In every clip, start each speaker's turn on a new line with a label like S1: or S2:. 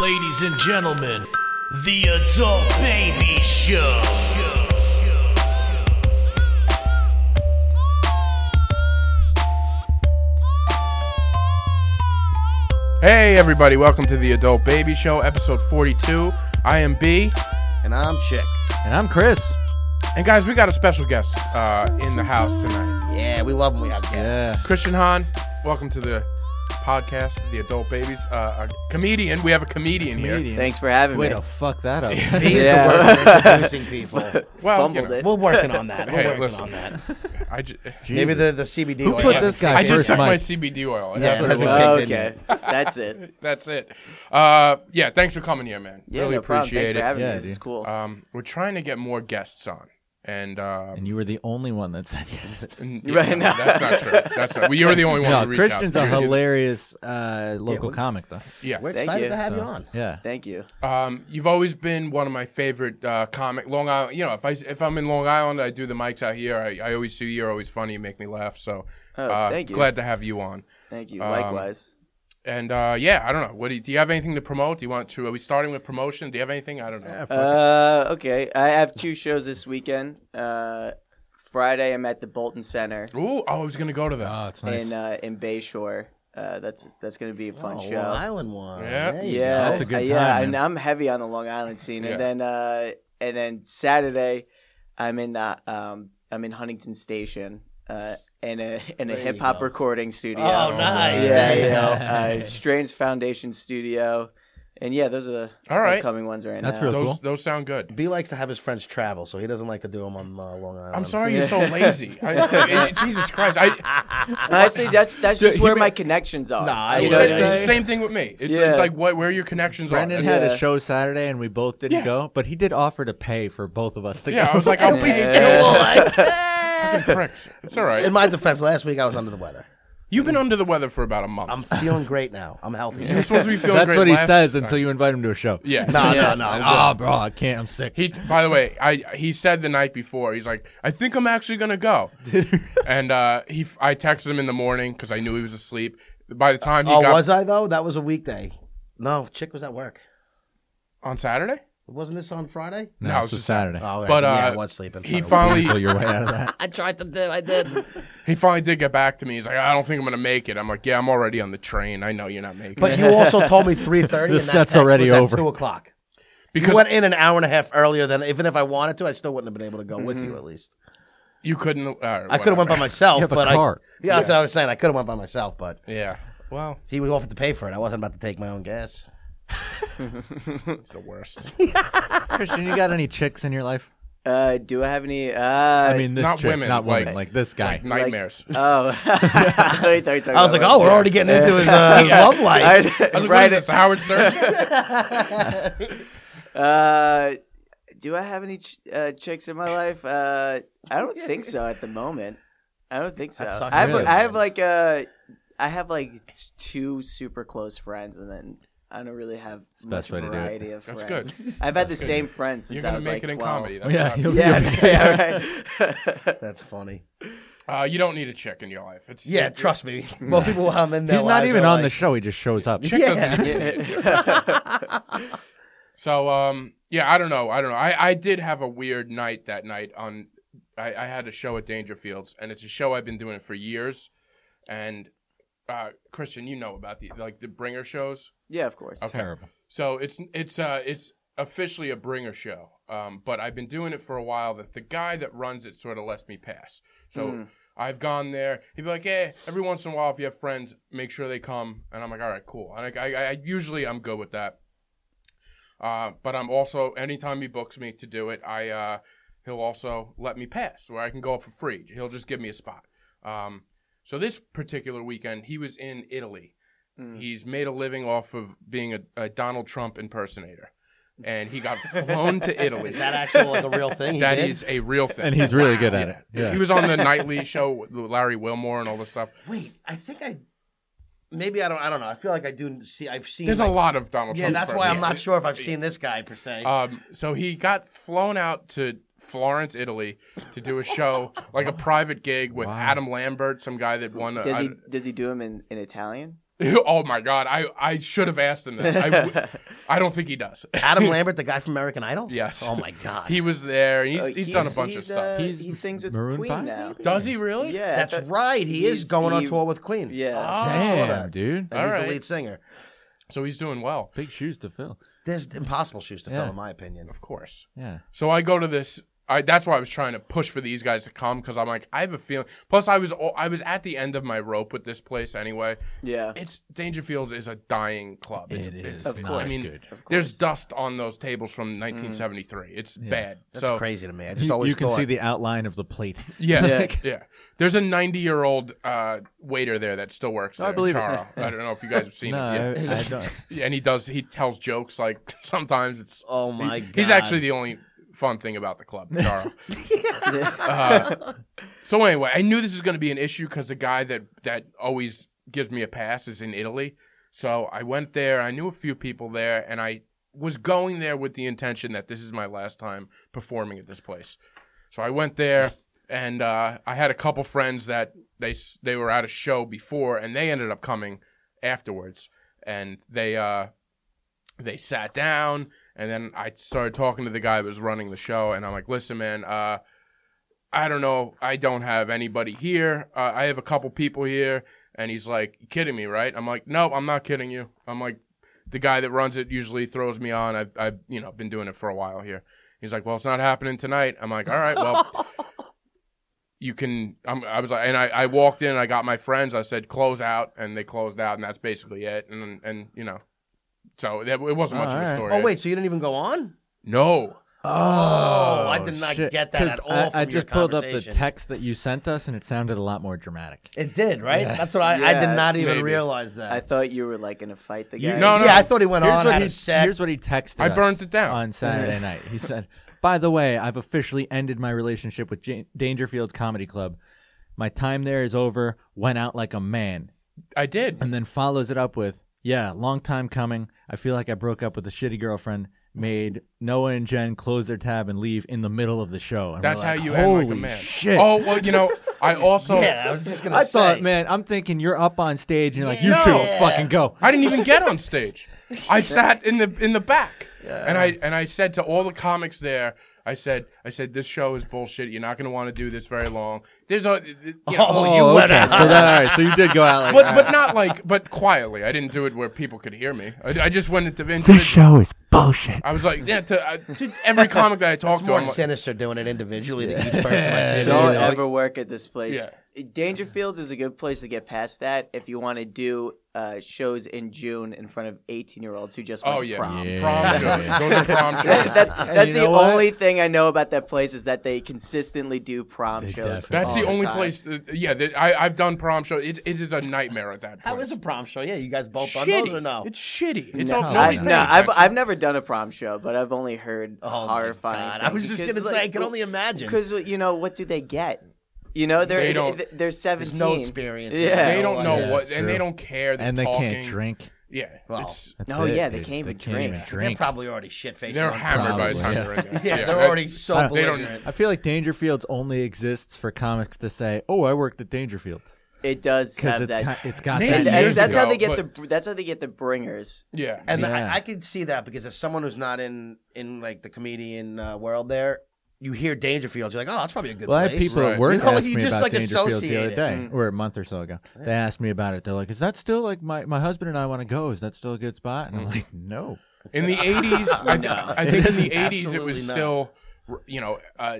S1: Ladies and gentlemen, the Adult Baby Show.
S2: Hey, everybody, welcome to the Adult Baby Show, episode 42. I am B.
S3: And I'm Chick.
S4: And I'm Chris.
S2: And guys, we got a special guest uh, in the house tonight.
S3: Yeah, we love when we have guests.
S2: Christian Hahn, welcome to the podcast, The Adult Babies. Uh, a comedian, we have a comedian, here.
S5: Thanks for having
S4: Way
S5: me.
S4: to fuck that up.
S3: He is
S5: Yeah.
S3: the worst at introducing people.
S2: Well, you
S5: Fumbled
S2: know,
S5: it.
S3: We're working on that. We're
S2: Hey,
S3: working
S2: listen.
S3: on that.
S2: I ju-
S3: Maybe the, the CBD
S4: Who
S3: oil
S4: put
S3: hasn't
S4: this guy
S3: kicked
S2: I
S3: in
S2: just
S4: first,
S2: took
S3: yet.
S2: my
S4: Mike.
S2: CBD oil.
S3: Yeah,
S2: That's,
S3: it
S2: what it
S3: hasn't
S2: was.
S3: kicked
S5: Oh,
S3: in yet.
S5: okay, that's it.
S2: That's it. Uh, yeah, thanks for coming here, man.
S5: Yeah,
S2: really
S5: no problem. Thanks
S2: appreciate
S5: for having
S4: Yeah,
S5: me. This is
S4: dude.
S5: cool.
S2: it. Um, we're trying to get more guests on. And, um,
S4: And you were the only one that said yes.
S2: n-
S5: Right
S2: yeah,
S5: now.
S2: that's not true. That's not. Well, you're the only one
S4: No,
S2: who reached
S4: Christian's
S2: out.
S4: a
S2: to.
S4: hilarious uh, local comic, though.
S2: Yeah,
S3: We're
S5: Thank
S3: excited
S5: you.
S3: to have you
S4: So,
S3: on.
S4: Yeah.
S5: Thank you.
S2: Um, you've always been one of my favorite uh, comic Long Island. You know, if I if I'm in Long Island, I do the mics out here. I, I always see you. You're always funny. You make me laugh. So
S5: Oh,
S2: uh,
S5: thank you.
S2: glad to have you on.
S5: Thank you.
S2: Um,
S5: Likewise.
S2: And uh, yeah, I don't know. What do you, do you have anything to promote? Do you want to? Are we starting with promotion? Do you have anything? I don't know.
S5: Uh, okay. I have two shows this weekend. Uh, Friday, I'm at the Bolton Center
S2: Ooh, oh, I was gonna go to that.
S4: Oh, it's nice.
S5: in uh, in Bayshore. Uh, that's that's gonna be a fun
S3: Oh,
S5: show.
S3: Long Island one.
S2: Yeah.
S3: There you
S5: yeah,
S3: go.
S4: That's a good
S5: uh,
S4: time,
S5: Yeah, and
S4: man.
S5: I'm heavy on the Long Island scene,
S2: Yeah.
S5: and then uh, and then Saturday, I'm in the um, I'm in Huntington Station, uh, in a in a
S3: There you
S5: hip hop
S3: go.
S5: recording studio.
S3: Oh, nice.
S5: yeah,
S3: There you go.
S5: yeah. Uh, Strains Foundation Studio, and yeah, those are the
S2: All right.
S5: upcoming ones right
S4: That's
S5: now.
S4: real-
S2: those
S4: cool.
S2: those sound good.
S3: B likes to have his friends travel, so he doesn't like to do them on uh, Long Island.
S2: I'm sorry you're so lazy. I, I- Jesus Christ! I,
S5: Honestly, that's that's just where my connections are.
S3: Nah,
S5: you
S3: I would-
S5: know what
S2: it's
S5: I'm
S3: Yeah.
S2: the
S5: saying?
S2: same thing with me. It's,
S5: Yeah.
S2: it's like what where your connections
S4: Brendan
S2: are.
S4: had
S5: Yeah.
S4: a show Saturday, and we both didn't
S2: Yeah.
S4: go, but he did offer to pay for both of us to
S2: Yeah,
S4: go.
S2: I was like, I'll be
S3: Yeah.
S2: pricks. It's all right.
S3: In my defense, last week I was under the weather.
S2: You've been under the weather for about a month.
S3: I'm feeling great now. I'm healthy.
S2: You're supposed to be feeling
S4: That's
S2: great
S4: what he
S2: last
S4: says
S2: time.
S4: until you invite him to a show.
S2: Yeah. Oh,
S3: No, no,
S4: Yes.
S3: no.
S4: Ah, bro, I can't. I'm sick.
S2: He, by the way, I he said the night before. He's like, I think I'm actually gonna go. and uh, he, I texted him in the morning because I knew he was asleep. By the time he
S3: Oh,
S2: got
S3: was I though? That was a weekday. No, chick was at work.
S2: on Saturday,
S3: Wasn't this on Friday?
S4: no,
S2: No,
S4: it's
S2: it's
S4: just
S2: just-
S4: Saturday.
S3: Oh, right.
S2: But,
S3: yeah,
S2: uh,
S3: I was sleeping.
S2: he
S3: Sorry.
S2: finally
S4: Weasel your way out of that.
S3: I tried to do. I did.
S2: he finally did get back to me. He's like, I don't think I'm gonna make it. I'm like, Yeah, I'm already on the train. I know you're not making it
S3: But you also told me three thirty.
S4: The set's already over.
S3: At two o'clock. You
S2: because
S3: went in an hour and a half earlier than even if I wanted to, I still wouldn't have been able to go with you. At least
S2: you couldn't. Uh,
S3: I could have went by myself.
S4: Mm-hmm. You have a
S3: but
S4: car.
S3: I, yeah, that's what I was saying. I could have went by myself, but
S2: Yeah. Well,
S3: he was offered to pay for it. I wasn't about to take my own gas.
S2: it's the worst.
S4: Christian, you got any chicks in your life?
S5: Uh, do I have any? Uh,
S4: I mean, this
S2: not
S4: chick,
S2: women,
S4: not women,
S2: like-
S4: like, this guy.
S2: Like nightmares.
S5: oh, I thought you were talking
S3: I was
S5: about
S3: like, oh, we're already getting into his, uh, his love
S5: I,
S3: life.
S2: I was like,
S5: right.
S2: what is this, Howard Stern?
S5: Uh, do I have any ch- uh, chicks in my life? Uh, I don't think so at the moment. I don't think so.
S3: That sucks.
S5: I have,
S4: Really?
S5: I have like uh, I have like two super close friends, and then I don't really have much
S4: best way to do it.
S5: variety of
S2: That's
S5: friends.
S2: good.
S5: I've had the same friends
S2: You're
S5: since
S2: gonna
S5: I was
S2: make
S5: like
S2: it in
S5: twelve.
S2: comedy.
S4: Oh,
S2: That's
S4: yeah,
S2: not-
S4: he'll-
S5: Yeah, yeah, right.
S3: That's funny.
S2: Uh, you don't need a chick in your life. It's
S3: Yeah, trust me. Most people I'm in their
S4: He's not
S3: lives
S4: even
S3: are
S4: on
S3: like,
S4: the show. He just shows up.
S2: Chick doesn't
S3: Yeah.
S2: even need a chick. So um yeah, I don't know. I don't know. I, I did have a weird night that night on I, I had a show at Dangerfields and it's a show I've been doing it for years. And uh Christian, you know about the like the bringer shows.
S5: yeah, of course.
S2: Okay.
S4: Terrible.
S2: So it's it's uh it's officially a bringer show. Um but I've been doing it for a while that the guy that runs it sort of lets me pass. So
S5: Mm.
S2: I've gone there. He'd be like, "Hey, every once in a while, if you have friends, make sure they come." And I'm like, "All right, cool." And I, I, I usually I'm good with that. Uh, but I'm also anytime he books me to do it, I uh, he'll also let me pass where I can go up for free. He'll just give me a spot. Um, so this particular weekend, he was in Italy.
S5: Mm.
S2: He's made a living off of being a, a Donald Trump impersonator, and he got flown to Italy.
S3: Is that actually like a real thing? He
S2: That
S3: did?
S2: is a real thing.
S4: And he's really good at it. Yeah.
S2: He was on the nightly show with Larry Wilmore and all this stuff.
S3: Wait, I think I. Maybe I don't. I don't know. I feel like I do see. I've seen.
S2: There's a
S3: like-
S2: lot of Donald
S3: Yeah,
S2: Trump.
S3: that's why I'm not
S2: impersonators.
S3: sure if I've seen this guy per se.
S2: Um, so he got flown out to Florence, Italy, to do a show, like a private gig with
S4: Wow.
S2: Adam Lambert, some guy that won. A,
S5: Does he
S2: I-
S5: does he do them in, in Italian?
S2: oh my god, I I should have asked him that. I, w- I don't think he does.
S3: Adam Lambert, the guy from American Idol.
S2: Yes.
S3: Oh my god.
S2: He was there. He's,
S5: Uh,
S2: he's, done a bunch of
S5: he's,
S2: stuff.
S5: uh,
S4: He's
S5: he sings with
S4: Maroon
S5: Queen
S4: 5,
S5: now.
S4: maybe?
S2: Does he really?
S5: Yeah,
S3: That's
S5: I thought-
S3: right. He is
S5: he's-
S3: going on
S5: he-
S3: tour with Queen.
S5: Yeah.
S2: Oh.
S4: Damn, dude.
S3: And he's
S2: All right.
S3: the lead singer.
S2: So he's doing well,
S4: Big shoes to fill.
S3: There's impossible shoes to fill,
S4: Yeah.
S3: in my opinion.
S2: of course.
S4: Yeah.
S2: So I go to this. I, that's why I was trying to push for these guys to come because I'm like I have a feeling. Plus, I was all, I was at the end of my rope with this place anyway.
S5: Yeah.
S2: It's Dangerfields is a dying club. It's,
S4: It
S2: it's-
S4: is Of
S5: not course.
S2: I mean,
S4: good.
S2: there's dust on those tables from 1973. It's bad.
S3: That's
S2: so
S3: crazy to me. I just
S4: You,
S3: always
S4: you can
S3: thought,
S4: see the outline of the plate.
S2: Yeah, yeah.
S5: Yeah.
S2: There's a 90 year old uh, waiter there that still works.
S4: No, I
S2: there,
S4: believe it.
S2: Charo. I don't know if you guys have seen him.
S4: No,
S2: Yeah.
S4: I, I don't.
S2: Yeah, and he does. He tells jokes like sometimes it's.
S3: Oh my
S2: he-
S3: god.
S2: He's actually the only fun thing about the club, Charo. Uh, so anyway, I knew this was going to be an issue because the guy that that always gives me a pass is in Italy. So I went there. I knew a few people there, and I was going there with the intention that this is my last time performing at this place. So I went there, and uh, I had a couple friends that they s- they were at a show before, and they ended up coming afterwards, and they uh, they sat down, and then I started talking to the guy that was running the show, and I'm like, listen, man. Uh, I don't know. I don't have anybody here. Uh, I have a couple people here. And he's like, you kidding me, right? I'm like, no, I'm not kidding you. I'm like, the guy that runs it usually throws me on. I've, I've you know, been doing it for a while here. He's like, well, it's not happening tonight. I'm like, all right, well, you can. I'm, I was like, and I, I walked in. I got my friends. I said, close out, and they closed out, and that's basically it. And and you know, so that, it wasn't much of
S4: Oh,
S2: a
S4: all right.
S2: story.
S3: Oh wait, so you didn't even go on?
S2: no,
S4: Oh,
S3: I did not
S4: shit.
S3: get that
S4: 'Cause
S3: at all
S4: I,
S3: from
S4: I
S3: your
S4: just pulled up the
S3: conversation.
S4: text that you sent us, and it sounded a lot more dramatic.
S3: It did, right? That's what I, I did
S5: Yeah,
S3: not even
S2: maybe.
S3: realize that.
S2: Uh,
S5: I thought you were like gonna fight the
S4: You-
S5: guy.
S2: no, no.
S3: yeah, I thought he went
S4: Here's
S3: on
S4: what
S3: had
S4: he,
S3: a set.
S4: here's what he texted.
S2: I
S4: us
S2: burned it down.
S4: on Saturday night. He said, "By the way, I've officially ended my relationship with Jan- Dangerfield Comedy Club. My time there is over. Went out like a man."
S2: I did.
S4: And then follows it up with, "Yeah, long time coming. I feel like I broke up with a shitty girlfriend." Made Noah and Jen close their tab and leave in the middle of the show. And we're
S2: That's
S4: like,
S2: how you
S4: Holy
S2: end like a man.
S4: Shit.
S2: Oh well, you know, I also
S3: yeah, I was just gonna
S4: I
S3: say.
S4: thought, man, I'm thinking you're up on stage and you're like, you
S2: No.
S4: two, let's fucking go.
S2: I didn't even get on stage. I sat in the in the back, and I and I said to all the comics there. I said, I said, this show is bullshit. You're not going to want to do this very long. There's a, you know,
S3: Oh, you went out.
S4: so that, all right, so you did go out like
S2: but but not like, but quietly. I didn't do it where people could hear me. I, I just went into individual. This show is bullshit. I was like, yeah, to, uh, to every comic that I talked
S3: It's
S2: to,
S3: more
S2: I'm like,
S3: sinister doing it individually to each person. Like,
S4: Yeah.
S3: Jimmy,
S5: Don't
S3: you know,
S5: ever work at this place.
S2: Yeah.
S5: Dangerfields is a good place to get past that if you want to do uh, shows in June in front of 18 year olds who just went
S2: oh
S5: to
S2: yeah,
S5: prom.
S4: Yeah.
S2: prom shows. Those are prom shows.
S5: That's that's
S4: you
S5: the
S4: know what?
S5: only thing I know about that place is that they consistently do prom
S4: They
S5: shows.
S4: definitely-
S2: That's
S5: all
S2: the, only
S5: time.
S2: place. That, yeah, that, I, I've done prom show. It, it is a nightmare at that point.
S3: How is a prom show? Yeah, you guys both done
S2: Shitty.
S3: those or no?
S2: It's shitty. It's
S4: No.
S3: Oh,
S2: all,
S4: No,
S5: I,
S2: nobody's
S4: Nobody
S5: no,
S2: paying
S5: I've
S2: attention.
S5: I've never done a prom show, but I've only heard
S3: Oh, my
S5: horrifying.
S3: God. I was just gonna say, I can only imagine.
S5: Because you know, what do they get? You know, they're
S2: They
S5: they
S2: don't-
S5: are they are seventeen.
S3: no experience there.
S5: Yeah.
S2: They don't know
S3: Yeah,
S2: what,
S4: it's
S2: and they
S4: true.
S2: don't care. They're
S4: and they
S2: talking.
S4: can't drink.
S2: Yeah,
S3: Well,
S2: it's-
S4: That's
S5: No,
S4: it,
S5: yeah, they
S4: dude.
S5: can't even
S4: can't
S5: drink.
S4: even
S3: They're
S4: drink.
S3: probably already shit faced.
S2: they're hammered by the
S4: Probably,
S2: time
S4: yeah.
S2: they're in there.
S3: Yeah, they're
S2: they-
S3: already so
S4: I-
S2: They don't-
S3: belligerent.
S4: I feel like Dangerfields only exists for comics to say, "Oh, I worked at Dangerfields,"
S5: It does
S4: because
S5: have
S4: it's
S5: that.
S4: ki- it's got
S2: They-
S5: and-
S4: that.
S5: and
S2: years
S4: years
S5: that's
S4: ago.
S5: how they get
S2: but-
S5: the that's how they get the bringers.
S2: Yeah,
S3: And
S4: Yeah.
S3: I, I can see that because as someone who's not in in like the comedian uh, world, there you hear Dangerfield, you're like, oh, that's probably a good
S4: Well, I had
S3: place.
S4: people
S2: Right.
S4: at work
S3: You know, like,
S4: ask
S3: you
S4: me
S3: just,
S4: about
S3: like,
S4: Dangerfields the
S3: associate
S4: other
S3: it.
S4: day, or a month or so ago. They asked me about it. They're like, "Is that still like my, my husband and I want to go? Is that still a good spot?" And I'm like, "No."
S2: in the eighties, I, th- I think in the eighties it was
S3: Absolutely not.
S2: still, you know, uh,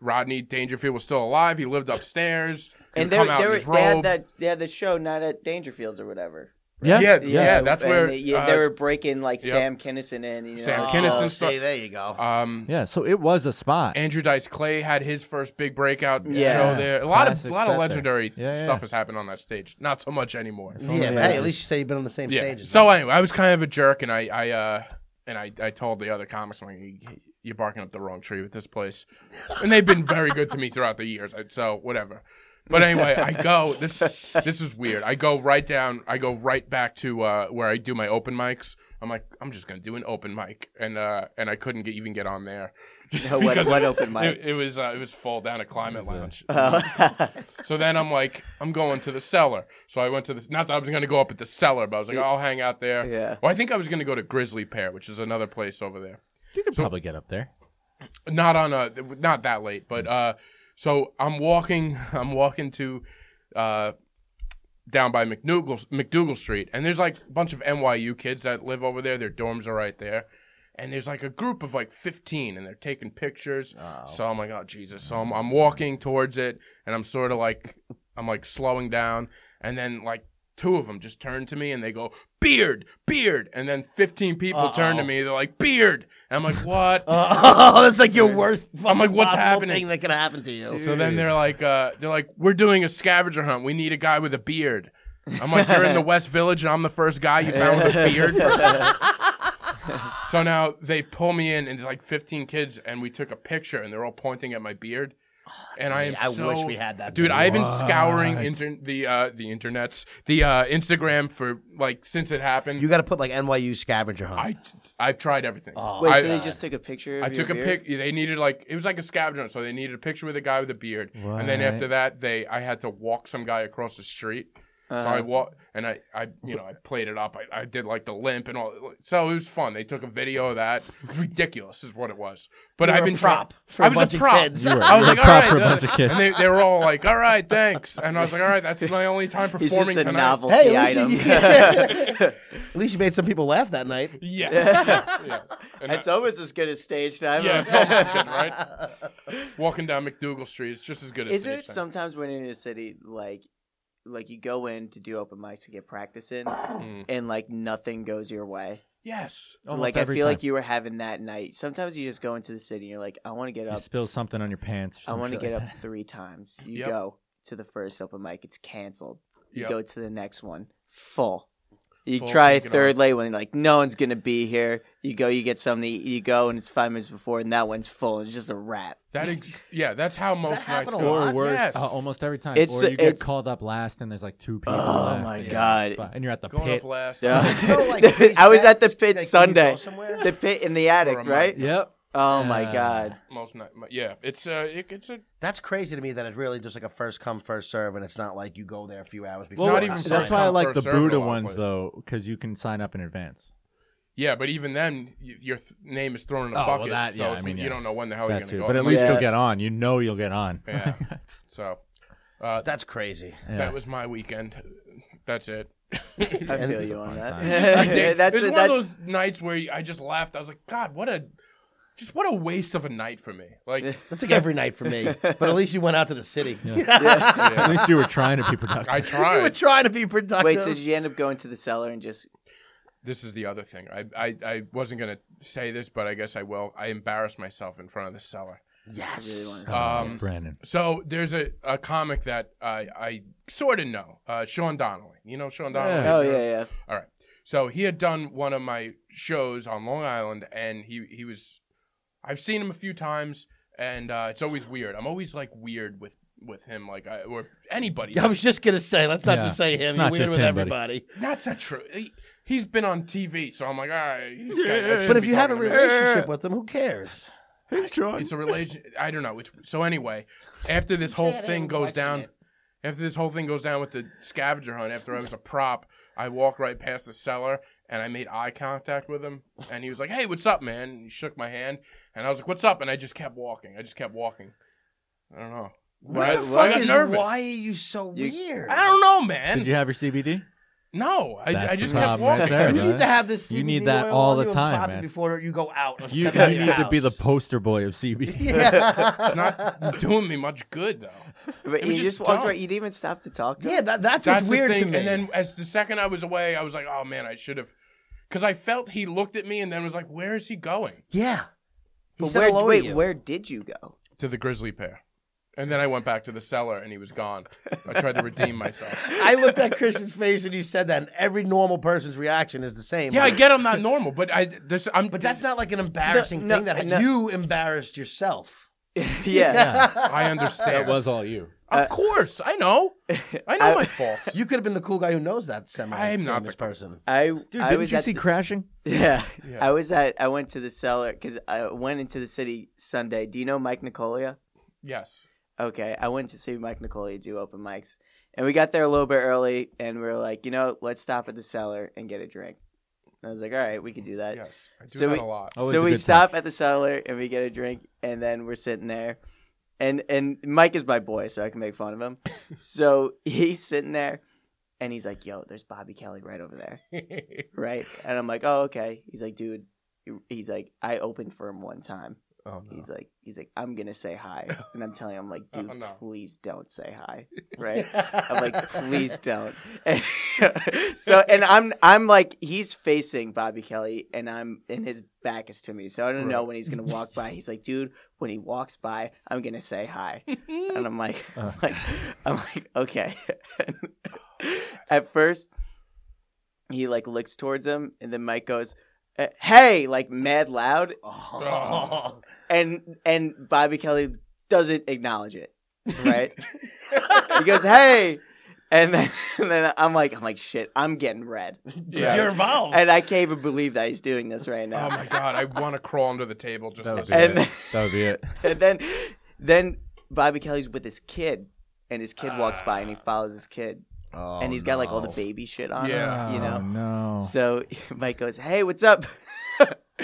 S2: Rodney Dangerfield was still alive. He lived upstairs. He would
S5: And they
S2: come out
S5: they,
S2: in
S5: were,
S2: his
S5: they had
S2: robe.
S5: that they had the show not at Dangerfields or whatever.
S4: Yeah,
S2: Yeah, yeah, that's
S5: and
S2: where
S5: they, yeah, they
S2: uh,
S5: were breaking like
S2: yep.
S5: Sam Kinison in. You know,
S2: Sam
S5: all-
S2: Kinison
S3: Oh,
S2: stuff.
S3: see, there you go.
S2: um,
S4: Yeah, so it was a spot.
S2: Andrew Dice Clay had his first big breakout
S5: Yeah.
S2: show there. A lot
S4: Classic
S2: of a lot of
S4: set
S2: legendary
S4: there. Yeah,
S2: stuff
S4: yeah.
S2: has happened on that stage. Not so much anymore.
S3: yeah,
S4: yeah.
S3: hey, at least you say you've been on the same
S2: Yeah.
S3: stage. as
S2: So
S3: me.
S2: anyway, I was kind of a jerk, and I I uh, and I, I told the other comics, I'm like, "You- you're barking up the wrong tree with this place, and they've been very good to me throughout the years. I- So whatever. But anyway, I go. This this is weird. I go right down. I go right back to uh, where I do my open mics. I'm like, I'm just gonna do an open mic, and uh, and I couldn't get, even get on there.
S5: No, what,
S2: Because
S5: what open mic?
S2: It, it was uh, it was fall down a climate lounge.
S5: Oh.
S2: So then I'm like, I'm going to the cellar. So I went to this. Not that I was gonna go up at the cellar, but I was like, I'll hang out there.
S5: Yeah.
S2: Well, I think I was gonna go to Grizzly Pear, which is another place over there.
S4: You could probably get up there.
S2: not on a not that late but uh so i'm walking i'm walking to uh down by mcdougal mcdougal street and there's like a bunch of nyu kids that live over there their dorms are right there and there's like a group of like 15 and they're taking pictures so i'm like oh jesus so I'm, I'm walking towards it and i'm sort of like i'm like slowing down and then like two of them just turn to me and they go beard beard and then 15 people turn to me they're like beard and i'm like what
S3: Oh, that's like your worst fucking
S2: like, "What's
S3: possible
S2: happening?"
S3: thing that could happen to you.
S2: So then they're like, uh, they're like, we're doing a scavenger hunt. We need a guy with a beard. I'm like, you're in the West Village, and I'm the first guy you found with a beard. so now they pull me in, and it's like 15 kids, and we took a picture, and they're all pointing at my beard. and I am
S3: Oh, amazing. I
S2: so-
S3: wish we had that
S2: dude.
S3: video.
S2: I've been scouring inter- the uh, the internets, the uh, Instagram for like since it happened.
S3: You got to put like NYU scavenger hunt.
S2: I I've tried everything.
S5: Wait,
S2: I-
S5: so they just took a picture? Of
S2: I
S5: your
S2: took a
S5: beard?
S2: pic. They needed like it was like a scavenger, hunt, so they needed a picture with a guy with a beard, and then
S4: Right.
S2: after that, they I had to walk some guy across the street. So
S3: Uh-huh.
S2: I walked and I, I you know I played it up. I, I did like the limp and all. So it was fun. They took a video of that. It was ridiculous, is what it was. But
S3: You
S2: I've
S3: were a
S2: been
S3: prop
S2: trying-
S3: for a
S2: I was
S3: bunch
S2: a
S3: of
S2: prop.
S3: kids. You were-
S2: I was
S4: you were
S2: like,
S4: a
S2: all
S4: prop
S2: right.
S4: for a bunch of
S2: uh,"
S4: kids.
S2: And they, they were all like, all right, thanks. And I was like, all right, that's my only time
S5: He's
S2: performing
S5: just a
S2: tonight.
S5: novelty
S3: Hey, at
S5: item.
S3: least, you, at least you made some people laugh that night.
S2: Yeah. yeah. And
S5: It's
S2: I-
S5: almost as good as stage time.
S2: yeah, it's almost good, right? Walking down McDougal Street, it's just as good as
S5: Isn't
S2: stage
S5: it
S2: time.
S5: sometimes when you're in a city like like you go in to do open mics to get practice in
S2: Mm.
S5: and like nothing goes your way?
S2: Yes.
S4: Almost
S5: like I
S4: every
S5: feel
S4: time.
S5: like you were having that night. Sometimes you just go into the city and you're like, I want to get
S4: You
S5: up.
S4: spill something on your pants.
S5: I want to get
S4: like
S5: up
S4: that.
S5: three times. You
S2: Yep.
S5: go to the first open mic, it's canceled. You
S2: Yep.
S5: go to the next one, full. You
S2: Full,
S5: try a
S2: take it
S5: third
S2: on.
S5: late one, like no one's gonna be here. You go, you get something. to eat, You go, and it's five minutes before, and that one's full. It's just a wrap.
S2: That ex- yeah, that's how most nights
S3: happen a
S2: go.
S3: lot?
S4: Or worse,
S2: Yes.
S4: uh, almost every time.
S5: It's-
S4: or you get
S5: it's-
S4: called up last, and there's like two people.
S5: Oh
S4: left.
S5: my
S4: Yeah,
S5: God.
S4: fuck. And you're at the
S2: Going
S4: pit.
S2: up last.
S5: Yeah.
S3: You know, like, when you
S5: I was
S3: set-
S5: at the pit
S3: like, when you
S5: Sunday.
S3: go somewhere-
S5: The pit in the attic,
S2: a mic.
S5: right?
S4: Yep.
S5: Oh my
S4: Yeah.
S5: god.
S2: Most night. Yeah, it's uh, it, it's a
S3: That's crazy to me that it's really just like a first come first serve, and it's not like you go there a few hours before.
S2: Well, not
S3: you
S2: even
S3: sign
S4: That's
S2: sorry.
S4: why I
S3: up.
S4: like
S2: First
S4: the
S2: serve in a
S4: Buddha
S2: lot of
S4: ones
S2: places.
S4: though, because you can sign up in advance.
S2: yeah, but even then, y- your th- name is thrown in a
S4: Oh, well,
S2: bucket,
S4: that-
S2: so
S4: yeah, I
S2: it's-
S4: mean,
S2: you
S4: yes.
S2: don't know when the hell
S4: That
S2: Oh, you're
S4: too.
S2: gonna go.
S4: But at
S2: up.
S4: least
S5: Yeah.
S4: you'll get on. You know you'll get on.
S2: Yeah.
S4: That's-
S2: so.
S3: That's crazy.
S4: Yeah.
S2: That was my weekend. That's it.
S5: I
S3: And-
S5: feel you on that.
S2: It-
S5: that's
S2: it's
S5: it,
S2: one
S5: that's
S2: of those nights where I just laughed. I was like, God, what a just what a waste of a night for me. Like
S3: That's like every night for me. But at least you went out to the city.
S4: At least you were trying to be productive.
S2: I
S3: you were
S2: tried.
S3: trying to be productive.
S5: Wait, so did you end up going to the cellar and just
S2: this is the other thing. I, I I wasn't gonna say this, but I guess I will. I embarrassed myself in front of the cellar.
S5: really
S3: yes.
S5: want to
S4: Oh,
S2: Um,
S4: Brandon.
S2: So there's a, a comic that I, I sort of know, uh, Sean Donnelly. You know Sean Donnelly?
S4: Yeah.
S5: Oh yeah, yeah.
S2: All right. So he had done one of my shows on Long Island, and he he was, I've seen him a few times, and uh, it's always weird. I'm always like weird with with him, like I, or anybody.
S3: I was just gonna say, let's not
S4: Yeah.
S3: just say
S4: It's
S3: him. You're
S4: not
S3: weird
S4: just
S3: with
S4: him, buddy.
S3: everybody.
S2: That's not true. He, he's been on TV, so I'm like, all right. he's got- I shouldn't
S3: But if
S2: be
S3: you have a
S2: talking to him.
S3: relationship with them, who cares?
S2: it's a relation. I don't know. It's, so anyway, after this whole thing goes down, after this whole thing goes down with the scavenger hunt, after I was a prop, I walk right past the seller and I made eye contact with him, and he was like, "Hey, what's up, man?" And he shook my hand, and I was like, "What's up?" And I just kept walking. I just kept walking. I don't know.
S3: What the
S2: I- I
S3: fuck
S2: got
S3: is?
S2: nervous.
S3: Why are you so weird?
S2: I don't know, man.
S4: Did you have your CBD?
S2: no, I,
S4: That's
S2: I
S4: the
S2: just kept
S4: problem right
S2: walking.
S4: there,
S3: You need
S4: brother.
S3: to have this.
S4: You need
S3: CBD
S4: that
S3: oil
S4: all
S3: on
S4: the
S3: you and
S4: time,
S3: pop it
S4: man.
S3: Before you go out, and
S4: You,
S3: step out of
S4: you
S3: your
S4: need to be the
S3: house.
S4: poster boy of CBD.
S3: Yeah,
S2: It's not doing me much good though. was
S5: But you
S2: just
S5: just walked
S2: dumb.
S5: right. You didn't even stop to talk to.
S3: yeah.
S5: him?
S3: That, that's,
S2: That's
S3: what's
S2: the
S3: weird
S2: thing.
S3: to me.
S2: And then as the second I was away, I was like, oh man, I should have. Because I felt he looked at me and then was like, where is he going?
S3: yeah, he
S5: But
S3: said
S5: where,
S3: hello
S5: wait,
S3: to you.
S5: where did you go?
S2: To the grizzly pair. And then I went back to the cellar and he was gone. I tried to redeem myself.
S3: I looked at Christian's face and you said that, and every normal person's reaction is the same.
S2: Yeah, I get I'm not normal, but I this I'm
S3: But that's not like an embarrassing
S5: No, no,
S3: thing that
S5: no.
S3: you embarrassed yourself.
S5: yeah.
S2: I understand.
S4: That was all you.
S2: of course, I know. I know
S5: I-
S2: my faults.
S3: you could have been the cool guy who knows that semi.
S2: I'm not
S3: famous
S2: the-
S3: person.
S5: I
S4: Dude,
S5: I
S4: didn't
S5: was
S4: you
S5: at
S4: see
S5: the-
S4: Crashing?
S5: yeah.
S2: Yeah.
S5: I was at. I went to the cellar because I went into the city Sunday. Do you know Mike Nicolia?
S2: Yes.
S5: Okay, I went to see Mike Nicolia do open mics, and we got there a little bit early, and we were like, you know, let's stop at the cellar and get a drink. And I was like, all right, we could do that.
S2: Yes. I do
S5: So
S2: that
S5: we- Oh.
S2: a lot.
S4: Always a
S5: so we
S4: good
S5: stop at the cellar and we get a drink, and then we're sitting there, and and Mike is my boy, so I can make fun of him. so he's sitting there, and he's like, "Yo, there's Bobby Kelly right over there, right?" And I'm like, "Oh, okay." He's like, "Dude," he's like, "I opened for him one time."
S2: oh, no.
S5: He's like, he's like, I'm gonna say hi, and I'm telling him, I'm like,
S2: Oh,
S5: dude,
S2: no.
S5: please don't say hi, right? I'm like, please don't. And so, and I'm, I'm like, he's facing Bobby Kelly, and I'm, and his back is to me, so I don't know
S2: Right.
S5: when he's gonna walk by. He's like, dude, when he walks by, I'm gonna say hi,
S2: Mm.
S5: and I'm like,
S4: Uh.
S5: I'm like, I'm like, okay. At first, he like looks towards him, and then Mike goes, "Eh, "Hey!" like mad loud,
S2: Oh.
S5: and and Bobby Kelly doesn't acknowledge it, right? he goes, "Hey," and then and then I'm like, I'm like, shit, I'm getting red,
S2: Yeah.
S3: You're involved.
S5: and I can't even believe that he's doing this right
S2: Oh
S5: now.
S2: my god, I want to crawl under the table just
S4: That would
S2: to
S4: be
S2: see
S5: And
S4: it.
S5: then-
S4: That would be it.
S5: and then then Bobby Kelly's with his kid, and his kid walks by and he follows his kid,
S3: Oh,
S5: and he's got like all the
S3: no.
S5: baby shit on
S2: Yeah.
S5: him, you know.
S4: Oh, no.
S5: So Mike goes, "Hey, what's up?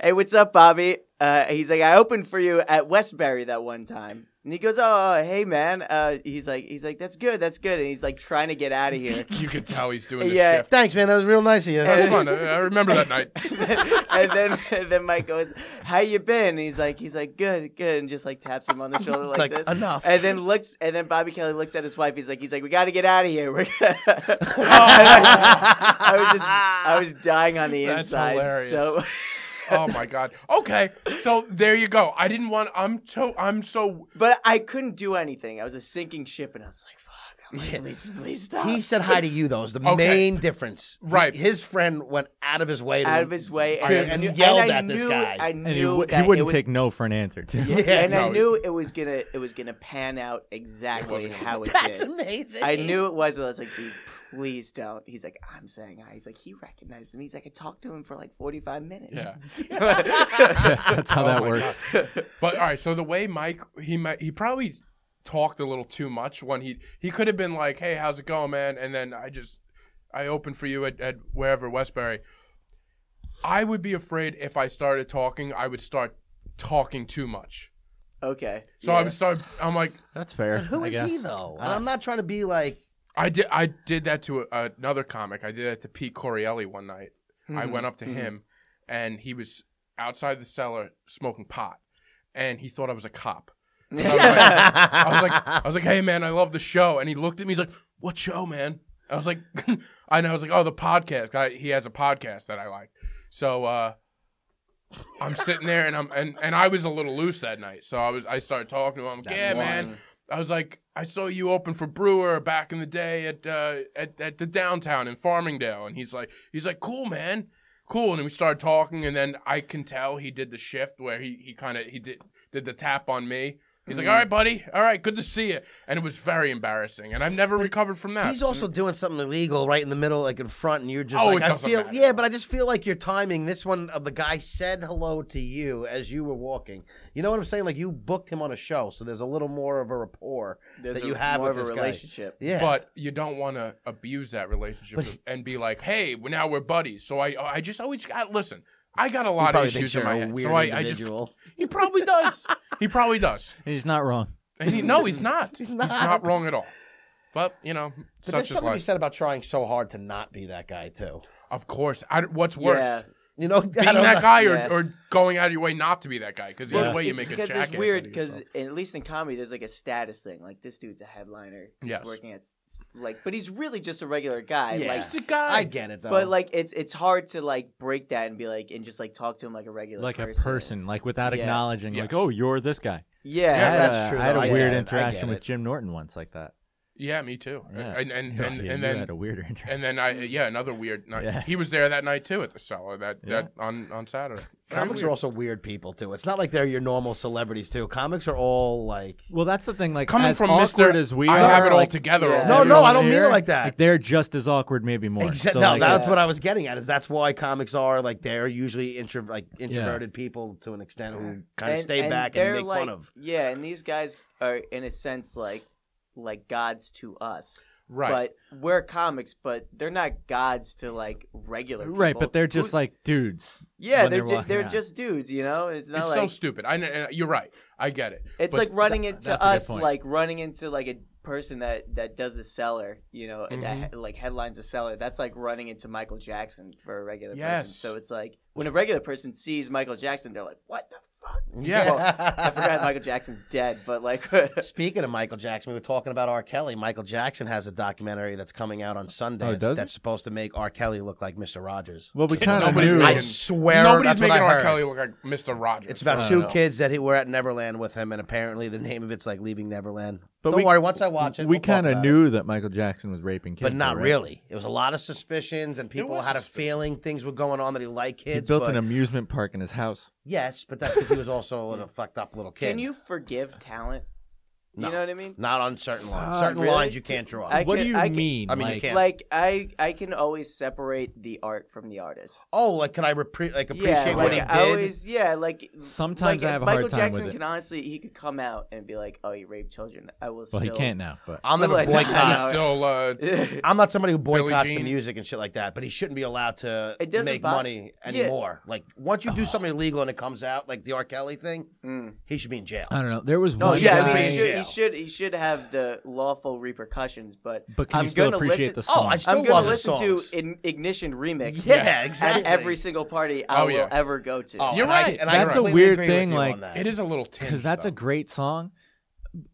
S5: hey, what's up, Bobby?" Uh, he's like, "I opened for you at Westbury that one time." And he goes, "Oh, hey, man." Uh, he's like, "He's like, that's good, that's good." And he's like trying to get out of here.
S2: You can tell he's doing the
S5: Yeah.
S2: shift.
S3: Thanks, man. That was real nice of you.
S2: That was fun. I I remember that night.
S5: and then and then Mike goes, "How you been?" And he's like, "He's like, good, good," and just like taps him on the shoulder like,
S3: Like,
S5: this.
S3: enough.
S5: And then looks, and then Bobby Kelly looks at his wife. He's like, "He's like, we got to get out of here." We're I was just, I was dying on the
S2: That's
S5: inside.
S2: hilarious.
S5: So
S2: Oh my god. Okay, so there you go. I didn't want. I'm to. I'm so.
S5: But I couldn't do anything. I was a sinking ship, and I was like, "Fuck!" I'm like, "Please, please stop."
S3: He said hi to you, though, is the
S2: Uh, Okay.
S3: main difference. He-
S2: Right.
S3: his friend went out of his way to.
S5: out of his way, and,
S3: Dude,
S5: I
S3: and
S5: knew-
S3: yelled
S5: and I
S3: at this
S5: knew-
S3: guy.
S5: I
S4: and he,
S5: knew
S4: wou-
S5: that
S4: he wouldn't
S5: it was,
S4: take no for an answer, too.
S3: Yeah,
S5: and I
S2: no.
S5: knew it was gonna, it was gonna pan out exactly
S2: wasn't gonna-
S5: how it
S3: That's
S5: did.
S3: amazing.
S5: I knew it was. and I was like, "Dude, please don't." He's like, "I'm saying hi." He's like, "He recognized me." He's like, "I talked to him for like 45 minutes."
S2: Yeah.
S4: Yeah, that's how
S2: Oh my
S4: that works.
S2: But all right. So the way Mike, he might, he probably talked a little too much when he he could have been like, "Hey, how's it going, man?" And then I just I opened for you at, at wherever Westbury. I would be afraid if I started talking, I would start talking too much.
S5: Okay.
S2: So I
S5: yeah.
S2: would start. I'm like,
S4: That's fair.
S3: Who
S4: I
S3: is
S4: guess.
S3: he though? And
S4: Uh,
S3: I'm not trying to be like.
S2: I did. I did that to a, another comic. I did that to Pete Corielli one night. I
S5: Mm-hmm.
S2: went up to him, and he was outside the cellar smoking pot, and he thought I was a cop. And I was like, I was like, I was like, hey man, I love the show, and he looked at me. He's like, what show, man? I was like, I know. I was like, oh, the podcast. I, he has a podcast that I like. So uh, I'm sitting there, and I'm and, and I was a little loose that night. So I was I started talking to him. I'm like,
S3: That's
S2: yeah,
S3: why.
S2: man. I was like, I saw you open for Brewer back in the day at uh, at at the downtown in Farmingdale, and he's like, he's like, cool, man, cool. And then we started talking, and then I can tell he did the shift where he he kind of he did did the tap on me. He's
S3: Mm-hmm.
S2: like, all right, buddy, all right, good to see you. And it was very embarrassing, and I've never recovered from that.
S3: He's also doing something illegal right in the middle, like in front, and you're just
S2: Oh,
S3: like,
S2: it
S3: I
S2: doesn't
S3: feel,
S2: matter.
S3: yeah, but I just feel like your timing. This one of the guy said hello to you as you were walking. You know what I'm saying? Like you booked him on a show, so there's a little more of a rapport
S5: There's
S3: that
S5: a-
S3: you have
S5: more
S3: with
S5: of
S3: this
S5: a
S3: guy.
S5: relationship.
S3: Yeah,
S2: But you don't want to abuse that relationship and be like, "Hey, well, now we're buddies." So I, I just always got listen. I got a
S3: he
S2: lot of
S3: probably
S2: issues
S3: thinks
S2: in
S3: you're
S2: my
S3: a
S2: head.
S3: weird
S2: so I, I just,
S3: individual.
S2: he probably does. he probably does.
S4: He's not wrong.
S2: And he, no, he's not. he's
S3: not.
S2: not. wrong at all. But you know,
S3: but
S2: such
S3: there's
S2: is
S3: something to be
S2: life.
S3: said about trying so hard to not be that guy too.
S2: Of course. I, what's worse,
S5: Yeah.
S3: You know,
S2: being that guy or,
S5: Yeah.
S2: or going out of your way not to be that guy? Because either
S4: Well,
S2: way, you make a
S5: because
S2: jackass.
S5: it's weird
S2: out of
S5: because
S2: yourself.
S5: at least in comedy there's like a status thing like this dude's a headliner he's
S2: Yes.
S5: working at s- s- like but he's really just a regular guy
S3: Yeah.
S5: like
S2: Just a guy.
S3: I get it though.
S5: but like it's it's hard to like break that and be like and just like talk to him like a regular
S4: Like a
S5: person.
S4: person, like without
S5: Yeah.
S4: acknowledging,
S2: Yes.
S4: like, oh, you're this guy.
S5: yeah
S4: I had
S3: that's
S4: a-
S3: true,
S4: I had
S3: though.
S4: a
S3: I
S4: weird
S3: get it. I get
S4: interaction
S3: it.
S4: with Jim Norton once like that.
S2: Yeah, me too.
S4: Yeah.
S2: And and
S4: Oh,
S2: and,
S4: yeah,
S2: and
S4: you
S2: then
S4: had a weirder intro.
S2: and then I yeah another weird night.
S4: Yeah.
S2: He was there that night too at the cellar that
S4: Yeah.
S2: that on on Saturday. Very
S3: Comics
S2: weird.
S3: are also weird people too. It's not like they're your normal celebrities too. Comics are all like
S4: Well, that's the thing. Like
S2: coming
S4: as
S2: from Mr.
S4: awkward as we
S2: I
S4: are,
S2: have it all
S4: like,
S2: together.
S5: Yeah.
S2: over
S3: no,
S2: here.
S3: no. I don't mean
S2: Here.
S3: it like that.
S4: like, they're just as awkward, maybe more.
S3: Except
S4: So,
S3: no,
S4: like,
S3: that's
S5: Yeah.
S3: what I was getting at. Is that's why comics are like they're usually intro like introverted people to an extent who kind of
S5: And-
S3: stay
S5: and
S3: back
S5: they're
S3: and make
S5: like,
S3: fun of.
S5: Yeah, and these guys are in a sense like like gods to us.
S2: Right.
S5: But we're comics, but they're not gods to like regular people.
S4: right, but they're just
S5: Who's-
S4: like dudes.
S5: yeah,
S4: when
S5: they're
S4: they're
S5: ju-
S4: walking
S5: they're
S4: out.
S5: just dudes, you know. It's not
S2: it's
S5: like
S2: so stupid. I kn- uh, you're right. I get it.
S5: It's
S2: But
S5: like running
S4: that-
S5: into
S4: that's a good
S5: us,
S4: point.
S5: like running into like a person that that does the seller, you know, and that
S4: Mm-hmm.
S2: Mhm.
S5: he- like headlines the seller. That's like running into Michael Jackson for a regular person.
S2: Yes.
S5: So it's like when a regular person sees Michael Jackson, they're like, "What the fuck?"
S2: Yeah.
S5: I forgot Michael Jackson's dead, but like, yeah,
S3: Speaking of Michael Jackson, we were talking about R. Kelly. Michael Jackson has a documentary that's coming out on Sunday
S4: Oh,
S3: It's-
S4: does he?
S3: that's supposed to make R. Kelly look like Mr. Rogers.
S4: Well, we kind of
S2: Nobody's
S4: knew.
S3: I
S2: making-
S3: swear,
S2: Nobody's
S3: that's what
S2: making
S3: I
S2: R.
S3: heard.
S2: Kelly look like Mr. Rogers.
S3: It's about
S4: I
S3: two
S4: don't know.
S3: kids that he, were at Neverland with him, and apparently the name of it's like Leaving Neverland.
S4: But
S3: Don't
S4: we-
S3: worry, once I watch it,
S4: we
S3: we'll talk
S4: kind of
S3: about it.
S4: knew that Michael Jackson was raping kids,
S3: but not
S4: though, right?
S3: really. It was a lot of suspicions, and people
S2: was
S3: had a
S2: suspicion.
S3: feeling things were going on that he liked
S4: He
S3: kids.
S4: built
S3: but
S4: an amusement park in his house.
S3: yes, but that's because he was also a fucked up little kid.
S5: can you forgive talent?
S3: No.
S5: You know what I mean?
S3: Not on certain lines.
S4: Ah,
S3: certain
S5: really?
S3: lines you can't draw.
S5: I
S4: what
S5: can't-
S4: do you
S5: I can't-
S4: mean?
S3: I mean, you
S4: like,
S3: can't.
S5: Like I, I can always separate the art from the artist.
S3: oh, like can I repre- like appreciate
S5: yeah,
S3: what
S5: like,
S3: he did?
S5: I always, yeah, like
S4: Sometimes
S5: like,
S4: I have a
S5: Michael
S4: hard time
S5: Jackson
S4: with it.
S5: can honestly, he could come out and be like, "Oh, you raped children." I will.
S4: well,
S5: still...
S4: he can't now. But
S3: I'll never
S5: Like, no,
S3: boycott.
S5: no.
S2: still uh,
S5: it
S3: I'm not somebody who
S2: Billie
S3: boycotts the
S2: Jean.
S3: music and shit like that, but he shouldn't be allowed to
S5: It doesn't
S3: make
S5: bo-
S3: money
S5: Yeah.
S3: anymore. Like once you do something illegal and it comes out, like the R. Kelly thing, he should be in jail.
S4: I don't know. There was
S3: No,
S4: one.
S3: yeah,
S5: Oh, yeah,
S4: guy,
S5: I mean,
S3: in
S5: he should,
S3: jail.
S5: he should, he should have the lawful repercussions, but
S4: but can
S5: I'm
S4: you still
S5: gonna
S4: appreciate the
S5: listen,
S3: Oh,
S4: song?
S3: I still
S5: I'm gonna
S3: love
S5: listen
S3: his songs.
S5: to in, Ignition remix.
S3: Yeah, exactly.
S5: At every single party I
S2: Oh,
S5: will
S2: yeah.
S5: ever go to.
S3: Oh,
S2: You're
S3: and I-
S2: right.
S3: and I
S4: That's a
S3: completely
S4: weird
S3: agree with
S4: thing,
S3: you
S4: like,
S3: on that.
S2: it is a little tinge
S4: because that's a
S2: though.
S4: great song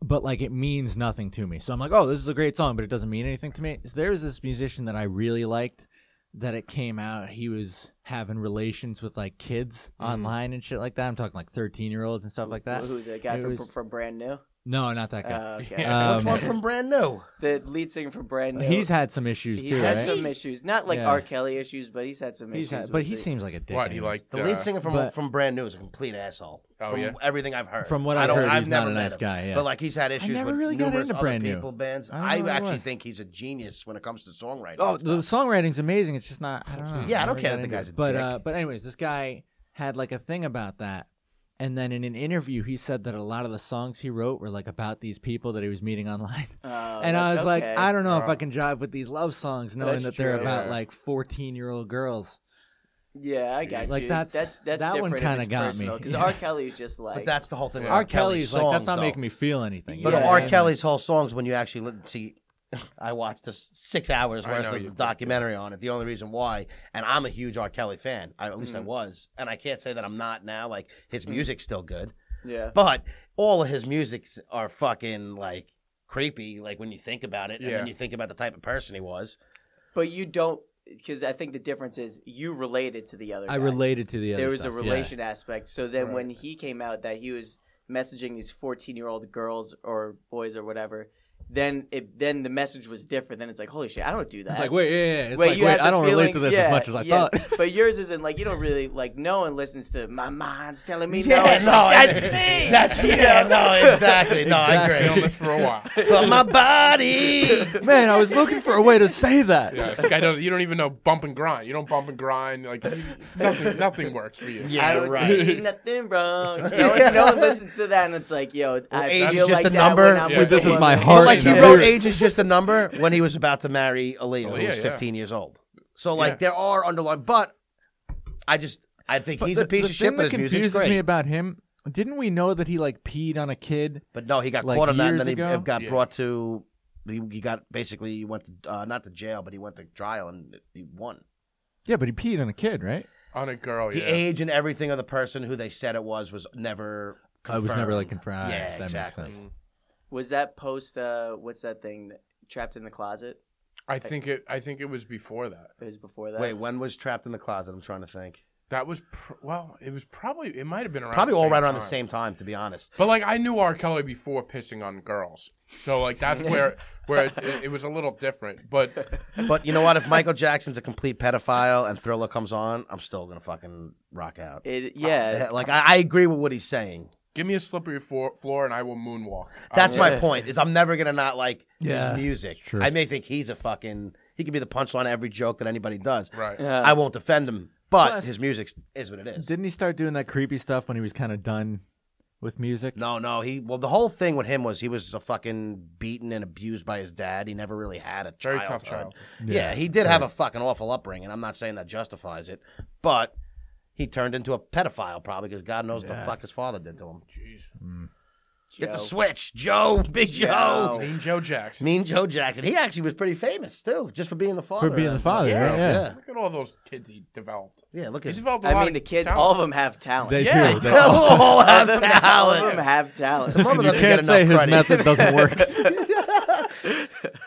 S4: but like it means nothing to me so i'm like oh this is a great song but it doesn't mean anything to me so there was this musician that i really liked that it came out he was having relations with like kids online and shit like that i'm talking like 13 year olds and stuff like that
S5: Mm. Who the guy
S4: It
S5: from,
S4: was-
S5: from Brand New?
S4: no not that guy
S5: Uh, okay.
S4: Yeah.
S3: Which
S4: Um,
S3: one from brand new?
S5: the lead singer from Brand New.
S4: he's had some issues
S5: he's
S4: too
S5: had
S4: right?
S5: some issues, not like
S4: Yeah.
S5: R. Kelly issues, but he's had some
S4: He's
S5: issues.
S4: had- but
S5: with
S4: he
S5: the-
S4: seems like a dick
S2: What he
S4: anyways.
S2: like?
S3: The
S2: uh,
S3: lead singer from
S4: but-
S3: from Brand New is a complete asshole.
S2: Oh,
S3: from
S2: yeah?
S3: everything I've heard.
S4: From what
S3: I
S4: I've
S3: don't,
S4: heard,
S3: I've
S4: he's
S3: never
S4: not a
S3: met
S4: nice
S3: him.
S4: guy, yeah.
S3: But like he's had issues
S4: never
S3: with
S4: really got
S3: numerous
S4: into
S3: other
S4: Brand New.
S3: people bands.
S4: I don't know
S3: I,
S4: what it
S3: actually
S4: was.
S3: think he's a genius when it comes to songwriting.
S4: Oh,
S3: and
S4: the
S3: stuff.
S4: songwriting's amazing. It's just not. I don't know.
S3: Yeah, I don't
S4: never
S3: care that
S4: got
S3: the
S4: into
S3: guy's
S4: it.
S3: a
S4: But
S3: dick.
S4: uh, but anyways, this guy had like a thing about that, and then in an interview, he said that a lot of the songs he wrote were like about these people that he was meeting online.
S5: Oh,
S4: and I
S5: that's
S4: was like,
S5: okay.
S4: I don't know if
S2: Yeah.
S4: I can jive with these love songs, knowing
S5: That's
S4: that they're
S5: true.
S4: about
S2: Yeah.
S4: like fourteen-year-old girls.
S5: Yeah, I got
S4: Like,
S5: you.
S4: that's-
S5: that's that's
S4: that one
S5: different and
S4: kinda
S5: it's
S4: got me.
S5: personal, Because
S4: Yeah.
S5: R. Kelly's just like
S3: But that's the whole thing. with
S4: R.
S3: R.
S4: Kelly's like, that's
S3: songs,
S4: not
S3: though.
S4: making me feel anything.
S3: But
S4: you know
S5: Yeah.
S4: what I
S3: R.
S4: mean?
S3: Kelly's whole songs, when you actually li- see, I watched this six hours
S2: I
S3: worth
S2: know
S3: of
S2: you did,
S3: documentary on it. The only reason why, and I'm a huge R. Kelly fan. I, at least I
S2: Mm.
S5: Mhm.
S3: was, and I can't say that I'm not now. Like his music's still good,
S5: yeah.
S3: but all of his musics are fucking like creepy. Like when you think about it, and
S2: Yeah.
S3: then you think about the type of person he was.
S5: But you don't because I think the difference is you related to the other.
S4: I
S5: guy.
S4: related to the other.
S5: There was a
S4: stuff, yeah.
S5: relation aspect. So then when he came out that he was messaging these fourteen-year-old girls or boys or whatever, then it then the message was different. Then it's like, holy shit, I don't do that.
S4: It's like wait, yeah, yeah. It's like
S5: you
S4: wait,
S5: have
S4: I
S5: the
S4: don't relate
S5: feeling-
S4: to this
S5: yeah,
S4: as much as I
S5: yeah.
S4: thought.
S5: but yours isn't like you don't really like. No one listens to my mind's telling me no.
S3: Yeah,
S5: It's
S3: no,
S5: like,
S3: I-
S5: that's me.
S3: That's yeah, no, exactly. No, I
S2: Been on
S3: agree.
S2: this for a while.
S3: But my body.
S4: Man, I was looking for a way to say that.
S2: Yeah, this guy doesn't, you don't even know bump and grind. You don't bump and grind. Like nothing, nothing works for you.
S5: I
S3: Yeah,
S5: don't
S3: right.
S5: see nothing wrong. No one, no one listens to that, and it's like, yo, I
S3: age is
S5: feel
S3: just
S5: like
S3: a
S5: that
S3: number.
S5: when I'm
S2: Yeah.
S5: with
S2: This
S5: a
S2: is
S5: woman.
S4: my
S3: But
S4: heart.
S3: like he
S4: Yeah.
S3: wrote
S4: Yeah.
S3: age is just a number when he was about to marry Aaliyah, who
S2: Aaliyah,
S3: was
S2: Oh, yeah.
S3: 15 years old. So like
S2: Yeah.
S3: there are underlying, but I just I think he's
S4: the,
S3: a piece
S4: the
S3: of
S4: thing
S3: shit, but
S4: that
S3: his music's
S4: confuses
S3: great.
S4: me about him. Didn't we know that he like peed on a kid?
S3: but no, he got
S4: like,
S3: caught on that, and
S4: years
S3: then he
S4: ago?
S3: got
S2: Yeah.
S3: brought to. He, he got basically he went to, uh, not to jail, but he went to trial and he won.
S4: Yeah, but he peed on a kid, right?
S2: On a girl,
S3: The
S2: Oh, yeah.
S3: age and everything of the person who they said it was was never.
S4: I
S3: Confirmed.
S4: Oh, was never like confronted.
S3: Yeah,
S4: that
S3: exactly. Mm.
S4: Makes sense.
S5: Was that post? Uh, what's that thing? Trapped in the closet.
S2: I think it. I think it was before that.
S5: It was before that.
S3: Wait, when was trapped in the closet? I'm trying to think.
S2: That was pr- well, it was probably it might have been around
S3: Probably
S2: the
S3: all
S2: same
S3: right around the
S2: time.
S3: same time, to be honest.
S2: But like I knew R. Kelly before pissing on girls, so like that's where where it, it, was a little different. But
S3: But you know what? If Michael Jackson's a complete pedophile and Thriller comes on, I'm still gonna fucking rock out. Eh,
S5: It, yeah.
S3: Like I, I agree with what he's saying.
S2: give me a slippery floor, floor and I will moonwalk. I
S3: That's
S2: will-
S3: my point. Is I'm never gonna not like
S4: Yeah,
S3: his music.
S4: true.
S3: I may think he's a fucking. He could be the punchline of every joke that anybody does.
S2: right.
S5: Yeah.
S3: I won't defend him, but
S4: Plus-
S3: his music is what it is.
S4: Didn't he start doing that creepy stuff when he was kind of done with music?
S3: No, no. He well, the whole thing with him was he was a fucking beaten and abused by his dad. He never really had a
S2: Very
S3: childhood.
S2: tough child.
S3: Yeah, he did have a fucking awful upbringing. I'm not saying that justifies it, but he turned into a pedophile probably because God knows what the fuck his father did to him.
S2: Jeez.
S3: Get the switch, Joe, Big Joe.
S2: Mean Joe Jackson.
S3: Mean Joe Jackson. He actually was pretty famous too, just for being the father.
S4: for being the
S3: of that
S4: father,
S2: Yeah.
S4: right?
S3: fucker.
S4: Yeah.
S3: Yeah,
S2: Look at all those kids he developed.
S3: yeah. Look
S2: He
S3: at
S2: developed a lot
S5: I mean,
S2: of
S5: the kids,
S2: talent.
S5: all of them have talent.
S4: They
S2: Yeah.
S4: do.
S3: they
S4: They-
S3: all
S5: all,
S3: have
S5: of them, all of
S3: talent.
S5: them have talent.
S3: Listen,
S4: Listen,
S3: Mother
S4: you
S3: doesn't get
S4: can't
S3: enough
S4: say
S3: credit.
S4: his method doesn't work.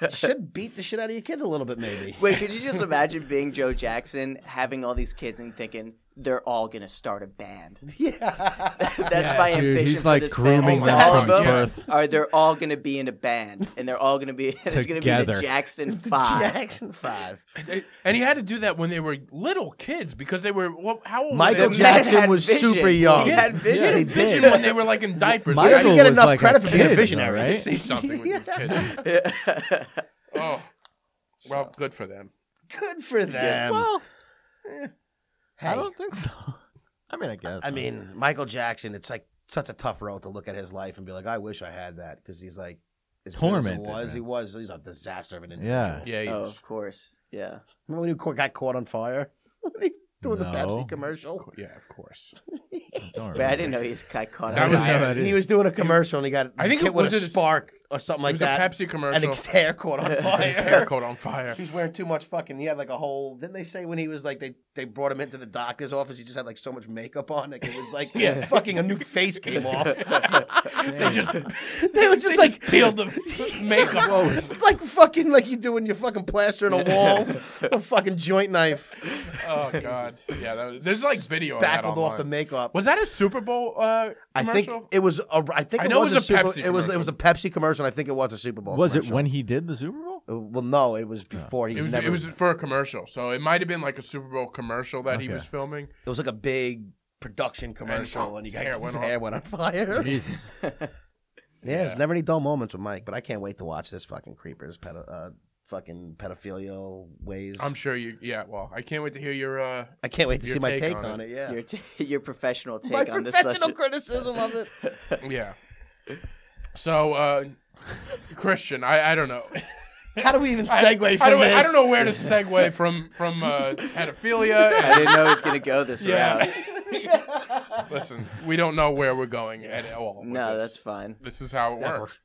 S3: Should beat the shit out of your kids a little bit, maybe.
S5: Wait, could you just imagine being Joe Jackson, having all these kids, and thinking they're all gonna start a band?
S3: Yeah.
S5: That's
S4: Yeah,
S5: my
S4: dude,
S5: ambition.
S4: he's
S5: for
S4: like
S5: this
S4: grooming
S5: family.
S2: them
S5: All
S2: from
S5: of them
S4: birth.
S5: Are they're all gonna be in a band, and they're all gonna be? and It's gonna be
S4: Together.
S5: the Jackson Five.
S3: Jackson Five.
S2: and he had to do that when they were little kids because they were what, how old? were
S3: Michael
S2: they?
S5: The man
S3: Jackson
S5: had
S3: was
S5: vision.
S3: super young.
S5: He
S2: He had
S5: had vision.
S2: a
S3: he
S2: vision
S3: did.
S2: when they were like in diapers.
S3: He doesn't
S4: Michael
S3: get
S4: was
S3: enough
S4: like a
S3: credit for being a
S4: kid,
S3: visionary.
S4: though,
S2: I
S4: right?
S2: see something with these kids. Oh, well, good for them.
S3: Good for them.
S4: well,
S3: Hey,
S4: I don't think so. I mean, I guess.
S3: I mean, Michael Jackson. It's like such a tough road to look at his life and be like, I wish I had that because he's like as good as he
S4: Tormented,
S3: was
S4: man.
S3: he was he's a disaster of an individual.
S4: Yeah.
S2: Yeah, he
S5: Oh,
S2: was.
S5: of course. Yeah.
S3: Remember when he ca- got caught on fire? Doing the
S4: No.
S3: Pepsi commercial.
S2: yeah, of course.
S4: Don't
S5: Wait, I
S4: worry.
S5: didn't know he was got caught
S2: That
S5: on
S2: was
S5: fire.
S2: never-
S3: He was doing a commercial and he got
S2: I think
S3: hit
S2: it
S3: with
S2: was
S3: a
S2: a-
S3: spark or something
S2: It
S3: like
S2: was a
S3: that.
S2: Pepsi
S3: and
S2: commercial.
S3: his hair caught on
S2: His hair
S3: fire.
S2: caught on fire.
S3: He's wearing too much fucking. He had like a whole. Didn't they say when he was like they they brought him into the doctor's office? He just had like so much makeup on, like it was like
S2: Yeah.
S3: fucking a new face came off.
S2: they just
S3: they were just like
S2: peeled the makeup.
S3: like fucking like you do when you're fucking plastering a wall, with a fucking joint knife,
S2: Oh god, yeah. That was, there's like video of that
S3: backled off the
S2: online.
S3: makeup.
S2: Was that a Super Bowl uh,
S3: I think
S2: commercial?
S3: it was a. I think
S2: I
S3: it
S2: know
S3: was,
S2: it was
S3: a,
S2: a
S3: Super,
S2: Pepsi
S3: It was it was a Pepsi commercial. and I think it was a Super Bowl.
S4: Was it
S3: commercial.
S4: when he did the Super Bowl?
S3: Uh, Well, no, it was before he
S2: it was
S3: never.
S2: it was for a commercial, so it might have been like a Super Bowl commercial that he
S4: Okay.
S2: was filming.
S3: like a big production commercial, and,
S2: oh, his
S3: he got
S2: hair
S3: his
S2: went on-
S3: hair went on fire.
S4: Jesus.
S3: Yeah, there's never any dull moments with Mike, but I can't wait to watch this fucking creepers pedo- uh, fucking pedophilial ways.
S2: I'm sure you. Yeah, well, I can't wait to hear your. Uh,
S3: I can't wait to
S2: Your
S3: see my
S2: take
S3: take
S2: on
S3: on,
S2: it.
S3: it. Yeah,
S5: Your, t- your professional take
S3: my
S5: on this
S3: professional
S5: subject.
S3: criticism of it.
S2: yeah. So, uh, Christian, I, I don't know.
S3: How do we even
S2: I,
S3: segue from
S2: I don't,
S3: this?
S2: I don't know where to segue from from uh, pedophilia.
S5: I didn't know it was gonna go this route.
S2: yeah. Listen, we don't know where we're going at all. with
S5: No,
S2: this.
S5: that's fine.
S2: This is how it works.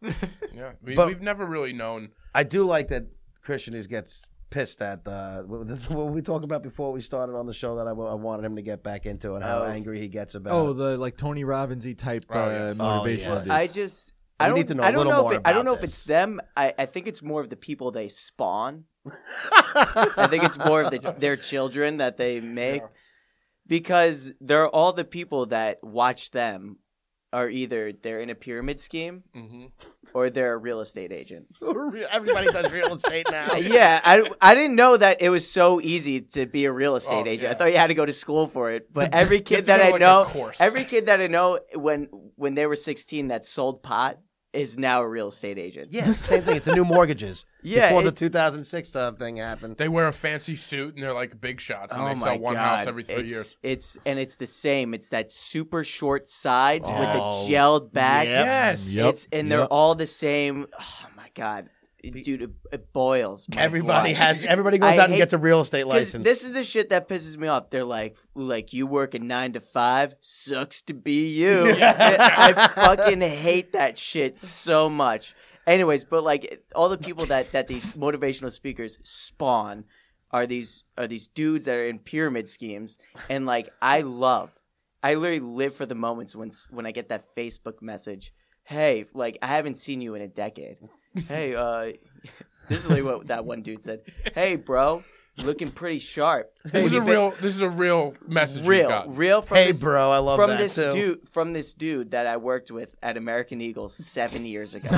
S2: yeah, we,
S3: But-
S2: we've never really known.
S3: I do like that Christian is gets pissed at uh, what what we talked about before we started on the show that I, wa- I wanted him to get back into and how
S5: Oh.
S3: angry he gets about.
S4: Oh,
S3: it.
S4: the like Tony Robbins type
S2: Oh,
S4: uh,
S2: yes.
S3: Oh,
S4: motivational.
S3: yes.
S4: dude.
S5: I just
S3: We
S5: I don't
S3: need to know a
S5: I don't
S3: little
S5: know
S3: more
S5: if it, I don't
S3: about
S5: know if it's
S3: this.
S5: them. I, I think it's more of the people they spawn. I think it's more of the, their children that they make because they're all the people that watch them are either they're in a pyramid scheme
S2: Mhm.
S5: or they're a real estate agent.
S3: Everybody does real estate now.
S5: yeah, I, I didn't know that it was so easy to be a real estate
S2: Oh,
S5: agent. I
S2: yeah.
S5: thought you had to go to school for it. But every
S2: have
S5: kid
S2: to go
S5: that
S2: to,
S5: I
S2: like, a
S5: know,
S2: course.
S5: every kid that I know when when they were 16 that sold pot is now a real estate agent.
S3: Yeah, it's the same thing. It's the new mortgages.
S5: Yeah,
S3: before the
S5: it-
S3: 2006 stuff uh, thing happened.
S2: They wear a fancy suit and they're like big shots, and
S5: Oh
S2: they
S5: my
S2: sell one
S5: God.
S2: house every three
S5: it's,
S2: years.
S5: It's and it's the same. It's that super short sides with the
S3: Oh.
S5: gelled back.
S3: Yep.
S2: Yes.
S4: Yep.
S5: It's and they're
S4: Yep.
S5: all the same. Oh my god, dude, it, it boils. Oh my
S3: Everybody
S5: blood.
S3: has. Everybody goes
S5: I
S3: out and
S5: hate-
S3: gets a real estate
S5: 'Cause
S3: license.
S5: This is the shit that pisses me off. They're like, like you work a nine to five, sucks to be you. I I fucking hate that shit so much. Anyways, but like all the people that that these motivational speakers spawn are these are these dudes that are in pyramid schemes, and like I love, I literally live for the moments when s- when I get that Facebook message, hey, like I haven't seen you in a decade. Hey, uh, this is like what that one dude said. Hey, bro, looking pretty sharp.
S2: This is a
S5: When you
S2: real. This is a real message. you
S5: real,
S2: got.
S5: real from
S3: Hey,
S5: this,
S3: bro, I love
S5: from
S3: that
S5: this
S3: too.
S5: dude from this dude that I worked with at American Eagle seven years ago.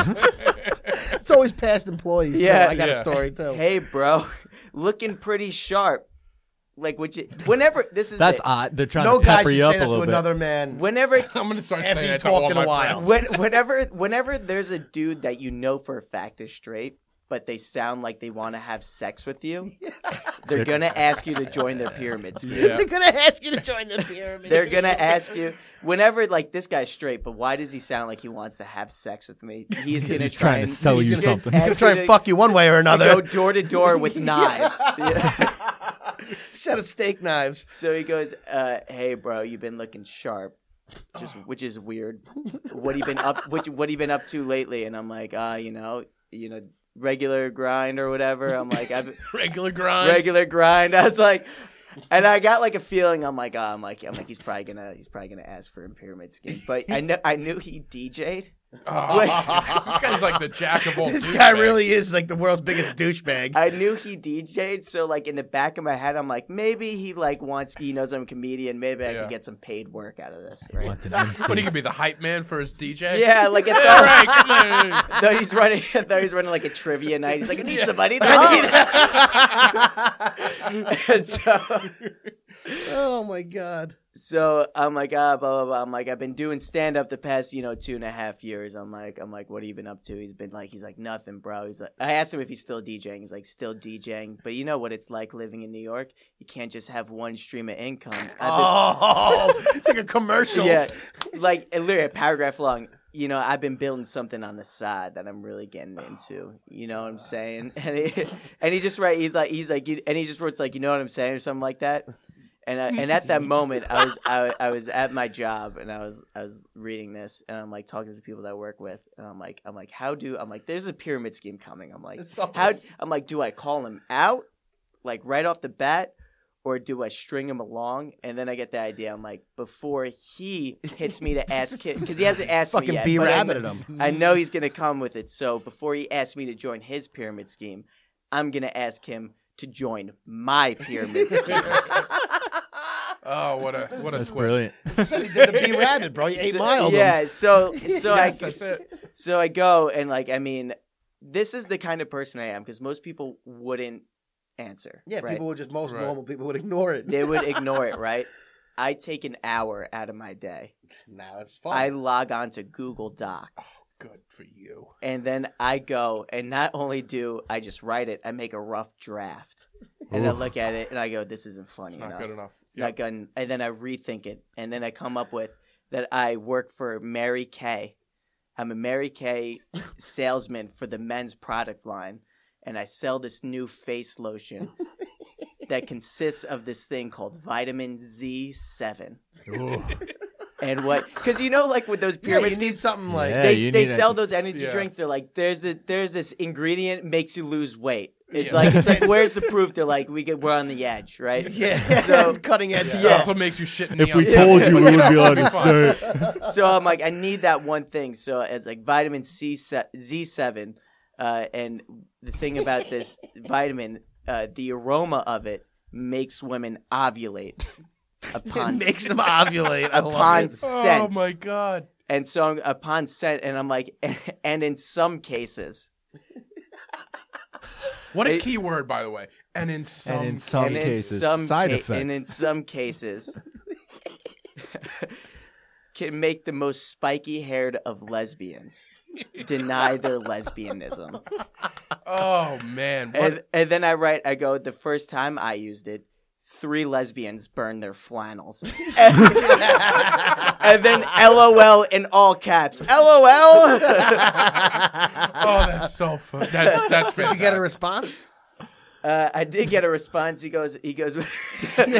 S3: It's always past employees. too.
S5: Yeah.
S3: I got
S2: Yeah.
S3: a story too.
S5: hey, bro, looking pretty sharp. Like which whenever this is
S4: That's
S5: it.
S4: odd. They're trying
S3: no
S4: to
S3: guy
S4: pepper
S3: should
S4: you up
S3: say
S4: a
S3: that
S4: little
S3: to
S4: bit.
S3: another man.
S5: whenever
S2: I'm gonna start
S3: After you
S2: saying that to
S3: talk
S2: all
S3: in
S2: my
S3: a while.
S2: friends.
S5: when, whenever whenever there's a dude that you know for a fact is straight but they sound like they want to have sex with you they're gonna ask you to join their pyramid scheme
S2: Yeah.
S3: They're gonna ask you to join the pyramid.
S5: they're gonna ask you whenever like this guy's straight but why does he sound like he wants to have sex with me he's gonna
S4: just
S5: try
S4: trying to
S5: and-
S4: sell
S5: he's
S4: you
S5: gonna
S4: something.
S5: ask
S3: He's trying to
S5: to-
S3: fuck you one way or
S5: to go
S3: another.
S5: door to door with knives Yeah.
S3: Set of steak knives.
S5: so he goes uh, hey bro you've been looking sharp just, which is weird. What he been up? Which what he been up to lately? And I'm like, ah, you know, you know, regular grind or whatever. I'm like, I've
S2: regular grind.
S5: regular grind. I was like, and I got like a feeling. I'm like, ah, I'm like, I'm like, he's probably gonna, he's probably gonna ask for a pyramid scheme. But I know, I knew he DJ'd.
S2: Ah, this guy's like the jack of all.
S3: This guy
S2: douchebags.
S3: really is like the world's biggest douchebag.
S5: Oh, I knew he DJ'd. So like in the back of my head, I'm like, maybe he like wants, he knows I'm a comedian. Maybe I
S2: Yeah.
S5: can get some paid work out of this.
S4: He
S5: Right?
S4: wants an MC.
S2: But he could be the hype man for his DJ.
S5: Yeah, like it
S2: All
S5: felt.
S2: right, come on.
S5: though he's running though he's running like a trivia night. He's like, I need
S2: Yeah.
S5: somebody to host. so,
S3: oh my god.
S5: so I'm like, ah, blah blah blah. I'm like, I've been doing stand up the past, you know, two and a half years. I'm like, I'm like, what have you been up to? He's been like, he's like, nothing, bro. He's like, I asked him if he's still DJing. He's like, still DJing, but you know what it's like living in New York. You can't just have one stream of income. I've been-
S3: Oh, it's like a commercial.
S5: yeah, like and literally a paragraph long. You know, I've been building something on the side that I'm really getting into. You know what I'm saying? And he, and he just write. He's like, he's like, you- and he just writes like, you know what I'm saying, or something like that. And I, and at that moment, I was I, I was at my job, and I was I was reading this, and I'm like talking to the people that I work with, and I'm like I'm like, how do I'm like, there's a pyramid scheme coming. I'm like,
S3: It's always-
S5: how I'm like, do I call him out, like right off the bat, or do I string him along? And then I get the idea. I'm like, before he hits me to ask him, because he hasn't asked me
S3: fucking
S5: yet.
S3: B
S5: but I
S3: rabbit
S5: kn-
S3: at him.
S5: I know he's gonna come with it. So before he asks me to join his pyramid scheme, I'm gonna ask him to join my pyramid scheme.
S2: Oh, what a what a
S4: That's
S2: twist.
S4: brilliant.
S3: Said he did the B rabbit, bro. You ate
S5: So-
S3: my old
S5: Yeah. So so
S2: Yes,
S5: I
S2: that's it.
S5: so I go and like I mean, this is the kind of person I am because most people wouldn't answer.
S3: Yeah,
S5: right?
S3: people would just most
S2: Right.
S3: normal people would ignore it.
S5: they would ignore it, right? I take an hour out of my day.
S3: Now it's
S5: I
S3: fine.
S5: log on to Google Docs.
S2: Good for you.
S5: And then I go, and not only do I just write it, I make a rough draft. And I
S4: Oof.
S5: look at it and I go, this isn't funny
S2: It's not
S5: enough.
S2: good enough.
S5: It's
S2: Yeah.
S5: not good. en- And then I rethink it. And then I come up with that I work for Mary Kay. I'm a Mary Kay salesman for the men's product line. And I sell this new face lotion that consists of this thing called vitamin Z7.
S4: Ooh.
S5: And what? Because you know, like with those
S3: Yeah, you
S5: pyramids,
S3: need something like
S4: Yeah.
S5: they,
S4: you
S5: they
S4: need it.
S5: sell those energy
S2: Yeah.
S5: drinks. They're like, there's a, there's this ingredient makes you lose weight. It's
S2: Yeah.
S5: like, it's like, where's the proof? They're like, we get, we're on the edge, right?
S3: yeah,
S5: So-
S3: cutting edge
S2: Yeah.
S3: stuff.
S2: That's what makes you shit in the
S4: If we
S2: arm.
S4: told you, we
S2: Yeah.
S4: wouldn't be allowed to
S2: Fine.
S4: say it.
S5: so I'm like, I need that one thing. So it's like vitamin C Z7, uh, and the thing about this vitamin, uh, the aroma of it makes women ovulate
S3: It
S5: upon
S3: makes them ovulate. I love
S5: upon
S3: it.
S5: scent.
S2: Oh my god.
S5: And so I'm upon scent, and I'm like, and in some cases,
S2: What a
S5: They-
S2: key word, by the way. And in some,
S4: And in some
S5: and
S4: cases,
S5: in some
S4: side
S5: ca-
S4: effects.
S5: and in some cases, can make the most spiky haired of lesbians deny their lesbianism.
S2: oh man, what,
S5: and, and then I write, I go, the first time I used it, three lesbians burned their flannels. and, and then LOL in all caps. LOL!
S2: oh that's so fun. That's that's
S3: Did you get a
S2: fantastic.
S3: response?
S5: Uh, I did get a response. He goes, he goes, he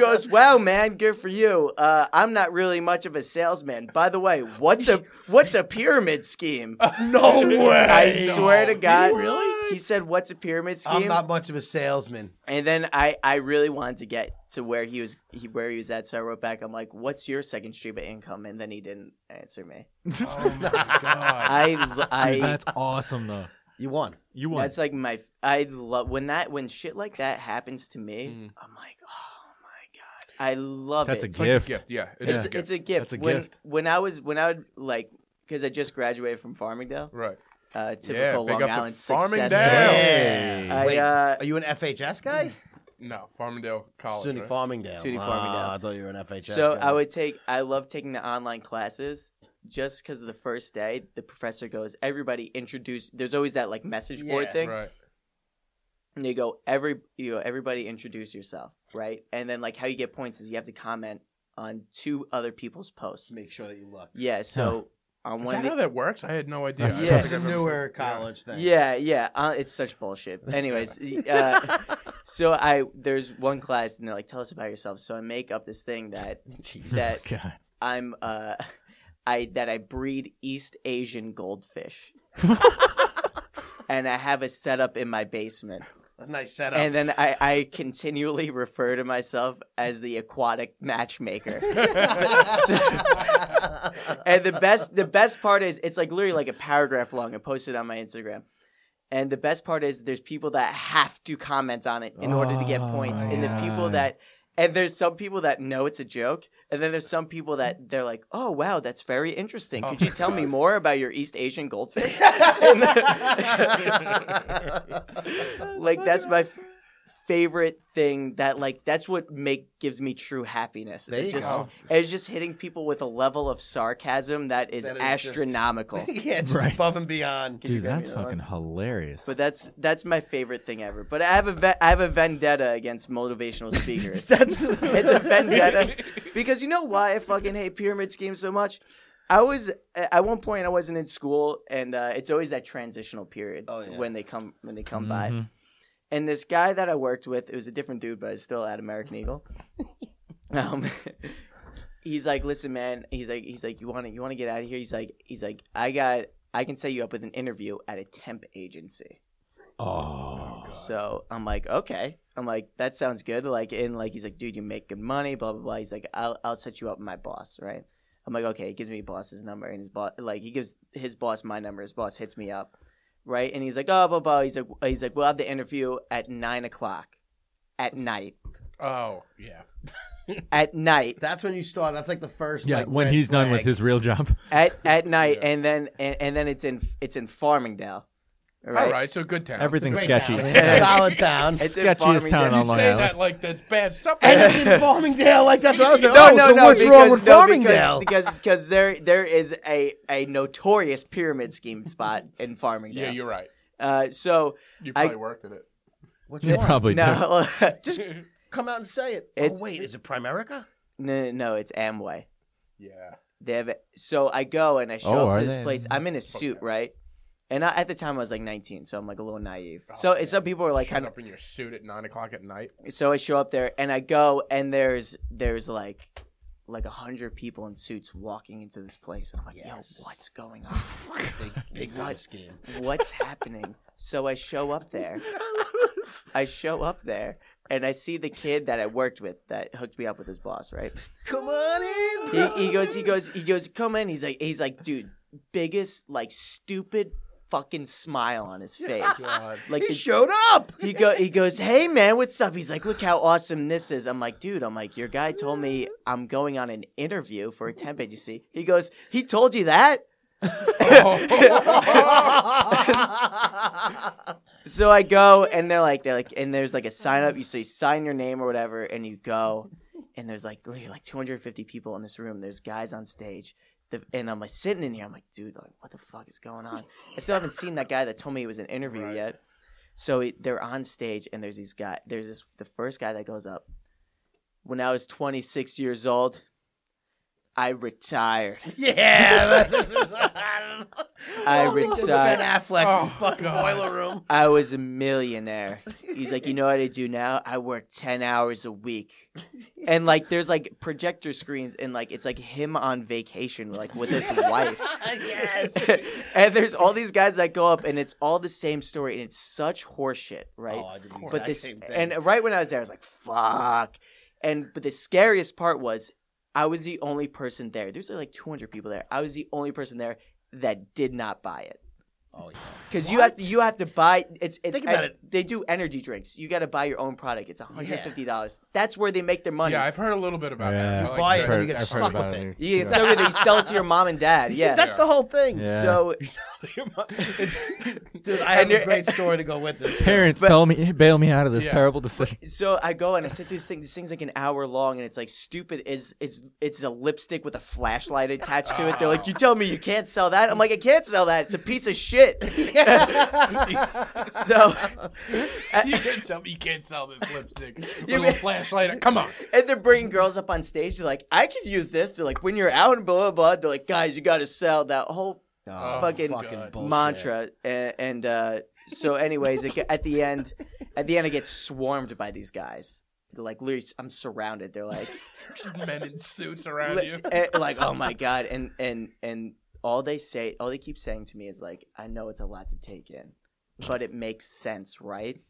S5: goes, wow, man, good for you. Uh, I'm not really much of a salesman. By the way, what's a what's a pyramid scheme?
S3: No way.
S5: I swear to
S2: Did he
S5: God,
S2: really?
S5: he said, "What's a pyramid scheme?"
S3: I'm not much of a salesman.
S5: And then I, I really wanted to get to where he was he, where he was at, so I wrote back. I'm like, "What's your second stream of income?" And then he didn't answer me.
S2: Oh my god.
S5: I I
S4: That's awesome, though.
S3: You won.
S4: You won.
S5: That's like my. I love when that when shit like that happens to me.
S2: Mm.
S5: I'm like, oh my god, I love
S4: That's
S5: it.
S4: a
S2: It's like a
S4: gift.
S2: gift. Yeah, it
S4: It's-
S2: is a
S5: It's,
S2: gift.
S5: it's a gift.
S4: That's a
S5: when,
S4: gift.
S5: When I was when I would like because I just graduated from Farmingdale,
S2: right.
S5: uh, typical
S2: Yeah, big
S5: Long
S2: up to
S5: Island
S2: Farmingdale.
S5: success. story.
S4: Hey.
S5: I
S3: Wait,
S5: uh,
S3: Are you an FHS guy?
S2: No, Farmingdale College.
S3: SUNY
S2: right?
S3: Farmingdale.
S5: SUNY
S3: Ah,
S5: Farmingdale.
S3: I thought you were an FHS.
S5: so
S3: guy.
S5: I would take. I love taking the online classes just because of the first day. The professor goes, everybody introduce. There's always that like message board
S3: Yeah.
S5: thing.
S2: Right.
S5: and you go every you go everybody introduce yourself right and then like how you get points is you have to comment on two other people's posts
S3: make sure that you look.
S5: yeah so on
S2: Is
S5: one
S2: that
S5: of
S2: how
S5: the-
S2: that works? I had no idea.
S4: That's
S2: I
S5: Yeah.
S2: don't
S3: It's
S2: think
S3: a
S2: I've ever-
S3: newer
S2: yeah.
S3: college thing.
S5: yeah yeah uh, it's such bullshit anyways uh, so i there's one class and they're like tell us about yourself so i make up this thing that
S3: Jesus.
S5: that i'm uh i that i breed east asian goldfish and i have a setup in my basement
S3: A nice setup.
S5: and then I, I continually refer to myself as the aquatic matchmaker. and the best the best part is it's like literally like a paragraph long. I posted on my Instagram. And the best part is there's people that have to comment on it in order to get
S4: Oh,
S5: points. And the people
S4: God.
S5: that and there's some people that know it's a joke. And then there's some people that they're like, "Oh wow, that's very interesting. Could
S2: Oh,
S5: you tell me
S2: God.
S5: more about your East Asian goldfish?" like that's my f- favorite thing that like that's what make gives me true happiness
S3: There
S5: it's
S3: you
S5: just
S2: go.
S5: it's just hitting people with a level of sarcasm that is,
S3: That is just-
S5: astronomical
S3: yeah, it's
S4: Right.
S3: above and beyond.
S5: Could you
S4: Dude,
S5: grab
S4: that's
S5: me another
S4: fucking
S5: one?
S4: hilarious.
S5: but that's that's my favorite thing ever but i have a ve- i have a vendetta against motivational speakers
S3: That's
S5: it's a vendetta because you know why i fucking hate pyramid schemes so much I was at one point I wasn't in school, and uh, it's always that transitional period
S3: Oh, yeah.
S5: when they come when they come by.
S4: Mhm.
S5: And this guy that I worked with, it was a different dude, but I was still at American Eagle. Um, he's like, listen, man. He's like, he's like, you want to, you want to get out of here. He's like, he's like, I got, I can set you up with an interview at a temp agency.
S4: Oh.
S5: So I'm like, okay. I'm like, that sounds good. Like, and like, he's like, dude, you make good money, blah blah blah. He's like, I'll, I'll set you up with my boss, right? I'm like, okay. He gives me boss's number, and his boss, like, he gives his boss my number. His boss hits me up, right? And he's like, oh, blah blah. He's like, he's like, we'll have the interview at nine o'clock, at night,
S2: Oh yeah.
S5: at night,
S3: That's when you start. That's like the first.
S4: Yeah,
S3: like,
S4: when
S3: red
S4: he's done with
S3: flag.
S4: his real job.
S5: at at night,
S2: Yeah.
S5: and then and, and then it's in it's in Farmingdale, right?
S2: All right. So good town.
S4: Everything's
S3: Great
S4: sketchy.
S3: town. Yeah. Solid town.
S5: It's in
S4: Sketchiest town
S5: Farmingdale.
S2: You
S4: on Long
S2: say
S4: Island.
S2: that like that's bad stuff.
S3: and it's in Farmingdale. Like that's what I was saying.
S5: No,
S3: oh,
S5: no,
S3: so
S5: no.
S3: What's
S5: because,
S3: wrong with
S5: no,
S3: Farmingdale?
S5: Because, because, because there there is a, a notorious pyramid scheme spot in Farmingdale.
S2: yeah, you're right.
S5: Uh, so
S2: You
S5: I-
S2: probably worked at it.
S3: What you
S4: They
S3: want?
S4: probably do.
S5: no,
S3: Just come out and say it.
S5: It's-
S3: oh wait, is it Primerica?
S5: no, no, it's Amway.
S2: yeah.
S5: They have it. So I go and I show
S4: Oh,
S5: up
S4: are
S5: to this
S4: they?
S5: place. I'm in a suit,
S2: Okay.
S5: right? And I, at the time I was like 19, so I'm like a little naive.
S2: Oh,
S5: so
S2: man.
S5: some people are like
S2: Shut
S5: kind of
S2: up in your suit at nine o'clock at night.
S5: so I show up there and I go and there's there's like like a hundred people in suits walking into this place. I'm like,
S3: Yes.
S5: yo, what's going on?
S3: Big, big time
S5: What?
S3: scheme.
S5: What's happening? So I show up there. I show up there and I see the kid that I worked with that hooked me up with his boss, right?
S3: Come on in.
S5: He,
S3: brother.
S5: he goes, he goes, he goes, come in. He's like, he's like, dude, biggest, like, stupid fucking smile on his face.
S2: God.
S5: Like,
S3: Oh, He
S5: the-
S3: showed up.
S5: he go he goes, "Hey man, what's up?" He's like, "Look how awesome this is." I'm like, "Dude, I'm like, your guy told me I'm going on an interview for a temp agency." He goes, "He told you that?"
S2: Oh,
S5: so I go and they're like they're like and there's like a sign up, you so you sign your name or whatever and you go and there's like literally like 250 people in this room. There's guys on stage. The, and I'm like sitting in here. I'm like, dude, like, what the fuck is going on? I still haven't seen that guy that told me it was an interview
S2: Right.
S5: yet. So he- they're on stage, and there's these guy. There's this the first guy that goes up. When I was 26 years old, I retired.
S3: yeah. that's- I don't know.
S5: I
S3: Oh,
S5: reached
S3: Ben
S5: out.
S3: Affleck from
S2: Oh,
S3: fucking
S2: God.
S3: boiler room.
S5: I was a millionaire. He's like, you know what I do now? I work 10 hours a week. And like, there's like projector screens, and like, it's like him on vacation, like with his wife.
S3: yes.
S5: and there's all these guys that go up, and it's all the same story, and it's such horseshit, right?
S3: Oh, I did the
S5: but
S3: exact
S5: this,
S3: same thing.
S5: and uh, right when I was there, I was like, "Fuck!" And but the scariest part was, I was the only person there. There's like 200 people there. I was the only person there that did not buy it.
S3: Oh yeah.
S5: Because you have to, you have to buy it's it's
S3: Think about it.
S5: they do energy drinks. You got to buy your own product. It's one hundred fifty dollars. That's where they make their money.
S2: Yeah, I've heard a little bit about that.
S4: Yeah. You
S2: I like
S3: buy it
S2: that.
S3: and you get stuck with it.
S5: you get so they sell it to your mom and dad. Yeah.
S3: That's the whole thing.
S4: Yeah.
S5: so
S3: Dude, I have
S5: And
S3: a
S5: you're-
S3: great story to go with this.
S4: Parents, bail me, bail me out of this
S2: Yeah.
S4: terrible decision.
S5: so I go and I sit through this thing. This thing's like an hour long, and it's like stupid. Is it's it's a lipstick with a flashlight attached to it? They're like, you tell me you can't sell that. I'm like, I can't sell that. It's a piece of shit. so,
S2: You can't tell me you can't sell this lipstick with a
S5: You-
S2: little flashlight. Come on.
S5: and they're bringing girls up on stage. They're like, I could use this. They're like, when you're out and blah blah blah. They're like, guys, you got to sell that whole
S3: Oh,
S5: Fucking
S2: God.
S3: bullshit.
S5: mantra. And, and uh, so, anyways, it, get- at the end, at the end, I get swarmed by these guys. They're like, literally, I'm surrounded. They're like.
S2: Men in suits around
S5: Li-
S2: you.
S5: eh, like oh my god and and and all they say all they keep saying to me is like i know it's a lot to take in but it makes sense right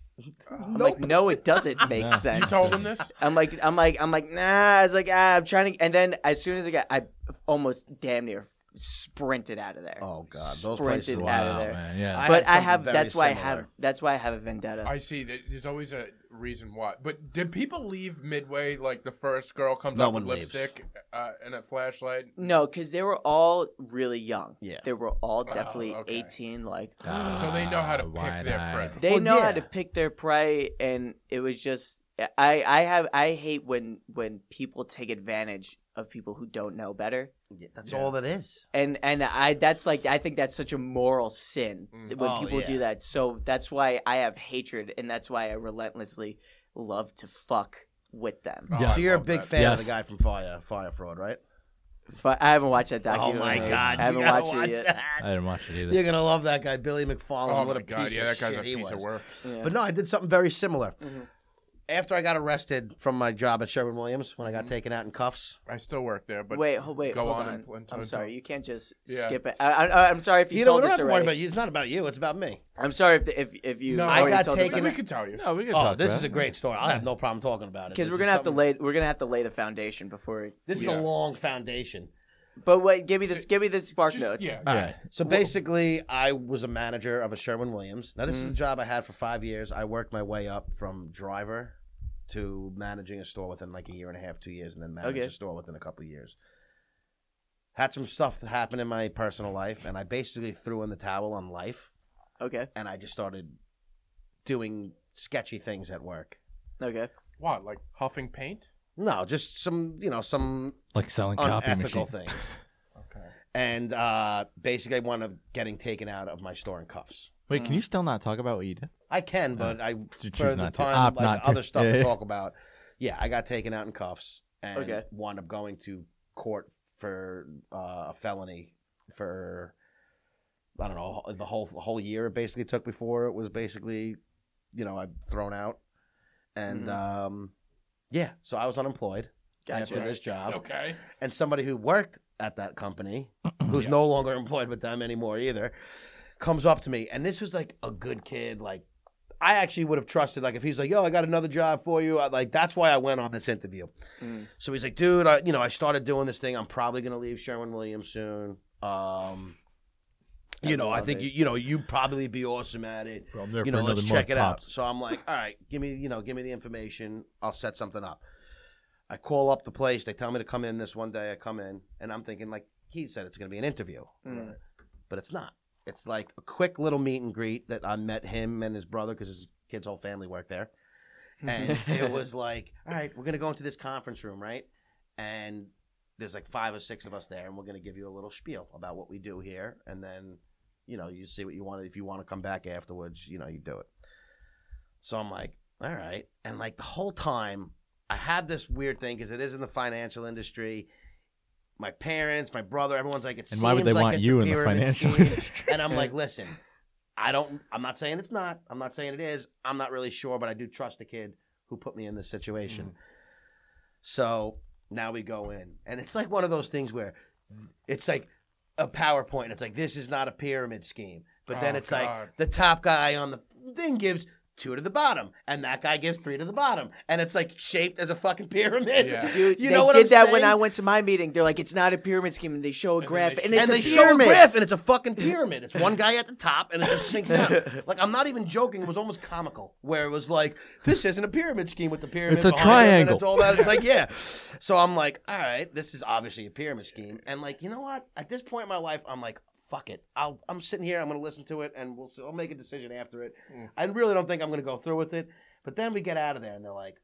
S5: i'm like no it doesn't make
S4: No.
S2: You
S5: sense
S2: told them this?
S5: i'm like i'm like i'm like nah i was like ah, i'm trying to and then as soon as i got i almost damn near sprinted out of there
S3: Oh god, those places.
S5: Sprinted
S3: are
S5: out of
S3: wild.
S5: there.
S4: man. Yeah.
S3: I
S5: but
S3: had
S5: i have
S3: something
S5: that's
S3: very
S5: why i have
S3: similar.
S5: that's why i have a vendetta
S2: I see. that There's always a reason why. But did people leave midway? Like the first girl comes
S3: No
S2: up with
S3: one leaves.
S2: lipstick uh, and a flashlight.
S5: no because they were all really young
S3: Yeah.
S5: they were all definitely
S2: okay.
S5: 18 like
S2: So they know how to
S4: Ah,
S2: pick
S4: wide-eyed.
S2: their prey.
S5: They
S3: Well,
S5: know how
S3: yeah.
S5: to pick their prey, and it was just I I have I hate when when people take advantage of people who don't know better,
S3: Yeah, that's
S2: Yeah.
S3: all that is.
S5: and and I that's like I think that's such a moral sin
S2: Mm.
S5: when
S3: Oh,
S5: people do
S3: yeah.
S5: that. So that's why I have hatred, and that's why I relentlessly love to fuck with them.
S2: Oh,
S4: Yeah.
S2: I
S3: So you're a
S2: love
S3: big
S2: that.
S3: fan of
S4: Yes.
S3: the guy from Fire Fire Fraud, right? Oh
S5: But I haven't watched that documentary.
S4: my God,
S5: I haven't
S3: you gotta
S5: watched
S3: watch
S5: it yet.
S4: I
S3: that.
S4: didn't watch it either.
S3: You're gonna love that guy, Billy McFarlane.
S2: Oh
S3: what
S2: my
S3: a
S2: god!
S3: piece
S2: Yeah,
S3: of
S2: that guy's
S3: shit
S2: a
S3: he
S2: piece
S3: was.
S2: of work.
S5: Yeah.
S3: But no, I did something very similar.
S5: Mhm.
S3: After I got arrested from my job at Sherwin Williams, when I got taken out in cuffs,
S2: I still work there, but
S5: wait, ho- wait,
S2: go
S5: hold
S2: on
S5: on.
S2: and pl- and
S5: I'm
S2: tell-
S5: sorry, you can't just
S2: Yeah.
S5: skip it. I, I, I'm sorry if you,
S3: you know, we
S5: told
S3: don't
S5: this
S3: have to worry
S5: already.
S3: about you. It's not about you. It's about me.
S5: I'm sorry if if, if you.
S2: No,
S3: I
S5: already
S3: got
S5: told this
S3: taken
S5: already.
S2: we could tell you.
S4: No, we can
S3: Oh,
S4: talk
S3: this
S4: about
S3: is
S4: it.
S3: a great story. I have no problem talking about it
S5: because
S3: This
S5: we're
S3: is
S5: gonna have to
S3: something-
S5: lay we're gonna have to lay the foundation before.
S3: This is
S2: Yeah.
S3: a long foundation.
S5: But wait, give me this, give me this spark
S2: Just-
S5: notes.
S2: yeah.
S4: All right.
S3: So basically, I was a manager of a Sherwin Williams. Now, this is a job I had for five years. I worked my way up from driver to managing a store within like a year and a half, two years, and then managed
S5: Okay.
S3: a store within a couple of years. Had some stuff that happened in my personal life, and I basically threw in the towel on life,
S5: Okay.
S3: and I just started doing sketchy things at work.
S5: Okay.
S2: What? Like huffing paint?
S3: No, just some, you know, some
S4: Like selling copy
S3: unethical
S4: machines.
S3: things.
S2: Okay.
S3: And uh, basically, I wound up getting taken out of my store in cuffs.
S4: Wait, can you still not talk about what you did?
S3: I can, but I
S4: choose
S3: for the
S4: not to.
S3: time
S4: Opt
S3: like
S4: not to.
S3: other stuff
S4: Yeah,
S3: to
S4: yeah.
S3: talk about. Yeah, I got taken out in cuffs and
S5: Okay.
S3: wound up going to court for uh, a felony for I don't know the whole the whole year it basically took before it was basically you know I'm thrown out and
S5: Mhm.
S3: um, yeah, so I was unemployed after
S5: Gotcha.
S3: this job
S2: Okay.
S3: and somebody who worked at that company, who's no longer employed with them anymore either, comes up to me, and this was like a good kid. Like, I actually would have trusted. Like, if he's like, "Yo, I got another job for you," I, like that's why I went on this interview.
S5: Mm.
S3: So he's like, "Dude, I, you know, I started doing this thing. I'm probably gonna leave Sherwin Williams soon. Um, you know, I
S5: love
S3: think
S5: it.
S3: you, you know you'd probably be awesome at it
S4: I'm there
S3: you know, let's check it out. So I'm like, all right, give me, you know, give me the information. I'll set something up. I call up the place. They tell me to come in this one day. I come in, and I'm thinking, like, he said it's going to be an interview,
S5: Mm.
S3: but it's not. It's like a quick little meet and greet that I met him and his brother because his kid's whole family worked there. And it was like, all right, we're going to go into this conference room, right? And there's like five or six of us there, and we're going to give you a little spiel about what we do here. And then, you know, you see what you want. If you want to come back afterwards, you know, you do it. So I'm like, all right. And like the whole time, I have this weird thing because it is in the financial industry. My parents, my brother, everyone's like, it
S4: And why would
S3: seems
S4: they
S3: like
S4: want
S3: it's
S4: you
S3: a
S4: in the
S3: pyramid
S4: financial
S3: scheme.
S4: industry?
S3: and I'm like, listen, I don't. I'm not saying it's not. I'm not saying it is. I'm not really sure, but I do trust the kid who put me in this situation.
S2: Mm-hmm.
S3: So now we go in, and it's like one of those things where it's like a PowerPoint. And it's like this is not a pyramid scheme, but then
S2: Oh,
S3: it's
S2: God.
S3: like the top guy on the thing gives two to the bottom, and that guy gives three to the bottom, and it's like shaped as a fucking pyramid.
S2: Yeah.
S5: Dude,
S3: you
S5: they
S3: know what
S5: did
S3: I'm
S5: that
S3: saying?
S5: when I went to my meeting. They're like, it's not a pyramid scheme. And they show a
S2: then
S5: graph,
S2: they
S5: and,
S2: show-
S5: it's
S3: and
S5: a
S3: they show a
S5: pyramid.
S3: graph, and it's a fucking pyramid. It's one guy at the top, and it just sinks down. Like I'm not even joking; it was almost comical, where it was like, "This isn't a pyramid scheme with the pyramid.
S4: It's a
S3: behind it,
S4: triangle.
S3: And it's all that. It's like, yeah. So I'm like, all right, this is obviously a pyramid scheme. And like, you know what? At this point in my life, I'm like, fuck it. I'll, I'm sitting here. I'm gonna listen to it, and we'll see, I'll make a decision after it. I really don't think I'm gonna go through with it. But then we get out of there, and they're like,